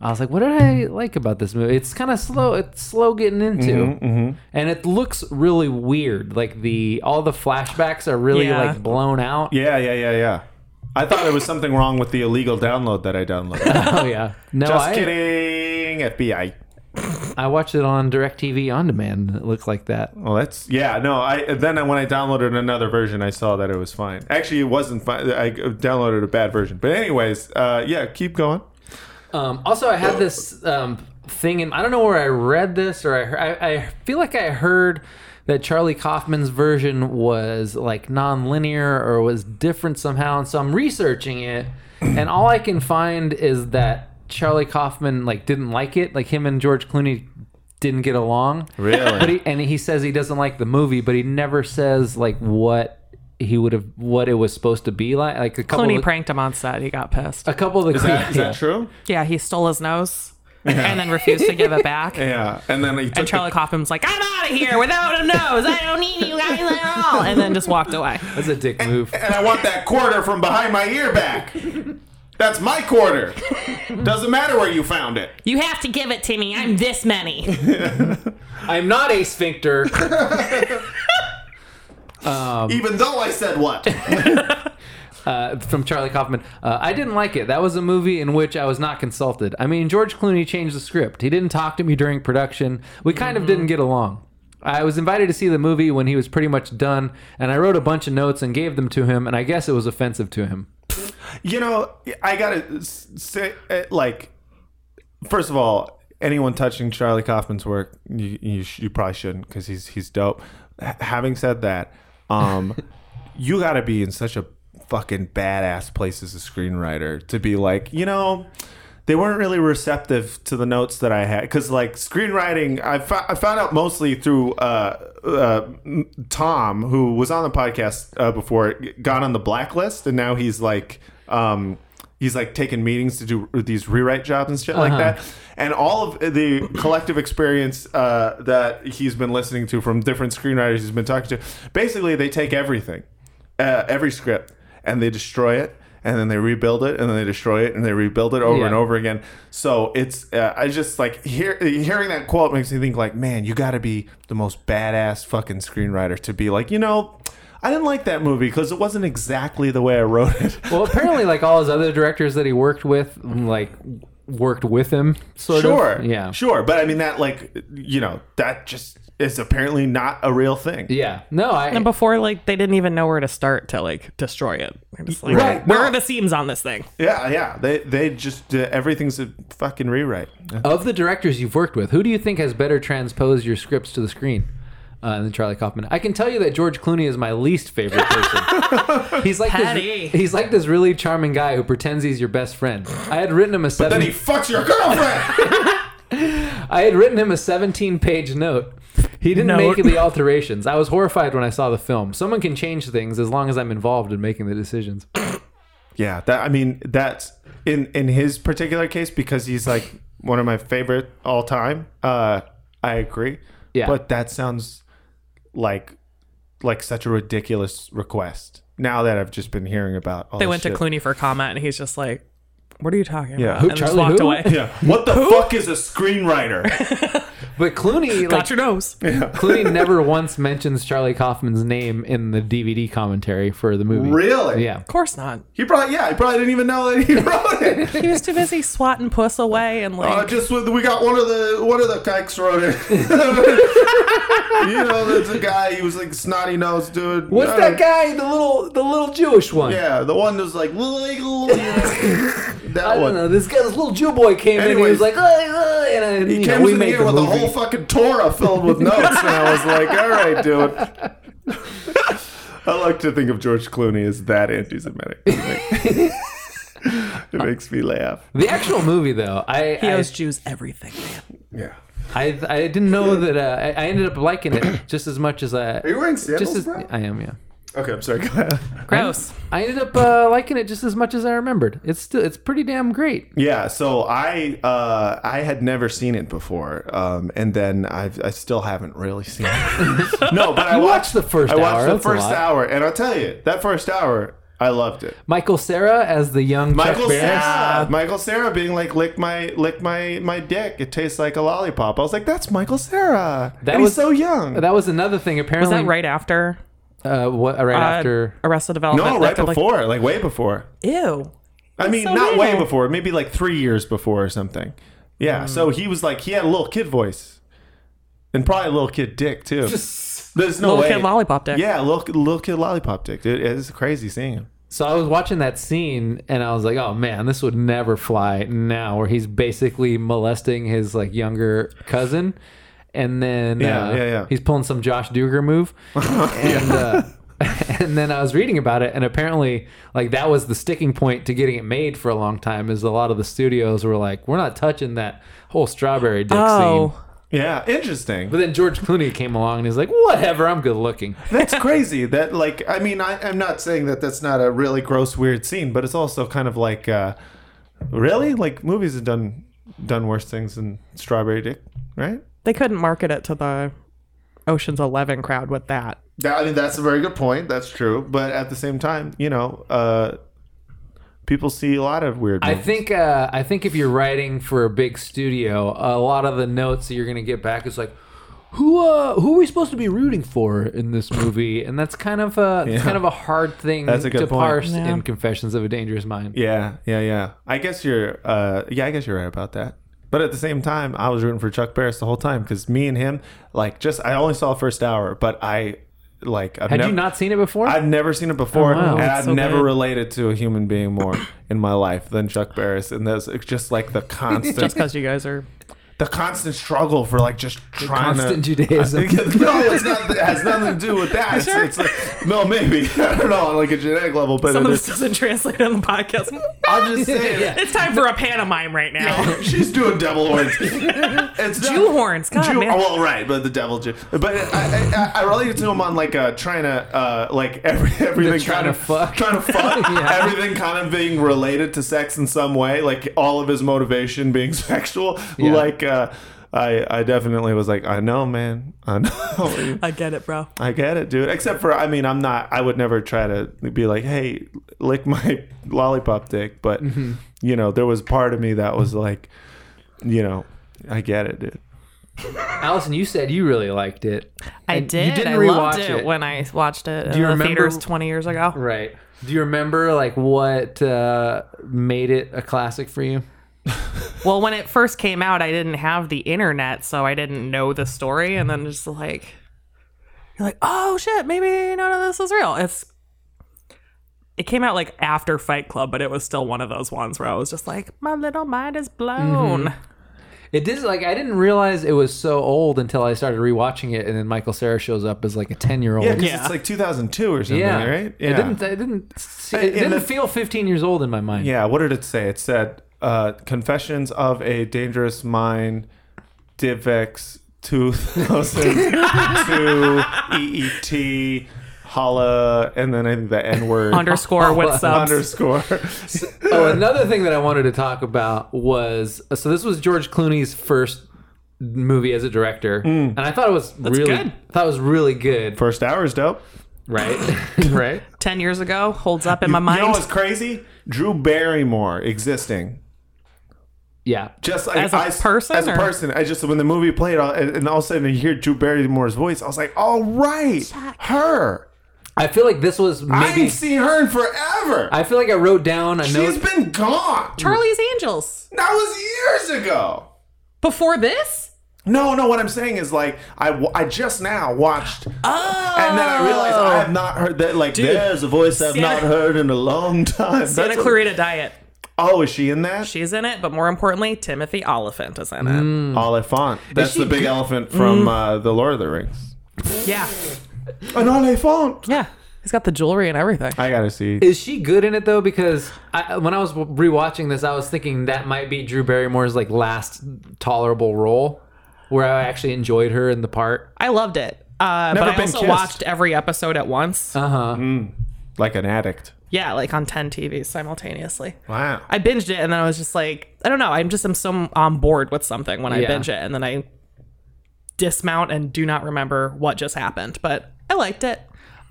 Speaker 1: I was like, what did I like about this movie? It's kind of slow. It's slow getting into,
Speaker 2: Mm-hmm,
Speaker 1: and it looks really weird. Like the all the flashbacks are really
Speaker 3: Yeah.
Speaker 1: like blown out.
Speaker 2: Yeah, yeah, yeah, yeah. I thought there was something wrong with the illegal download that I downloaded.
Speaker 1: Oh yeah. No,
Speaker 2: Just
Speaker 1: I,
Speaker 2: kidding, FBI.
Speaker 1: I watched it on DirecTV on demand. and It looked like that.
Speaker 2: Well, that's yeah. No, I then I, when I downloaded another version, I saw that it was fine. Actually, it wasn't fine. I downloaded a bad version. But anyways, uh, yeah, keep going.
Speaker 1: Um, also, I had this um, thing, and I don't know where I read this or I, heard, I I feel like I heard that Charlie Kaufman's version was like non-linear or was different somehow, and so I'm researching it, and all I can find is that Charlie Kaufman like didn't like it, like him and George Clooney didn't get along.
Speaker 2: Really?
Speaker 1: But he, and he says he doesn't like the movie, but he never says like what he would have what it was supposed to be like. Like a couple
Speaker 3: Clooney
Speaker 1: of,
Speaker 5: Uh,
Speaker 3: pranked him on set. He got pissed.
Speaker 1: a couple of the
Speaker 2: Is that, is
Speaker 1: yeah.
Speaker 2: that true?
Speaker 3: Yeah, he stole his nose. and then refused to give it back.
Speaker 2: Yeah, and then he took
Speaker 3: And Charlie Kaufman's like, I'm out of here without a nose. I don't need you guys at all. And then just walked away.
Speaker 1: That's a dick move.
Speaker 2: the, and I want that quarter from behind my ear back. That's my quarter. Doesn't matter where you found it.
Speaker 3: You have to give it to me. I'm this many.
Speaker 1: I'm not a sphincter.
Speaker 3: Um,
Speaker 2: Even though I said what?
Speaker 1: from Charlie Kaufman. Uh, I didn't like it. That was a movie in which I was not consulted. I mean, George Clooney changed the script. He didn't talk to me during production. We kind
Speaker 2: Mm-hmm.
Speaker 1: of didn't get along. I was invited to see the movie when he was pretty much done, and I wrote a bunch of notes and gave them to him, and I guess it was offensive to him.
Speaker 2: You know, I gotta s- say, eh, like, first of all, anyone touching Charlie Kaufman's work, you you, sh- you probably shouldn't because he's he's dope. H- having said that, um, you gotta be in such a fucking badass place as a screenwriter to be like, you know. They weren't really receptive to the notes that I had because, like, screenwriting, I, fo- I found out mostly through uh, uh, m- Tom, who was on the podcast uh, before, got on the blacklist, and now he's like um, he's like taking meetings to do these rewrite jobs and shit like that. And all of the collective experience uh, that he's been listening to from different screenwriters he's been talking to, basically they take everything, uh, every script, and they destroy it. And then they rebuild it, and then they destroy it, and they rebuild it over
Speaker 1: Yeah.
Speaker 2: and over again. So it's uh, I just like hear, hearing that quote makes me think like, man, you got to be the most badass fucking screenwriter to be like, you know, I didn't like that movie because it wasn't exactly the way I wrote it.
Speaker 1: Well, apparently, like all his other directors that he worked with, like worked with him, sort
Speaker 2: sure
Speaker 1: of. Yeah.
Speaker 2: sure but i mean that like you know that just is apparently not a real thing
Speaker 1: Yeah. No, I.
Speaker 3: And before, like, they didn't even know where to start to, like, destroy it. They're just like,
Speaker 2: Right,
Speaker 3: Where
Speaker 2: no.
Speaker 3: are the seams on this thing?
Speaker 2: yeah yeah they they just uh, everything's a fucking rewrite
Speaker 1: Of the directors you've worked with, who do you think has better transposed your scripts to the screen uh, than Charlie Kaufman? I can tell you that George Clooney is my least favorite person. he's like
Speaker 3: Patty.
Speaker 1: this, he's like this really charming guy who pretends he's your best friend. I had written him a
Speaker 2: then
Speaker 1: seven,
Speaker 2: he fucks your girlfriend
Speaker 1: I had written him a seventeen page note. He didn't
Speaker 3: Note.
Speaker 1: make the alterations. I was horrified when I saw the film. Someone can change things as long as I'm involved in making the decisions.
Speaker 2: yeah that i mean that's in in his particular case because he's like one of my favorite all time uh i agree
Speaker 1: Yeah.
Speaker 2: but that sounds like like such a ridiculous request now that i've just been hearing about all
Speaker 3: They
Speaker 2: this
Speaker 3: went
Speaker 2: shit.
Speaker 3: to Clooney for comment, and he's just like, What are you talking
Speaker 2: Yeah.
Speaker 3: about?
Speaker 2: Who,
Speaker 3: and just
Speaker 1: Charlie
Speaker 3: walked
Speaker 1: who?
Speaker 3: away.
Speaker 2: yeah what the fuck is a screenwriter
Speaker 1: But Clooney,
Speaker 3: Got
Speaker 1: like,
Speaker 3: your nose.
Speaker 1: Clooney never once mentions Charlie Kaufman's name in the DVD commentary for the movie.
Speaker 2: really
Speaker 1: Yeah.
Speaker 3: Of course not.
Speaker 2: He probably, yeah, he probably didn't even know that he wrote it.
Speaker 3: He was too busy swatting puss away and
Speaker 2: Uh,
Speaker 3: like
Speaker 2: just with, we got one of the one of the kikes wrote it. you know, there's a guy. He was like snotty nosed dude.
Speaker 1: What's
Speaker 2: Uh,
Speaker 1: that guy? The little, the little Jewish one.
Speaker 2: Yeah, the one that's like legal. that
Speaker 1: I don't
Speaker 2: one.
Speaker 1: know. This guy, this little Jew boy came in. and He was
Speaker 2: Anyways,
Speaker 1: like, "Ugh, ugh," and, I-
Speaker 2: He
Speaker 1: you
Speaker 2: came
Speaker 1: know, we
Speaker 2: in
Speaker 1: made
Speaker 2: here
Speaker 1: the
Speaker 2: with
Speaker 1: movie.
Speaker 2: a whole fucking Torah filled with notes, and I was like, all right, dude. I like to think of George Clooney as that anti-Semitic. It makes- it makes me laugh.
Speaker 1: the actual movie, though, I
Speaker 3: he
Speaker 1: I,
Speaker 3: owes Jews everything. Man.
Speaker 2: Yeah.
Speaker 1: I I didn't know that. Uh, I, I ended up liking it just as much as I.
Speaker 2: Are you wearing
Speaker 1: just
Speaker 2: sandals,
Speaker 1: as
Speaker 2: bro?
Speaker 1: I am, yeah.
Speaker 2: Okay, I'm sorry. Go ahead.
Speaker 3: Gross.
Speaker 1: I ended up uh, liking it just as much as I remembered. It's still, it's pretty damn great.
Speaker 2: Yeah, so I uh, I had never seen it before, um, and then I've, I still haven't really seen it. no, but I
Speaker 1: You watched
Speaker 2: watched
Speaker 1: the first
Speaker 2: I watched
Speaker 1: hour,
Speaker 2: the
Speaker 1: that's a
Speaker 2: first
Speaker 1: lot.
Speaker 2: hour, and I'll tell you that first hour I loved it.
Speaker 1: Michael Sarah as the young Chuck
Speaker 2: Michael
Speaker 1: Barris.
Speaker 2: Sarah, Michael Sarah being like lick my lick my my dick. It tastes like a lollipop. I was like, that's Michael Sarah.
Speaker 1: That
Speaker 2: and
Speaker 1: was-
Speaker 2: he's so young.
Speaker 1: That was another thing.
Speaker 3: Was
Speaker 1: Apparently,
Speaker 3: that right after
Speaker 1: Uh, what right
Speaker 3: uh,
Speaker 1: after?
Speaker 3: Arrested Development?
Speaker 2: no,
Speaker 3: Like,
Speaker 2: right
Speaker 3: they're like,
Speaker 2: before, like way before.
Speaker 3: Ew.
Speaker 2: I mean,
Speaker 3: so
Speaker 2: not way
Speaker 3: little.
Speaker 2: before, maybe like three years before or something. Yeah. So he was like, he had a little kid voice, and probably a little kid dick too. There's no
Speaker 3: Little
Speaker 2: way.
Speaker 3: kid lollipop dick.
Speaker 2: Yeah, little little kid lollipop dick, dude. It's crazy seeing him.
Speaker 1: So I was watching that scene and I was like, oh man, this would never fly now, where he's basically molesting his like younger cousin. And then
Speaker 2: Yeah,
Speaker 1: uh,
Speaker 2: yeah, yeah.
Speaker 1: he's pulling some Josh Duger move. and uh, and then I was reading about it and apparently like that was the sticking point to getting it made for a long time is a lot of the studios were like, We're not touching that whole strawberry dick scene.
Speaker 3: Oh,
Speaker 2: Yeah, interesting.
Speaker 1: But then George Clooney came along and he's like, Whatever, I'm good looking.
Speaker 2: That's crazy. That like, I mean, I, I'm not saying that that's not a really gross, weird scene, but it's also kind of like, uh, really, like movies have done done worse things than Strawberry Dick, right?
Speaker 3: They couldn't market it to the Ocean's Eleven crowd with that.
Speaker 2: That, I mean, that's a very good point. That's true. But at the same time, you know, uh, people see a lot of weird.
Speaker 1: I
Speaker 2: Movies.
Speaker 1: think uh, I think if you're writing for a big studio, a lot of the notes that you're gonna get back is like, who uh, who are we supposed to be rooting for in this movie? And that's kind of a it's kind of a hard thing
Speaker 2: That's a good
Speaker 1: to
Speaker 2: point.
Speaker 1: parse
Speaker 3: Yeah.
Speaker 1: in Confessions of a Dangerous Mind.
Speaker 2: Yeah, yeah, yeah. I guess you're. Uh, yeah, I guess you're right about that. But at the same time, I was rooting for Chuck Barris the whole time because me and him, like, just I only saw the first hour, but I, like, I've
Speaker 1: Had
Speaker 2: nev-
Speaker 1: you not seen it before?
Speaker 2: I've never seen it before,
Speaker 1: Oh, wow.
Speaker 2: and
Speaker 1: That's
Speaker 2: I've
Speaker 3: so
Speaker 2: never
Speaker 3: good.
Speaker 2: related to a human being more in my life than Chuck Barris, and that's it's just like the
Speaker 3: Just
Speaker 2: constant,
Speaker 3: because you guys are
Speaker 2: the constant struggle for like just trying
Speaker 1: constant
Speaker 2: to
Speaker 1: Judaism.
Speaker 2: no, it's not. It has nothing to do with that. It's, it's like no, maybe I don't know, on like a genetic level, but
Speaker 3: some
Speaker 2: it
Speaker 3: of
Speaker 2: is,
Speaker 3: this doesn't translate on the podcast.
Speaker 2: I'm just saying.
Speaker 3: It's time for a pantomime right now.
Speaker 2: She's doing devil horns. It's not-
Speaker 3: Jew horns, God,
Speaker 2: Jew,
Speaker 3: man.
Speaker 2: oh, well, right, but the devil. Jew. But I, I, I related to him on like uh, trying to uh, like every everything
Speaker 1: trying
Speaker 2: kind
Speaker 1: to
Speaker 2: of
Speaker 1: fuck.
Speaker 2: trying to fuck
Speaker 1: Yeah.
Speaker 2: everything kind of being related to sex in some way, like all of his motivation being sexual.
Speaker 1: Yeah.
Speaker 2: Like uh, I I definitely was like I know, man, I know.
Speaker 3: I get it, bro.
Speaker 2: I get it, dude. Except for, I mean, I'm not. I would never try to be like, "Hey, lick my lollipop dick," but
Speaker 1: Mm-hmm.
Speaker 2: you know, there was part of me that was like, you know, I get it, dude.
Speaker 1: Allison, you said you really liked it.
Speaker 3: I
Speaker 1: And
Speaker 3: did.
Speaker 1: You didn't
Speaker 3: I
Speaker 1: rewatch
Speaker 3: loved it,
Speaker 1: it,
Speaker 3: when I watched it in
Speaker 1: you
Speaker 3: the
Speaker 1: remember-
Speaker 3: theaters 20 years ago.
Speaker 1: right. Do you remember like what uh, made it a classic for you?
Speaker 3: Well, when it first came out, I didn't have the internet, so I didn't know the story. And then just like, you're like, oh shit, maybe none of this is real. It's it came out like after Fight Club, but it was still one of those ones where I was just like, my little mind is blown.
Speaker 1: Mm-hmm. It did like I didn't realize it was so old until I started rewatching it, and then Michael Sarah shows up as like a ten year old.
Speaker 2: Yeah, because
Speaker 3: Yeah.
Speaker 2: it's like 2002 or something, right?
Speaker 1: It didn't. It didn't. se- It
Speaker 2: in
Speaker 1: didn't
Speaker 2: the-
Speaker 1: feel 15 years old in my mind.
Speaker 2: Yeah, what did it say? It said, uh, "Confessions of a Dangerous Mind, DivX 2002 EET E holla," and then I think the N word
Speaker 3: Underscore with subs.
Speaker 2: underscore.
Speaker 1: Oh, another thing that I wanted to talk about was so this was George Clooney's first movie as a director,
Speaker 2: Mm.
Speaker 1: and I thought it was really,
Speaker 3: good.
Speaker 1: I thought it was really good.
Speaker 2: First hour is dope.
Speaker 1: Right, right.
Speaker 3: Ten years ago holds up in my mind.
Speaker 2: You know what's crazy? Drew Barrymore existing.
Speaker 1: Yeah,
Speaker 2: Just like,
Speaker 3: As a
Speaker 2: I-
Speaker 3: person,
Speaker 2: as a
Speaker 3: or-
Speaker 2: person. I just when the movie played, all, and and all of a sudden you hear Drew Barrymore's voice. I was like, all right, her.
Speaker 1: I feel like this was
Speaker 2: I
Speaker 1: maybe.
Speaker 2: ain't seen her in forever.
Speaker 1: I feel like I wrote down a
Speaker 2: She's
Speaker 1: note.
Speaker 2: been gone.
Speaker 3: Charlie's Angels.
Speaker 2: That was years ago.
Speaker 3: Before this?
Speaker 2: No, no. What I'm saying is like I, w- I just now watched, and then I realized I have not heard that. Like there's a voice I've
Speaker 3: Santa-
Speaker 2: not heard in a long time.
Speaker 3: Santa
Speaker 2: That's a-
Speaker 3: Clarita Diet.
Speaker 2: oh, is she in that?
Speaker 3: She's in it, but more importantly, Timothy Oliphant is in it.
Speaker 2: Oliphant. That's the big elephant
Speaker 3: Mm.
Speaker 2: from uh, the Lord of the Rings.
Speaker 3: Yeah.
Speaker 2: An Oliphant.
Speaker 3: Yeah. He's got the jewelry and everything.
Speaker 2: I gotta see.
Speaker 1: Is she good in it though? Because I, when I was rewatching this, I was thinking that might be Drew Barrymore's like last tolerable role, where I actually enjoyed her in the part.
Speaker 3: I loved it. Uh, but
Speaker 2: Never
Speaker 3: I
Speaker 2: been
Speaker 3: also
Speaker 2: kissed.
Speaker 3: watched every episode at once.
Speaker 1: Uh huh.
Speaker 2: Like an addict.
Speaker 3: yeah, like on 10 TVs simultaneously.
Speaker 2: Wow.
Speaker 3: I binged it and then I was just like, I don't know. I'm just I'm so on board with something when I
Speaker 1: Yeah.
Speaker 3: binge it. And then I dismount and do not remember what just happened. But I liked it.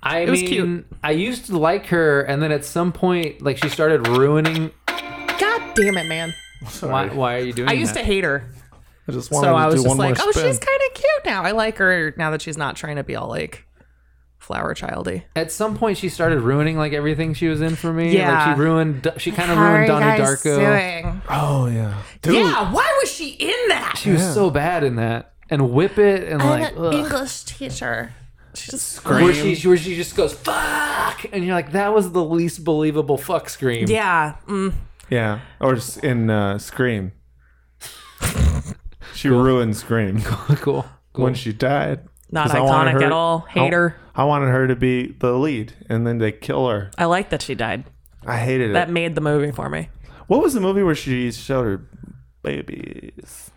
Speaker 1: I
Speaker 3: was
Speaker 1: mean,
Speaker 3: cute.
Speaker 1: I used to like her, and then at some point, like she started ruining.
Speaker 3: God damn it, man.
Speaker 1: Why, why are you doing?
Speaker 3: I used to hate her.
Speaker 2: I just
Speaker 3: So I was just like, oh, she's kind of cute now. I like her now that she's not trying to be all like flower childy.
Speaker 1: At some point, she started ruining like everything she was in for me.
Speaker 3: Yeah.
Speaker 1: like, she ruined. She kind of ruined Donnie Darko.
Speaker 2: Oh yeah. Dude,
Speaker 3: Yeah, why was she in that?
Speaker 1: She was so bad in that, and whip it, and like ugh.
Speaker 3: English teacher.
Speaker 1: where she where she just goes fuck, and you're like, that was the least believable fuck scream.
Speaker 3: Yeah. Mm.
Speaker 2: Yeah. Or s- in uh, Scream. she ruined Scream
Speaker 1: cool. cool.
Speaker 2: when she died.
Speaker 3: Not
Speaker 2: 'Cause I wanted
Speaker 3: iconic
Speaker 2: her-
Speaker 3: at all. Hater.
Speaker 2: I wanted her to be the lead, and then they kill her.
Speaker 3: I like that she died.
Speaker 2: I hated
Speaker 3: That
Speaker 2: it.
Speaker 3: made the movie for me.
Speaker 2: What was the movie where she showed her babies?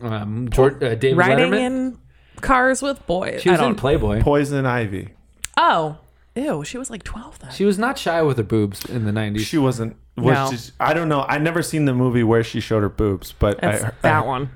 Speaker 1: um, George, uh, David
Speaker 3: Riding
Speaker 1: Letterman.
Speaker 3: in cars with boys.
Speaker 1: she was
Speaker 3: I
Speaker 1: in
Speaker 3: don't.
Speaker 1: Playboy.
Speaker 2: Poison Ivy.
Speaker 3: oh, Ew, she was like 12 then.
Speaker 1: She was not shy with her boobs in the 90s.
Speaker 2: She wasn't. Was
Speaker 3: No.
Speaker 2: she- I don't know. I never seen the movie where she showed her boobs, but
Speaker 3: That's
Speaker 2: I,
Speaker 3: that
Speaker 2: I-
Speaker 3: one.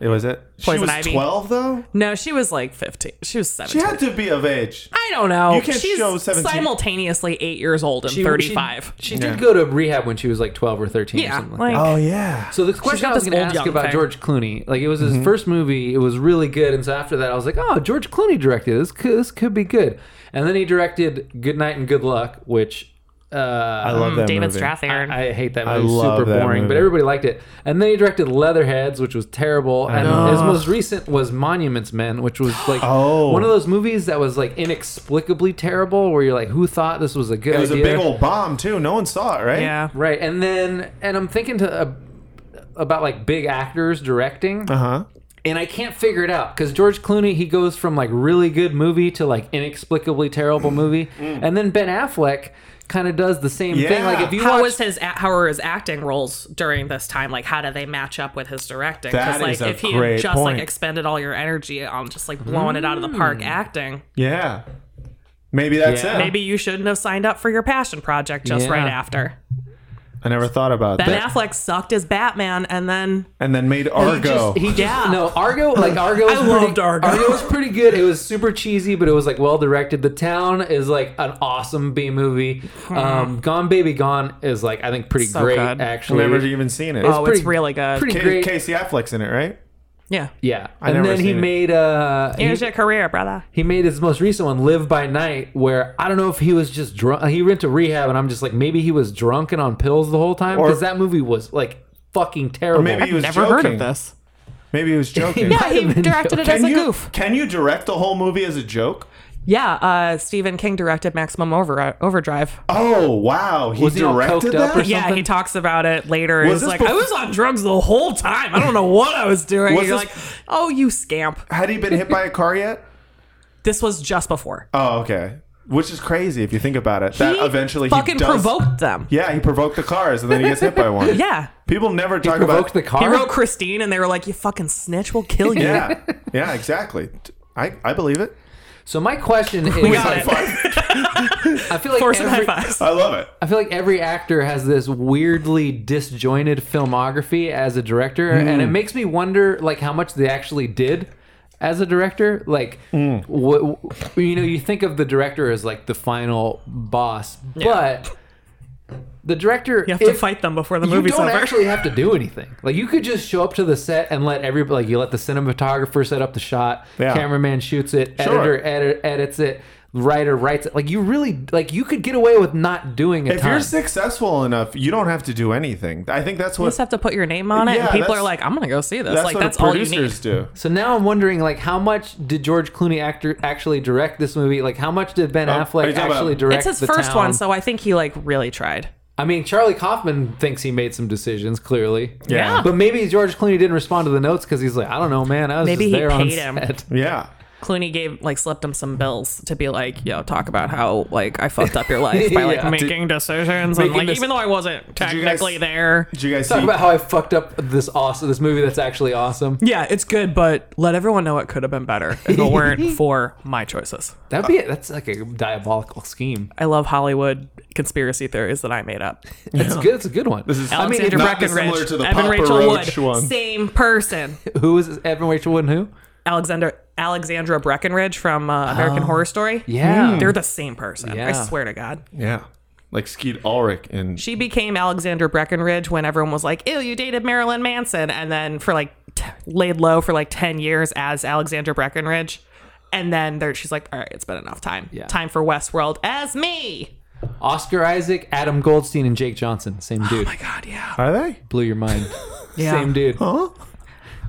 Speaker 2: It was it.
Speaker 3: Poison
Speaker 2: she was
Speaker 3: Ivy.
Speaker 2: twelve though.
Speaker 3: No, she was like 15. She was 17.
Speaker 2: She had to be of age.
Speaker 3: I don't know.
Speaker 2: You can't
Speaker 3: She's
Speaker 2: show 17.
Speaker 3: simultaneously eight years old and
Speaker 1: She-
Speaker 3: 35.
Speaker 1: She, she did go to rehab when she was like 12 or 13 or
Speaker 3: yeah,
Speaker 1: something like,
Speaker 3: like,
Speaker 1: that.
Speaker 2: Oh yeah.
Speaker 1: So the question
Speaker 3: got
Speaker 1: I was
Speaker 3: this
Speaker 1: going to ask
Speaker 3: old young
Speaker 1: about
Speaker 3: thing.
Speaker 1: George Clooney, like it was his first movie, it was really good, and so after that I was like, oh, George Clooney directed this. Could, this could be good. And then he directed Good Night and Good Luck, which uh,
Speaker 2: I love that
Speaker 3: Mm, David
Speaker 2: movie.
Speaker 3: Strathairn.
Speaker 1: I hate that
Speaker 2: I
Speaker 1: movie. It's
Speaker 2: love
Speaker 1: super
Speaker 2: that
Speaker 1: boring, but
Speaker 2: movie.
Speaker 1: everybody liked it. And then he directed Leatherheads, which was terrible. And his most recent was Monuments Men, which was like
Speaker 2: Oh.
Speaker 1: one of those movies that was like inexplicably terrible, where you're like, who thought this was a good
Speaker 2: It was a
Speaker 1: idea?
Speaker 2: big old bomb too. No one saw it, right?
Speaker 3: yeah.
Speaker 1: right. And then, and I'm thinking to uh, about like big actors directing,
Speaker 2: Uh huh.
Speaker 1: and I can't figure it out because George Clooney he goes from like really good movie to like inexplicably terrible movie,
Speaker 2: Mm.
Speaker 1: and then Ben Affleck kind of does the same thing.
Speaker 2: Yeah.
Speaker 1: Like if you
Speaker 3: How
Speaker 1: watch
Speaker 3: was his how are his acting roles during this time? Like, how do they match up with his directing?
Speaker 2: That
Speaker 3: like,
Speaker 2: is a
Speaker 3: if he
Speaker 2: great
Speaker 3: had just
Speaker 2: point.
Speaker 3: like expended all your energy on just like blowing it out of the park acting,
Speaker 2: Yeah. Maybe that's
Speaker 1: Yeah.
Speaker 2: it.
Speaker 3: maybe you shouldn't have signed up for your passion project just
Speaker 1: Yeah.
Speaker 3: right after.
Speaker 2: I never thought about
Speaker 3: Ben
Speaker 2: that.
Speaker 3: Affleck sucked as Batman, and then
Speaker 2: and then made Argo.
Speaker 1: He just,
Speaker 3: Yeah.
Speaker 1: no Argo like Argo. Was
Speaker 3: I
Speaker 1: pretty,
Speaker 3: loved Argo.
Speaker 1: was pretty good. It was super cheesy, but it was like well directed. The Town is like an awesome B movie. Um, Gone Baby Gone is like I think pretty
Speaker 3: Hmm. So
Speaker 1: great
Speaker 3: good.
Speaker 1: actually.
Speaker 2: never even seen it.
Speaker 3: oh,
Speaker 1: pretty-
Speaker 3: it's really good.
Speaker 1: pretty
Speaker 2: Ca-
Speaker 1: great.
Speaker 2: Casey Affleck's in it, right?
Speaker 3: yeah,
Speaker 1: Yeah,
Speaker 2: I
Speaker 1: and
Speaker 2: never
Speaker 1: then he
Speaker 2: seen it.
Speaker 1: made uh he-
Speaker 3: here's your career, brother.
Speaker 1: he made his most recent one live by night where i don't know if he was just drunk he went to rehab and i'm just like maybe he was drunk and on pills the whole time
Speaker 2: Or-
Speaker 1: because that movie was like fucking terrible
Speaker 2: maybe he was
Speaker 3: Never
Speaker 2: joking.
Speaker 3: heard of this.
Speaker 2: Maybe he was joking.
Speaker 1: Yeah,
Speaker 3: Yeah, he
Speaker 1: I've been
Speaker 3: directed it
Speaker 1: joking.
Speaker 3: as
Speaker 2: can
Speaker 3: a
Speaker 2: you
Speaker 3: goof.
Speaker 2: can you direct the whole movie as a joke?
Speaker 3: Yeah, uh, Stephen King directed Maximum Over- Overdrive.
Speaker 2: Oh wow, he
Speaker 1: Was he all
Speaker 2: directed
Speaker 1: coked up
Speaker 2: that.
Speaker 1: or
Speaker 3: Yeah, he
Speaker 1: something?
Speaker 3: talks about it later.
Speaker 2: Was
Speaker 3: He's
Speaker 2: this
Speaker 3: like,
Speaker 2: bef-
Speaker 3: I was on drugs the whole time. I don't know what I was doing.
Speaker 2: Was
Speaker 3: You're
Speaker 2: this-
Speaker 3: like, oh, you scamp.
Speaker 2: Had he been hit by a car yet?
Speaker 3: This was just before.
Speaker 2: Oh okay, which is crazy if you think about it. That
Speaker 3: He
Speaker 2: eventually
Speaker 3: fucking
Speaker 2: he does.
Speaker 3: provoked them.
Speaker 2: Yeah, he provoked the cars and then he gets hit by one.
Speaker 3: Yeah.
Speaker 2: people never talk
Speaker 1: provoked
Speaker 2: about
Speaker 1: the car
Speaker 3: He wrote Christine, and they were like, you fucking snitch, we'll kill you.
Speaker 2: Yeah, yeah, exactly. I, I believe it.
Speaker 1: so my question is
Speaker 3: got
Speaker 2: High
Speaker 3: it.
Speaker 2: five.
Speaker 1: i feel like
Speaker 3: Force and high
Speaker 1: every,
Speaker 3: fives.
Speaker 2: I love it.
Speaker 1: i feel like every actor has this weirdly disjointed filmography as a director and it makes me wonder like how much they actually did as a director like what you know you think of the director as like the final boss but the director
Speaker 3: You have to
Speaker 1: if-
Speaker 3: fight them before the
Speaker 1: you
Speaker 3: movie's
Speaker 1: don't
Speaker 3: over.
Speaker 1: actually have to do anything. Like you could just show up to the set and let everybody. Like you let the cinematographer set up the shot,
Speaker 2: Yeah.
Speaker 1: cameraman shoots it,
Speaker 2: Sure.
Speaker 1: editor edit, edits it, writer writes it. Like you really like you could get away with not doing a
Speaker 2: If
Speaker 1: ton.
Speaker 2: you're successful enough, you don't have to do anything. I think that's
Speaker 3: you
Speaker 2: what
Speaker 3: just have to put your name on it,
Speaker 2: Yeah,
Speaker 3: and people
Speaker 2: that's-
Speaker 3: are like, I'm going to go see this.
Speaker 2: that's
Speaker 3: like,
Speaker 2: what
Speaker 3: that's all you need.
Speaker 2: producers do.
Speaker 1: so now I'm wondering like how much did George Clooney actor actually direct this movie? Like how much did Ben
Speaker 2: Oh, are you
Speaker 1: Affleck
Speaker 2: talking
Speaker 1: actually
Speaker 2: about-
Speaker 1: direct?
Speaker 3: It's his
Speaker 1: The
Speaker 3: first
Speaker 1: Town?
Speaker 3: one, so I think he, like, really tried.
Speaker 1: I mean Charlie Kaufman thinks he made some decisions clearly.
Speaker 2: Yeah. Yeah.
Speaker 1: But maybe George Clooney didn't respond to the notes because he's like, I don't know, man. I was
Speaker 3: Maybe
Speaker 1: just
Speaker 3: he
Speaker 1: there on
Speaker 3: paid him.
Speaker 1: set."
Speaker 2: Yeah.
Speaker 3: Clooney gave like slipped him some bills to be like, yo, talk about how like I fucked up your life by like
Speaker 1: Yeah.
Speaker 3: making decisions
Speaker 1: Making
Speaker 3: and like
Speaker 1: this-
Speaker 3: even though I wasn't
Speaker 2: you guys-
Speaker 3: technically there.
Speaker 2: Did you guys
Speaker 1: Talk
Speaker 2: see?
Speaker 1: about how I fucked up this awesome this movie that's actually awesome.
Speaker 3: Yeah, it's good, but let everyone know it could have been better if it weren't for my choices.
Speaker 1: That'd be that's like a diabolical scheme.
Speaker 3: I love Hollywood conspiracy theories that I made up.
Speaker 1: That's good. It's a good one.
Speaker 2: is- I
Speaker 3: Alexander
Speaker 2: not dissimilar
Speaker 3: Breckenridge,
Speaker 2: to the
Speaker 3: Evan
Speaker 2: Papa
Speaker 3: Rachel
Speaker 2: Roach
Speaker 3: Wood,
Speaker 2: one.
Speaker 3: same person.
Speaker 1: who is this? Evan Rachel Wood? and Who?
Speaker 3: Alexander Alexandra Breckenridge from uh, American Horror Story.
Speaker 1: Yeah.
Speaker 3: they're the same person.
Speaker 1: Yeah.
Speaker 3: I swear to God.
Speaker 2: Yeah, like Skeet Ulrich and
Speaker 3: She became Alexander Breckenridge when everyone was like, ew, you dated Marilyn Manson. And then for like, t- laid low for like 10 years as Alexander Breckenridge. And then there, she's like, all right, it's been enough time.
Speaker 1: Yeah.
Speaker 3: Time for Westworld as me.
Speaker 1: Oscar Isaac, Adam Goldstein, and Jake Johnson. Same dude.
Speaker 3: My God, yeah.
Speaker 2: are they?
Speaker 1: Blew your mind.
Speaker 3: Yeah.
Speaker 1: Same dude.
Speaker 2: Huh?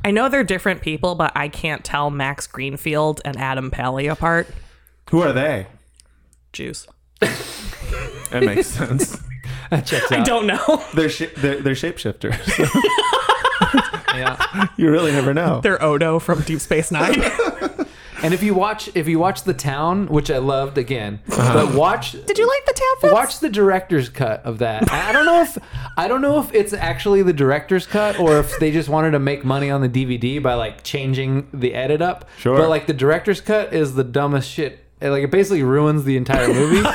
Speaker 3: I know they're different people, but I can't tell Max Greenfield and Adam Pally apart.
Speaker 2: Who are they?
Speaker 3: Jews.
Speaker 2: That makes sense.
Speaker 1: That checks out.
Speaker 3: I don't know.
Speaker 2: They're sh- they're, they're shapeshifters.
Speaker 1: Yeah.
Speaker 2: you really never know.
Speaker 3: they're Odo from Deep Space Nine.
Speaker 1: And if you watch, if you watch The Town, which I loved again,
Speaker 3: Uh-huh.
Speaker 1: but watch.
Speaker 3: Did you like the town? Watch.
Speaker 1: Watch the director's cut of that. I I don't know if I don't know if it's actually the director's cut or if they just wanted to make money on the DVD by like changing the edit up.
Speaker 2: Sure.
Speaker 1: But like the director's cut is the dumbest shit It, like it basically ruins the entire movie.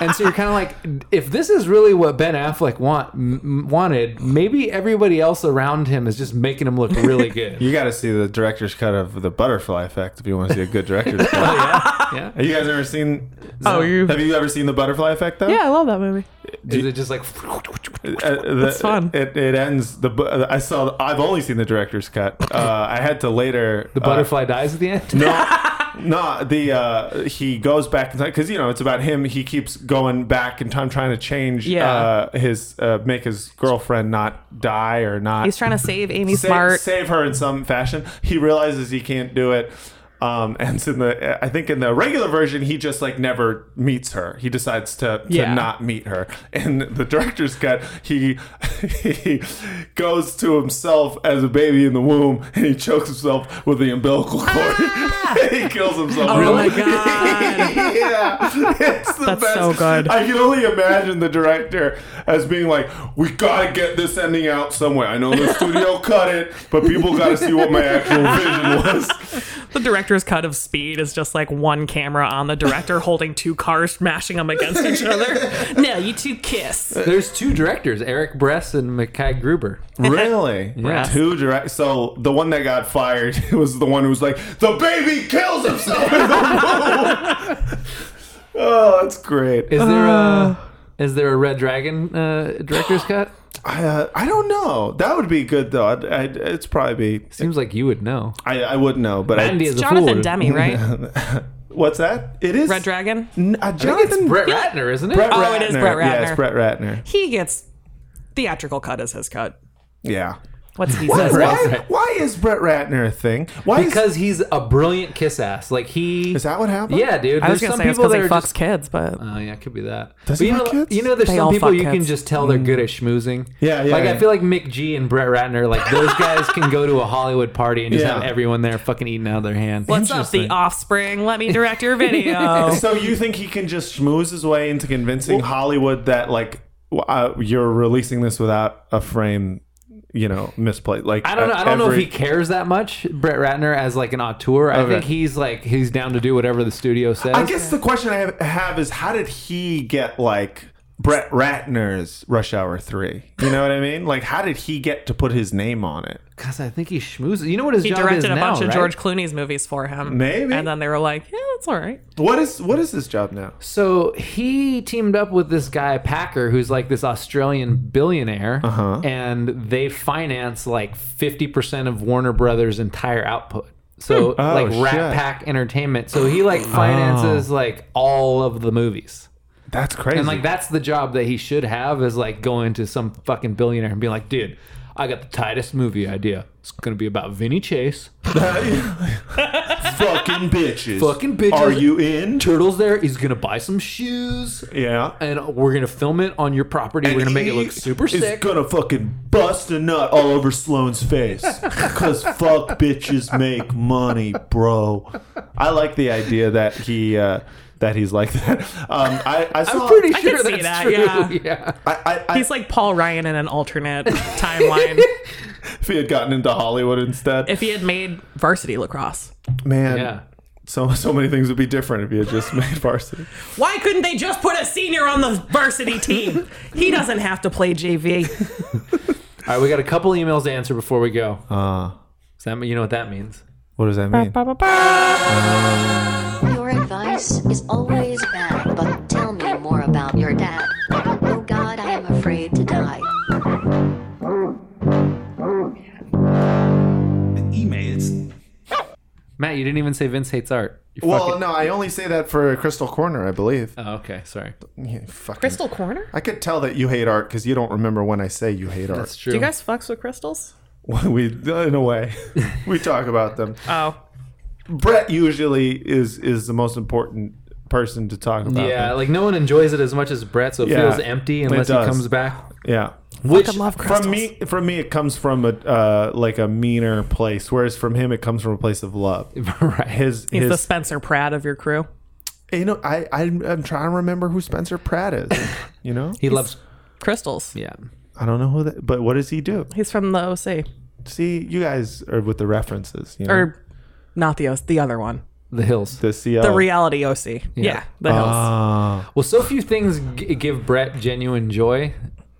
Speaker 1: and so you're kind of like, if this is really what Ben Affleck want m- wanted, maybe everybody else around him is just making him look really good.
Speaker 2: You got to see the director's cut of the Butterfly Effect if you want to see a good director's cut.
Speaker 1: Oh, yeah.
Speaker 2: Have you guys ever seen?
Speaker 3: Oh, you.
Speaker 2: Have you ever seen the Butterfly Effect though?
Speaker 3: Yeah, I love that movie.
Speaker 1: Is it just like
Speaker 2: That's
Speaker 3: fun.
Speaker 2: It, it ends. The bu- I saw. I've only seen the director's cut. Uh, I had to later. uh,
Speaker 1: the butterfly dies at the end?
Speaker 2: No, the uh, he goes back in time because you know it's about him. He keeps going back in time, trying to change
Speaker 3: Yeah.
Speaker 2: uh, his uh, make his girlfriend not die or not.
Speaker 3: He's trying to save Amy
Speaker 2: save,
Speaker 3: Smart.
Speaker 2: save her in some fashion. He realizes he can't do it. Um, and it's in the I think in the regular version he just like never meets her. He decides to, to
Speaker 3: Yeah.
Speaker 2: not meet her. And the director's cut, he he goes to himself as a baby in the womb and he chokes himself with the umbilical cord. he kills himself.
Speaker 3: Ah! Oh my
Speaker 2: Really?
Speaker 3: god.
Speaker 2: yeah, it's the
Speaker 3: That's
Speaker 2: best.
Speaker 3: so good.
Speaker 2: I can only imagine the director as being like, "We gotta get this ending out somewhere. I know the studio cut it, but people gotta see what my actual vision was."
Speaker 3: the director's cut of Speed is just like one camera on the director holding two cars, mashing them against each other. now you two kiss.
Speaker 1: There's two directors, Eric Bress and Mekhi Gruber.
Speaker 2: Really?
Speaker 1: Yeah.
Speaker 2: Two direct. So the one that got fired was the one who was like, "The baby kills himself in the womb." oh, that's great.
Speaker 1: Is there
Speaker 2: Uh.
Speaker 1: a is there a Red Dragon uh, director's cut?
Speaker 2: I, uh, I don't know. That would be good though. I'd, I'd, it's probably be.
Speaker 1: Seems like you would know.
Speaker 2: I, I wouldn't know, but I,
Speaker 1: Andy is a fool.
Speaker 3: Jonathan Demi, right?
Speaker 2: what's that? It is
Speaker 3: Red Dragon.
Speaker 2: N- Uh,
Speaker 1: I think
Speaker 2: Jonathan
Speaker 1: it's Brett
Speaker 3: Yeah.
Speaker 1: Ratner, isn't it?
Speaker 2: Brett
Speaker 3: Oh, it is Brett
Speaker 2: Yeah, it's
Speaker 3: Ratner.
Speaker 2: Brett Ratner.
Speaker 3: He gets theatrical cut as his cut.
Speaker 2: Yeah.
Speaker 3: What's he says?
Speaker 2: Why, why is Brett Ratner a thing? Why is,
Speaker 1: because he's a brilliant kiss ass. Like he
Speaker 2: is that what happened?
Speaker 1: Yeah, dude.
Speaker 3: I was
Speaker 1: There's
Speaker 3: gonna
Speaker 1: some
Speaker 3: say it's
Speaker 1: people
Speaker 3: because
Speaker 1: that
Speaker 3: he
Speaker 1: are
Speaker 3: fucks
Speaker 1: just.
Speaker 3: kids, but
Speaker 1: Oh yeah, it could be that. But
Speaker 2: Does he
Speaker 1: you know,
Speaker 2: fuck kids? Mm.
Speaker 1: you know, there's
Speaker 3: They
Speaker 1: some
Speaker 3: all
Speaker 1: people
Speaker 3: fuck
Speaker 1: you can
Speaker 3: kids.
Speaker 1: just tell they're good at schmoozing.
Speaker 2: Yeah, yeah,
Speaker 1: Like I
Speaker 2: yeah.
Speaker 1: feel like Mick G and Brett Ratner, like those guys can go to a Hollywood party and just
Speaker 2: Yeah.
Speaker 1: have everyone there fucking eating out of their hand.
Speaker 3: what's up, the offspring? Let me direct your video.
Speaker 2: So you think he can just schmooze his way into convincing Hollywood that like w- uh, you're releasing this without a frame, you know, misplaced? Like
Speaker 1: I don't know.
Speaker 2: uh,
Speaker 1: I don't know if
Speaker 2: every-
Speaker 1: he cares that much, Brett Ratner, as like an auteur. I
Speaker 2: Okay.
Speaker 1: think he's like he's down to do whatever the studio says.
Speaker 2: I guess the question I have, have is how did he get like Brett Ratner's Rush Hour Three? You know what I mean? Like how did he get to put his name on it?
Speaker 1: Because I think he schmoozes. You know what his
Speaker 3: He
Speaker 1: job is
Speaker 3: directed a
Speaker 1: now,
Speaker 3: bunch of
Speaker 1: right?
Speaker 3: George Clooney's movies for him.
Speaker 2: Maybe.
Speaker 3: And then they were like, yeah, that's all right.
Speaker 2: What is what is his job now?
Speaker 1: So he teamed up with this guy Packer, who's like this Australian billionaire,
Speaker 2: Uh-huh.
Speaker 1: and they finance like fifty percent of Warner Brothers' entire output. So
Speaker 2: Oh,
Speaker 1: like
Speaker 2: shit. Oh.
Speaker 1: Rat Pack Entertainment. So he like finances like all of the movies.
Speaker 2: That's crazy.
Speaker 1: And like that's the job that he should have is like going to some fucking billionaire and being like, dude, I got the tightest movie idea. It's gonna be about Vinny Chase.
Speaker 2: fucking bitches.
Speaker 1: Fucking bitches.
Speaker 2: Are you in?
Speaker 1: Turtles there, he's gonna buy some shoes.
Speaker 2: Yeah.
Speaker 1: And we're gonna film it on your property. we're gonna make it look super sick.
Speaker 2: It's gonna fucking bust a nut all over Sloane's face. Cause fuck bitches make money, bro. I like the idea that he uh, that he's like that. Um, I, I saw.
Speaker 1: I'm pretty
Speaker 3: I can
Speaker 1: sure
Speaker 3: see
Speaker 1: that's
Speaker 3: that,
Speaker 1: true.
Speaker 3: yeah.
Speaker 1: yeah.
Speaker 2: I, I, I,
Speaker 3: He's like Paul Ryan in an alternate timeline.
Speaker 2: if he had gotten into Hollywood instead,
Speaker 3: if he had made varsity lacrosse.
Speaker 2: man,
Speaker 1: Yeah.
Speaker 2: so so many things would be different if he had just made varsity.
Speaker 3: Why couldn't they just put a senior on the varsity team? He doesn't have to play JV.
Speaker 1: All right, we got a couple emails to answer before we go.
Speaker 2: Uh,
Speaker 1: Does that mean- you know what that means?
Speaker 2: what does that mean?
Speaker 6: Your advice is always bad, but tell me more about your dad. Oh god, I am afraid to die.
Speaker 7: Emails.
Speaker 1: Matt, you didn't even say Vince hates art. You
Speaker 2: Well,
Speaker 1: fucking-
Speaker 2: no, I only say that for Crystal Corner, I believe.
Speaker 1: Oh, okay, sorry.
Speaker 2: Yeah, fucking-
Speaker 3: Crystal Corner?
Speaker 2: I could tell that you hate art because you don't remember when I say you hate art.
Speaker 1: That's true.
Speaker 3: Do you guys fucks with crystals?
Speaker 2: we in a way we talk about them
Speaker 3: Oh.
Speaker 2: brett usually is is the most important person to talk about
Speaker 1: yeah,
Speaker 2: them.
Speaker 1: like no one enjoys it as much as Brett, so it
Speaker 2: Yeah,
Speaker 1: feels empty
Speaker 2: it
Speaker 1: unless he
Speaker 2: does.
Speaker 1: comes back.
Speaker 2: yeah
Speaker 1: Which
Speaker 3: love crystals.
Speaker 2: from me from me it comes from a uh, like a meaner place whereas from him it comes from a place of love
Speaker 1: right.
Speaker 2: his
Speaker 3: He's the
Speaker 2: his
Speaker 3: Spencer Pratt of your crew.
Speaker 2: you know i I'm, I'm trying to remember who spencer pratt is you know
Speaker 1: He loves
Speaker 3: Crystals.
Speaker 1: yeah.
Speaker 2: i don't know who that but what does he do
Speaker 3: He's from the OC.
Speaker 2: see you guys are with the references you know
Speaker 3: Or not the OC, the other one.
Speaker 1: The Hills.
Speaker 2: The CL.
Speaker 3: The reality OC. Yeah, the hills.
Speaker 2: Ah.
Speaker 1: Well, so few things g- give Brett genuine joy.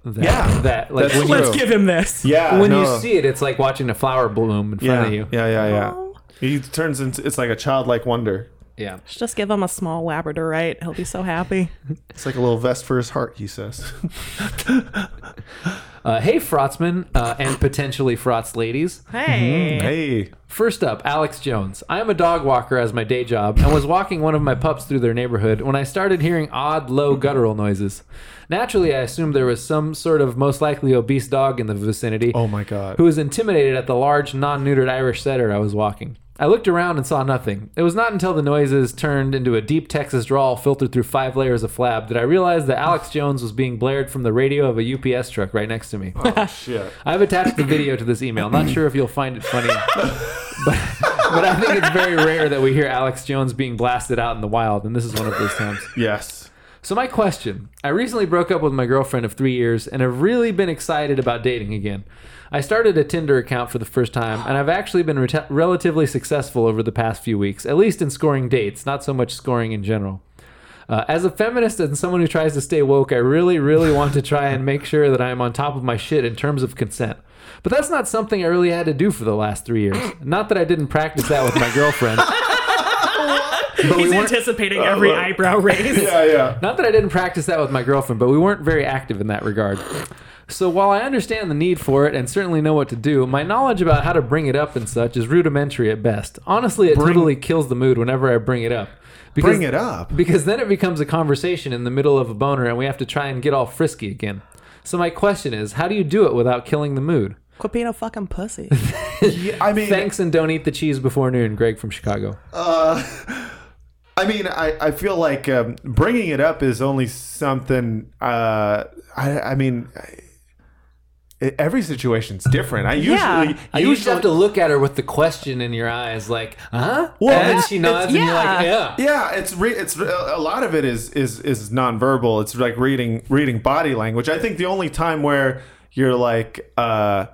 Speaker 1: That,
Speaker 2: Yeah,
Speaker 1: that like
Speaker 2: that's
Speaker 1: when
Speaker 2: true.
Speaker 1: you
Speaker 3: Let's give him this.
Speaker 2: yeah.
Speaker 1: when
Speaker 2: no.
Speaker 1: you see it, it's like watching a flower bloom in front
Speaker 2: yeah,
Speaker 1: of you.
Speaker 2: yeah, yeah, yeah. He turns into it's like a childlike wonder.
Speaker 1: Yeah.
Speaker 3: Just give him a small Labradorite. He'll be so happy.
Speaker 2: It's like a little vest for his heart. He says.
Speaker 1: Uh, hey, Frotzman, uh, and potentially Frotz ladies.
Speaker 2: Mm-hmm.
Speaker 3: Hey.
Speaker 2: hey,
Speaker 1: First up, Alex Jones. I am a dog walker as my day job and was walking one of my pups through their neighborhood when I started hearing odd, low guttural noises. Naturally, I assumed there was some sort of most likely obese dog in the vicinity.
Speaker 2: oh my god.
Speaker 1: who was intimidated at the large, non neutered Irish setter I was walking. I looked around and saw nothing. It was not until the noises turned into a deep Texas drawl filtered through five layers of flab that I realized that Alex Jones was being blared from the radio of a UPS truck right next to me.
Speaker 2: Shit.
Speaker 1: I've attached the video to this email. Not sure if you'll find it funny, but, but I think it's very rare that we hear Alex Jones being blasted out in the wild, and this is one of those times.
Speaker 2: Yes.
Speaker 1: So my question: I recently broke up with my girlfriend of three years and have really been excited about dating again. I started a Tinder account for the first time, and I've actually been reta relatively successful over the past few weeks, at least in scoring dates, not so much scoring in general. Uh, as a feminist and someone who tries to stay woke, I really, really want to try and make sure that I am on top of my shit in terms of consent. But that's not something I really had to do for the last three years. Not that I didn't practice that with my girlfriend. But we
Speaker 3: He's
Speaker 1: weren't-
Speaker 3: anticipating every eyebrow raise.
Speaker 2: Yeah, yeah.
Speaker 1: not that I didn't practice that with my girlfriend, but we weren't very active in that regard. So while I understand the need for it and certainly know what to do, my knowledge about how to bring it up and such is rudimentary at best. Honestly, it totally kills the mood whenever I bring it up. Because,
Speaker 2: Bring it up.
Speaker 1: Because then it becomes a conversation in the middle of a boner and we have to try and get all frisky again. So my question is, how do you do it without killing the mood?
Speaker 3: Quit being a fucking pussy.
Speaker 2: I mean,
Speaker 1: Thanks and don't eat the cheese before noon, Greg from Chicago.
Speaker 2: uh, I mean, I, I feel like um, bringing it up is only something. Uh, I, I mean, I, every situation's different. I usually,
Speaker 3: Yeah.
Speaker 1: I
Speaker 2: usually,
Speaker 1: usually have to look at her with the question in your eyes, like, huh?
Speaker 2: Well,
Speaker 1: and then
Speaker 2: it's-
Speaker 1: she nods, and you're like, yeah.
Speaker 2: Yeah, it's re- it's uh, a lot of it is is is nonverbal. It's like reading reading body language. I think the only time where you're like uh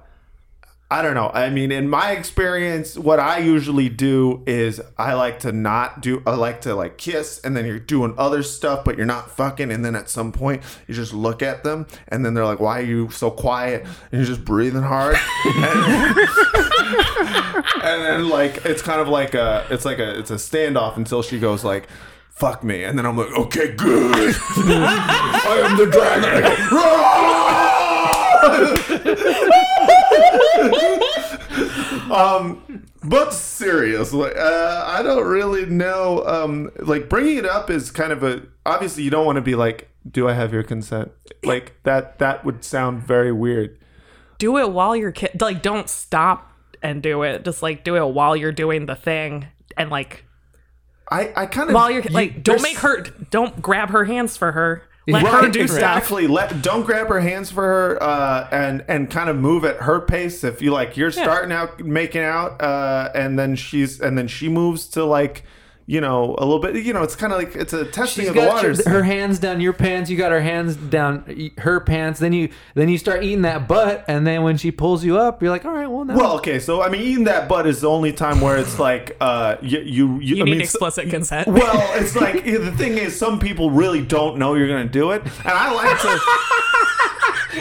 Speaker 2: I don't know. I mean, in my experience, what I usually do is I like to not do I like to like kiss and then you're doing other stuff but you're not fucking and then at some point you just look at them and then they're like why are you so quiet and you're just breathing hard. and then like it's kind of like a it's like a it's a standoff until she goes like fuck me and then i'm like okay good i am the dragon um but seriously uh, i don't really know um like bringing it up is kind of a obviously you don't want to be like do i have your consent like that that would sound very weird
Speaker 3: do it while you're kid. Like, don't stop and do it. Just like do it while you're doing the thing, and like
Speaker 2: i i kind of
Speaker 3: while you're like, don't
Speaker 2: there's-
Speaker 3: make her. Don't grab her hands for her. Let her
Speaker 2: Right,
Speaker 3: do stuff.
Speaker 2: exactly. Let don't grab her hands for her uh, and and kind of move at her pace. If you like, you're starting out making out, uh, and then she's and then she moves to like you know a little bit. You know, it's kind of like it's a testing
Speaker 1: She's
Speaker 2: of the
Speaker 1: got
Speaker 2: waters.
Speaker 1: your- her hands down your pants. You got her hands down her pants. Then you then you start eating that butt, and then when she pulls you up, you're like, all right, well now.
Speaker 2: well, okay, so I mean, eating that butt is the only time where it's like uh, you you,
Speaker 3: You
Speaker 2: I mean,
Speaker 3: need
Speaker 2: so-
Speaker 3: explicit consent.
Speaker 2: Well, it's like yeah, the thing is, some people really don't know you're gonna do it, and I like to.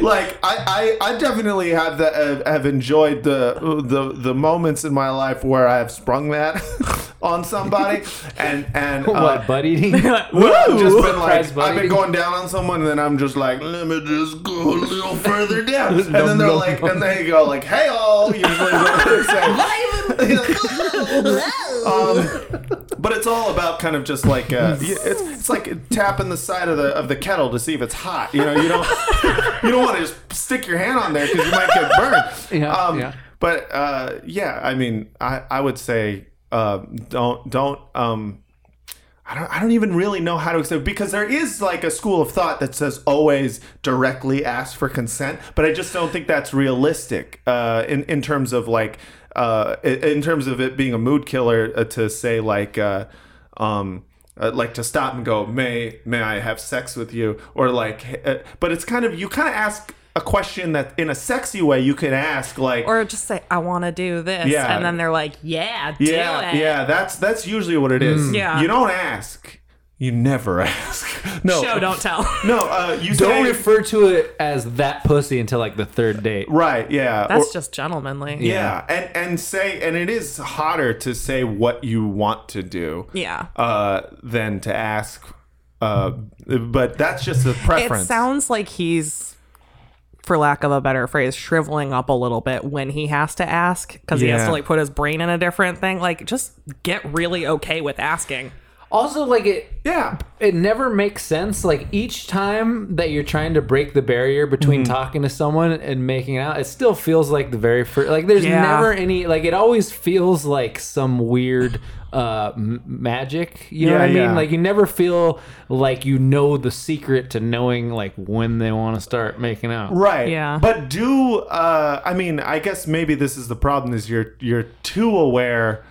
Speaker 2: like I, I, I definitely have the have, have enjoyed the the the moments in my life where I have sprung that on somebody, and and uh,
Speaker 1: what butt eating?
Speaker 2: well, I've just been
Speaker 1: Surprise
Speaker 2: like, I've
Speaker 1: buddy.
Speaker 2: been going down on someone, and then I'm just like, let me just go a little further down, and then they're
Speaker 1: Nom,
Speaker 2: like,
Speaker 1: nom,
Speaker 2: and they go like, hey all, usually is what they say. um, but it's all about kind of just like uh, y- it's, it's like tapping the side of the of the kettle to see if it's hot. You know, you don't you don't want to just stick your hand on there because you might get burned.
Speaker 1: Yeah,
Speaker 2: um,
Speaker 1: yeah.
Speaker 2: But uh, yeah, I mean, I I would say uh, don't don't um, I don't, I don't even really know how to explain because there is like a school of thought that says always directly ask for consent, but I just don't think that's realistic uh, in in terms of like uh, in in terms of it being a mood killer uh, to say like uh, um, uh, like to stop and go may may I have sex with you or like uh, but it's kind of you kind of ask a a question that in a sexy way you could ask like
Speaker 3: Or just say, I want to do this.
Speaker 2: Yeah.
Speaker 3: And then they're like, yeah, do
Speaker 2: yeah
Speaker 3: it.
Speaker 2: yeah that's that's usually what it is
Speaker 3: Yeah.
Speaker 2: you don't ask you never ask no
Speaker 3: Show, don't tell.
Speaker 2: no uh you
Speaker 1: Don't
Speaker 2: say-
Speaker 1: refer to it as that pussy until like the third date.
Speaker 2: right yeah
Speaker 3: That's
Speaker 2: Or-
Speaker 3: just gentlemanly.
Speaker 2: yeah and and say and it is hotter to say what you want to do
Speaker 3: Yeah.
Speaker 2: uh than to ask uh but that's just a preference
Speaker 3: It sounds like he's, for lack of a better phrase, shriveling up a little bit when he has to ask because he has
Speaker 2: Yeah.
Speaker 3: to like put his brain in a different thing. Like, just get really okay with asking.
Speaker 1: Also, like it,
Speaker 2: yeah
Speaker 1: it never makes sense. Like each time that you're trying to break the barrier between
Speaker 2: Mm-hmm.
Speaker 1: talking to someone and making out, it still feels like the very first. Like there's
Speaker 3: Yeah.
Speaker 1: never any. Like it always feels like some weird uh m- magic you know
Speaker 2: Yeah,
Speaker 1: what i mean
Speaker 2: yeah.
Speaker 1: like you never feel like you know the secret to knowing like when they want to start making out
Speaker 2: Right.
Speaker 3: Yeah.
Speaker 2: But do uh I mean, I guess maybe this is the problem is you're you're too aware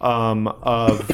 Speaker 2: um of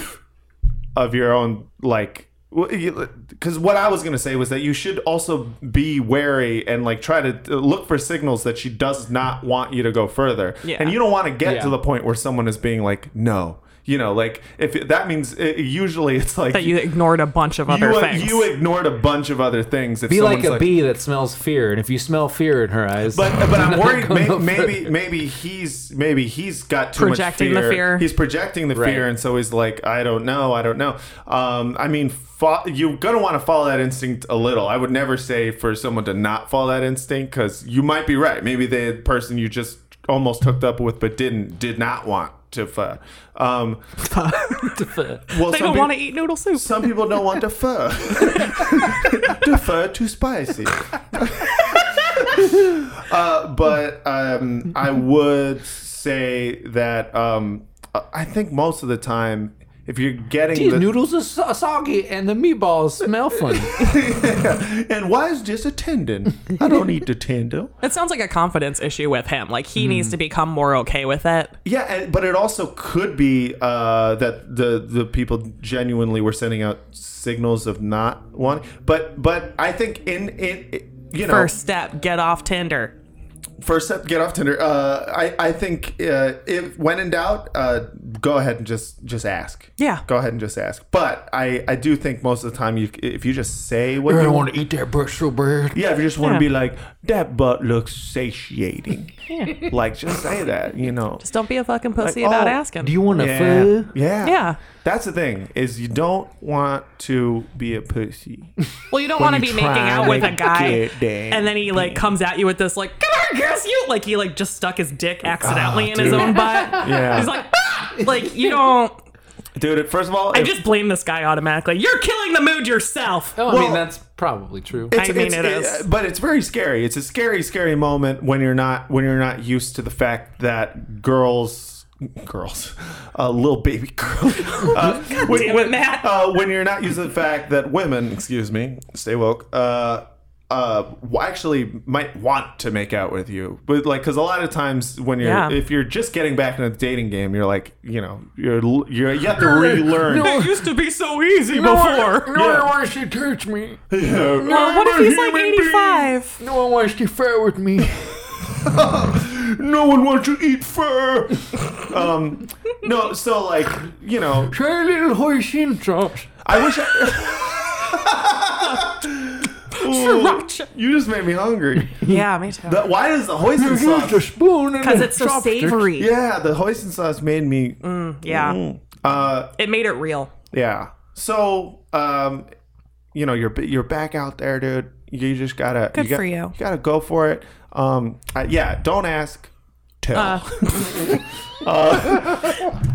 Speaker 2: of your own like because what I was gonna say was that you should also be wary and like try to uh, look for signals that she does not want you to go further,
Speaker 3: Yeah.
Speaker 2: and you don't want to get
Speaker 1: Yeah.
Speaker 2: to the point where someone is being like, no, you know, like if it- that means it, usually it's like
Speaker 3: That you ignored a bunch of other
Speaker 2: you, uh,
Speaker 3: things.
Speaker 2: you ignored a bunch of other things. If
Speaker 1: be like
Speaker 2: someone's
Speaker 1: a bee that smells fear and if you smell fear in her eyes
Speaker 2: But but I'm
Speaker 1: don't
Speaker 2: worried.
Speaker 1: go
Speaker 2: Maybe
Speaker 1: no
Speaker 2: maybe,
Speaker 1: further.
Speaker 2: maybe he's maybe he's got too
Speaker 3: Projecting the
Speaker 2: much fear.
Speaker 3: fear.
Speaker 2: He's projecting the
Speaker 1: Right.
Speaker 2: fear, and so he's like, I don't know, I don't know. Um, I mean, fo- you're gonna want to follow that instinct a little. I would never say for someone to not follow that instinct because you might be right. Maybe the person you just almost hooked up with but didn't did not want to fuck. Um, well,
Speaker 3: they
Speaker 2: some
Speaker 3: don't
Speaker 2: peop-
Speaker 3: want to eat noodle soup.
Speaker 2: Some people don't want to fur. to fur too spicy. uh, but um, I would say that um, I think most of the time, if you're getting
Speaker 1: These
Speaker 2: the,
Speaker 1: noodles are so- soggy and the meatballs smell funny.
Speaker 2: and why is this a tendon? I don't eat the tendon.
Speaker 3: It sounds like a confidence issue with him. Like he needs to become more okay with it.
Speaker 2: Yeah, and, but it also could be uh, that the the people genuinely were sending out signals of not wanting. But but I think in in you know
Speaker 3: First step, get off Tinder.
Speaker 2: First step, get off Tinder. Uh, I I think uh, if when in doubt, uh, go ahead and just just ask.
Speaker 3: Yeah.
Speaker 2: go ahead and just ask. But I I do think most of the time you if you just say what
Speaker 1: I
Speaker 2: you
Speaker 1: want to eat that Bristol bird.
Speaker 2: Yeah, if you just want to be
Speaker 3: Yeah.
Speaker 2: like that butt looks satiating. Like just say that, you know.
Speaker 3: Just don't be a fucking pussy
Speaker 2: Like,
Speaker 3: about
Speaker 2: oh,
Speaker 3: asking.
Speaker 1: Do you want to
Speaker 2: yeah.
Speaker 1: food?
Speaker 2: yeah.
Speaker 3: Yeah.
Speaker 2: That's the thing is you don't want to be a pussy.
Speaker 3: well, you don't want to
Speaker 2: you
Speaker 3: be making
Speaker 2: try
Speaker 3: out with
Speaker 2: to
Speaker 3: a guy,
Speaker 2: get that
Speaker 3: and then he like comes at you with this like, "Come on, girls, you!" Like he like just stuck his dick accidentally in his
Speaker 2: Oh, dude.
Speaker 3: own butt.
Speaker 2: Yeah.
Speaker 3: He's like, "Ah!" like you don't.
Speaker 2: Dude, first of all,
Speaker 3: I
Speaker 2: if-
Speaker 3: just blame this guy automatically. You're killing the mood yourself.
Speaker 1: Oh, I mean,
Speaker 2: Well-
Speaker 1: that's probably true.
Speaker 2: It's-
Speaker 3: I mean,
Speaker 2: it's-
Speaker 3: it is.
Speaker 2: uh, but it's very scary. It's a scary, scary moment when you're not when you're not used to the fact that girls, girls, uh, little baby girls. Uh, when,
Speaker 3: damn it,
Speaker 2: when-
Speaker 3: Matt.
Speaker 2: uh, when you're not used to the fact that women, excuse me, stay woke. Uh, uh, w- actually might want to make out with you, but like, because a lot of times when you're,
Speaker 3: Yeah.
Speaker 2: if you're just getting back into the dating game, you're like, you know, you're l- you're you have to relearn.
Speaker 3: It used to be so easy before.
Speaker 1: No
Speaker 2: Yeah.
Speaker 1: one wants to touch me.
Speaker 3: Well, uh, what if he's like
Speaker 2: Human being.
Speaker 3: 85?
Speaker 1: No one wants to flirt with me.
Speaker 2: no one wants to eat fur. um, no, so like you know,
Speaker 1: Try a little hoisin sauce.
Speaker 2: I wish. I... Ooh, you just made me hungry.
Speaker 3: Yeah, me too.
Speaker 2: But why does Hmm. the hoisin
Speaker 1: Here's a
Speaker 2: sauce?
Speaker 1: spoon.
Speaker 3: Because it's so savory.
Speaker 2: Yeah, the hoisin sauce made me.
Speaker 3: Mm. Yeah.
Speaker 2: Uh,
Speaker 3: It made it real.
Speaker 2: yeah. So um, you know, you're b- you're back out there, dude. You just gotta.
Speaker 3: Good
Speaker 2: got-
Speaker 3: for you.
Speaker 2: You gotta go for it. Um, I- yeah. Don't ask. Tell.
Speaker 3: Uh,
Speaker 2: Uh,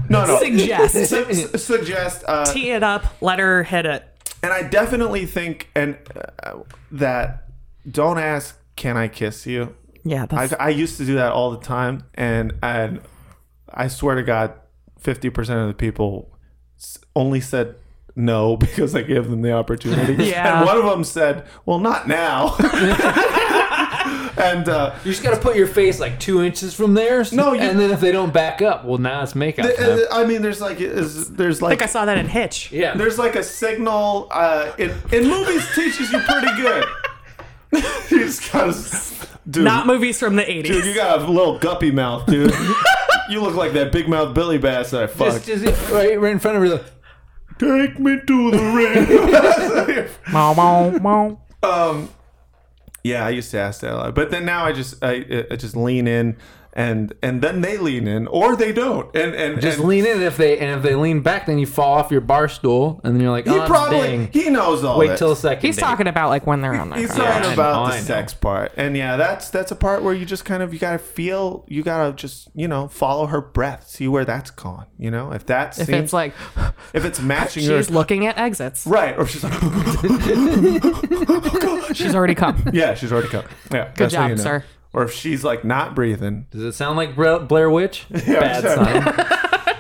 Speaker 2: no, no.
Speaker 3: Suggest.
Speaker 2: Su- su- suggest uh,
Speaker 3: Tee it up, let her hit it.
Speaker 2: and I definitely think and uh, that don't ask can I kiss you
Speaker 3: Yeah,
Speaker 2: I,
Speaker 3: that's
Speaker 2: I used to do that all the time and and I swear to god 50% of the people s- only said no because I gave them the opportunity
Speaker 3: Yeah.
Speaker 2: and one of them said well not now and uh
Speaker 1: You just gotta put your face like two inches from theirs.
Speaker 2: No, you-
Speaker 1: and then if they don't back up, well, now it's makeout time.
Speaker 2: I mean, there's like, is- there's
Speaker 3: I
Speaker 2: like,
Speaker 3: think I saw that in Hitch.
Speaker 1: yeah.
Speaker 2: there's like a signal. Uh, it in movies teaches you pretty good. She's got a, dude,
Speaker 3: Not movies from the 80s.
Speaker 2: dude, you got a little guppy mouth, dude. you look like that big mouth Billy Bass that I fucked.
Speaker 1: Just, just right, right in front of her. Like,
Speaker 2: Take me to the ring. um, yeah, I used to ask that a lot, but then now I just I, I just lean in, and and then they lean in, or they don't, and and
Speaker 1: just
Speaker 2: and
Speaker 1: lean in if they and if they lean back, then you fall off your bar stool, and then you're like,
Speaker 2: He
Speaker 1: oh,
Speaker 2: probably
Speaker 1: dang.
Speaker 2: he knows all.
Speaker 1: wait
Speaker 2: this.
Speaker 1: till second.
Speaker 3: He's
Speaker 1: date.
Speaker 3: talking about like when they're on their
Speaker 2: He's
Speaker 3: own.
Speaker 1: I know,
Speaker 2: talking about
Speaker 1: I
Speaker 2: the
Speaker 1: know.
Speaker 2: sex part, and yeah, that's that's a part where you just kind of you gotta feel, you gotta just you know follow her breath, see where that's gone, you know, if that
Speaker 3: If
Speaker 2: seems
Speaker 3: it's like
Speaker 2: if it's matching her,
Speaker 3: she's looking at exits,
Speaker 2: right, or she's like,
Speaker 3: she's already come.
Speaker 2: yeah, she's already cut. Yeah, that's when
Speaker 3: job,
Speaker 2: you know.
Speaker 3: sir.
Speaker 2: Or if she's like not breathing,
Speaker 1: Does it sound like Bra- Blair Witch? Bad
Speaker 2: sure.
Speaker 1: sign.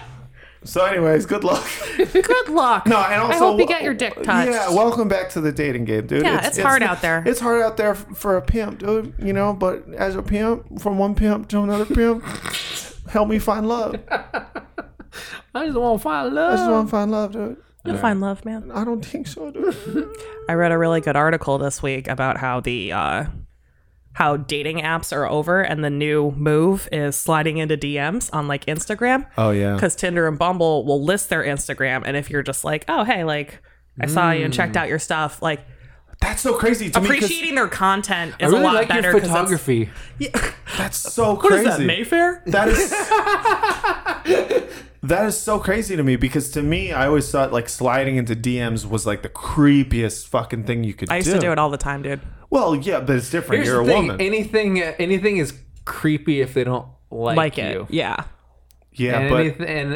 Speaker 2: So, anyways, good luck.
Speaker 3: Good luck.
Speaker 2: No, and also,
Speaker 3: I hope you get your dick touched.
Speaker 2: Yeah, welcome back to the dating game, dude.
Speaker 3: Yeah, it's hard out there.
Speaker 2: It's hard out there f- for a pimp, dude. You know, but as a pimp, from one pimp to another pimp, help me find love. I
Speaker 1: I just want to find
Speaker 2: just
Speaker 1: love.
Speaker 2: want to find love, dude.
Speaker 3: You'll find love, man.
Speaker 2: I don't think so, dude.
Speaker 3: I read a really good article this week about how the uh, how dating apps are over and the new move is sliding into DMs on like Instagram.
Speaker 2: Oh yeah.
Speaker 3: because Tinder and Bumble will list their Instagram, and if you're just like, oh hey, like I saw you and checked out your stuff, like
Speaker 2: That's so crazy to me. 'cause
Speaker 3: appreciating their content
Speaker 1: I
Speaker 3: is
Speaker 1: really
Speaker 3: a lot
Speaker 1: like
Speaker 3: better.
Speaker 1: your
Speaker 3: 'cause that's-
Speaker 1: photography.
Speaker 2: That's so
Speaker 3: What
Speaker 2: crazy.
Speaker 3: is that Mayfair?
Speaker 2: That is That is so crazy to me because to me I always thought like sliding into DMs was like the creepiest fucking thing you could
Speaker 3: I used to do it all the time, dude.
Speaker 2: Well, yeah, but it's different.
Speaker 1: Here's
Speaker 2: You're a
Speaker 1: the thing,
Speaker 2: woman.
Speaker 1: Anything, anything is creepy if they don't like,
Speaker 3: Like
Speaker 1: you.
Speaker 3: it, yeah.
Speaker 2: yeah,
Speaker 1: and,
Speaker 2: but
Speaker 1: anyth- and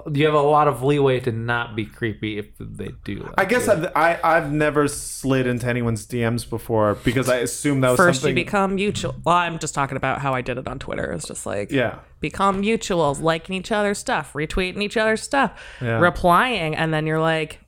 Speaker 1: and you have a lot of leeway to not be creepy if they do. Like
Speaker 2: I guess I've, I I've never slid into anyone's DMs before because I assumed that was
Speaker 3: First,
Speaker 2: something.
Speaker 3: you become mutual. Well, I'm just talking about how I did it on Twitter. It's just like,
Speaker 2: yeah,
Speaker 3: become mutuals, liking each other's stuff, retweeting each other's stuff,
Speaker 2: Yeah.
Speaker 3: replying, and then you're like,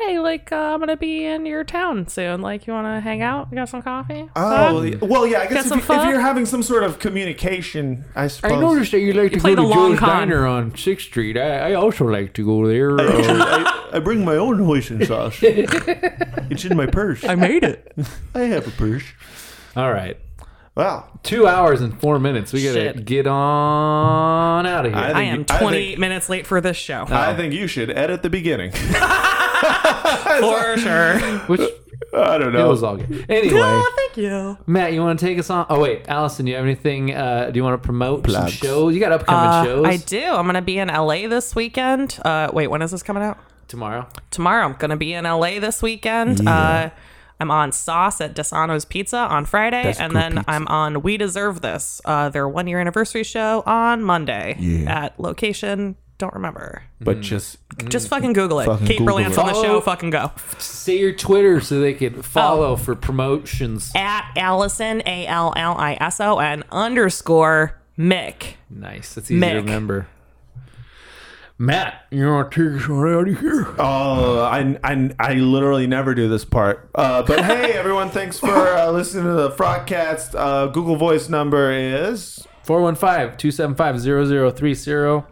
Speaker 3: hey, like uh, I'm gonna be in your town soon. Like, you want to hang out? You got some coffee?
Speaker 2: Oh, yeah. well, yeah. I
Speaker 3: Got
Speaker 2: guess if,
Speaker 3: some
Speaker 2: you, if
Speaker 3: fuck?
Speaker 2: you're having some sort of communication, I suppose.
Speaker 1: I noticed that you like to
Speaker 3: play
Speaker 1: go to
Speaker 3: the long
Speaker 1: Joe's
Speaker 3: con.
Speaker 1: Diner on Sixth Street. I, I also like to go there. Uh,
Speaker 2: Oh, I, I bring my own hoisin sauce. it's in my purse.
Speaker 3: I made it.
Speaker 2: I have a purse.
Speaker 1: all right,
Speaker 2: Wow.
Speaker 1: two hours and four minutes. We gotta
Speaker 3: Shit.
Speaker 1: get on out of here.
Speaker 2: I
Speaker 3: I
Speaker 2: think
Speaker 3: am
Speaker 2: you- I
Speaker 3: 28
Speaker 2: think-
Speaker 3: minutes late for this show.
Speaker 2: I think you should edit the beginning.
Speaker 3: for sure.
Speaker 1: Which
Speaker 2: I
Speaker 1: it
Speaker 2: don't know.
Speaker 1: was all good. Anyway,
Speaker 3: thank you.
Speaker 1: Matt, you want to take us on? Oh wait, Allison, do you have anything? Uh, do you want to promote some
Speaker 2: Plugs.
Speaker 1: shows? You got upcoming shows
Speaker 3: Uh, I do. I'm going to be in LA this weekend. Uh, wait, when is this coming out?
Speaker 1: tomorrow.
Speaker 3: Tomorrow. I'm going to be in LA this weekend. Uh, I'm on Sauce at Desano's Pizza on Friday, and then I'm on We Deserve This, uh, their one year anniversary show on Monday at location. Don't remember.
Speaker 2: But just
Speaker 3: Just Mm-hmm. fucking Google it. Oh. Kate Berlant's on the
Speaker 1: Follow-
Speaker 3: show. Fucking go.
Speaker 1: Say your Twitter so they
Speaker 3: Oh.
Speaker 1: can follow for promotions.
Speaker 3: At Allison, A L L I S O N underscore Mick.
Speaker 1: Nice. That's easy to
Speaker 3: Mick.
Speaker 1: remember. Matt, you want to take us on out of here?
Speaker 2: Oh, I, I, I literally never do this part. Uh, but hey, everyone, thanks for uh, listening to the Frogcast. Uh, Google Voice number is
Speaker 1: 415-275-0030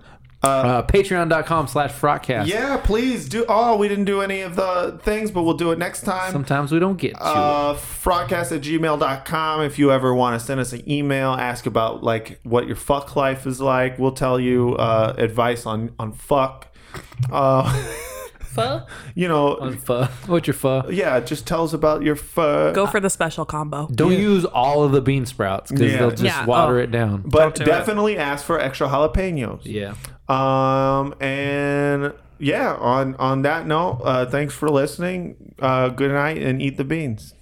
Speaker 1: uh, patreon.com slash frogcast
Speaker 2: yeah. Please do. Oh, we didn't do any of the things, but we'll do it next time.
Speaker 1: sometimes we don't get to
Speaker 2: uh, frogcast at gmail.com if you ever want to send us an email ask about like what your fuck life is like we'll tell you uh, advice on on fuck uh,
Speaker 3: Fuck.
Speaker 2: you know
Speaker 1: it Fuh. what's your pho
Speaker 2: yeah just tell us about your fuck
Speaker 3: Go for the special combo.
Speaker 1: don't use all of the bean sprouts because
Speaker 2: Yeah.
Speaker 1: they'll just
Speaker 3: Yeah,
Speaker 1: water
Speaker 3: oh.
Speaker 1: it down
Speaker 2: but
Speaker 3: do it.
Speaker 2: definitely ask for extra jalapenos
Speaker 1: yeah
Speaker 2: um and yeah on on that note uh thanks for listening uh good night and eat the beans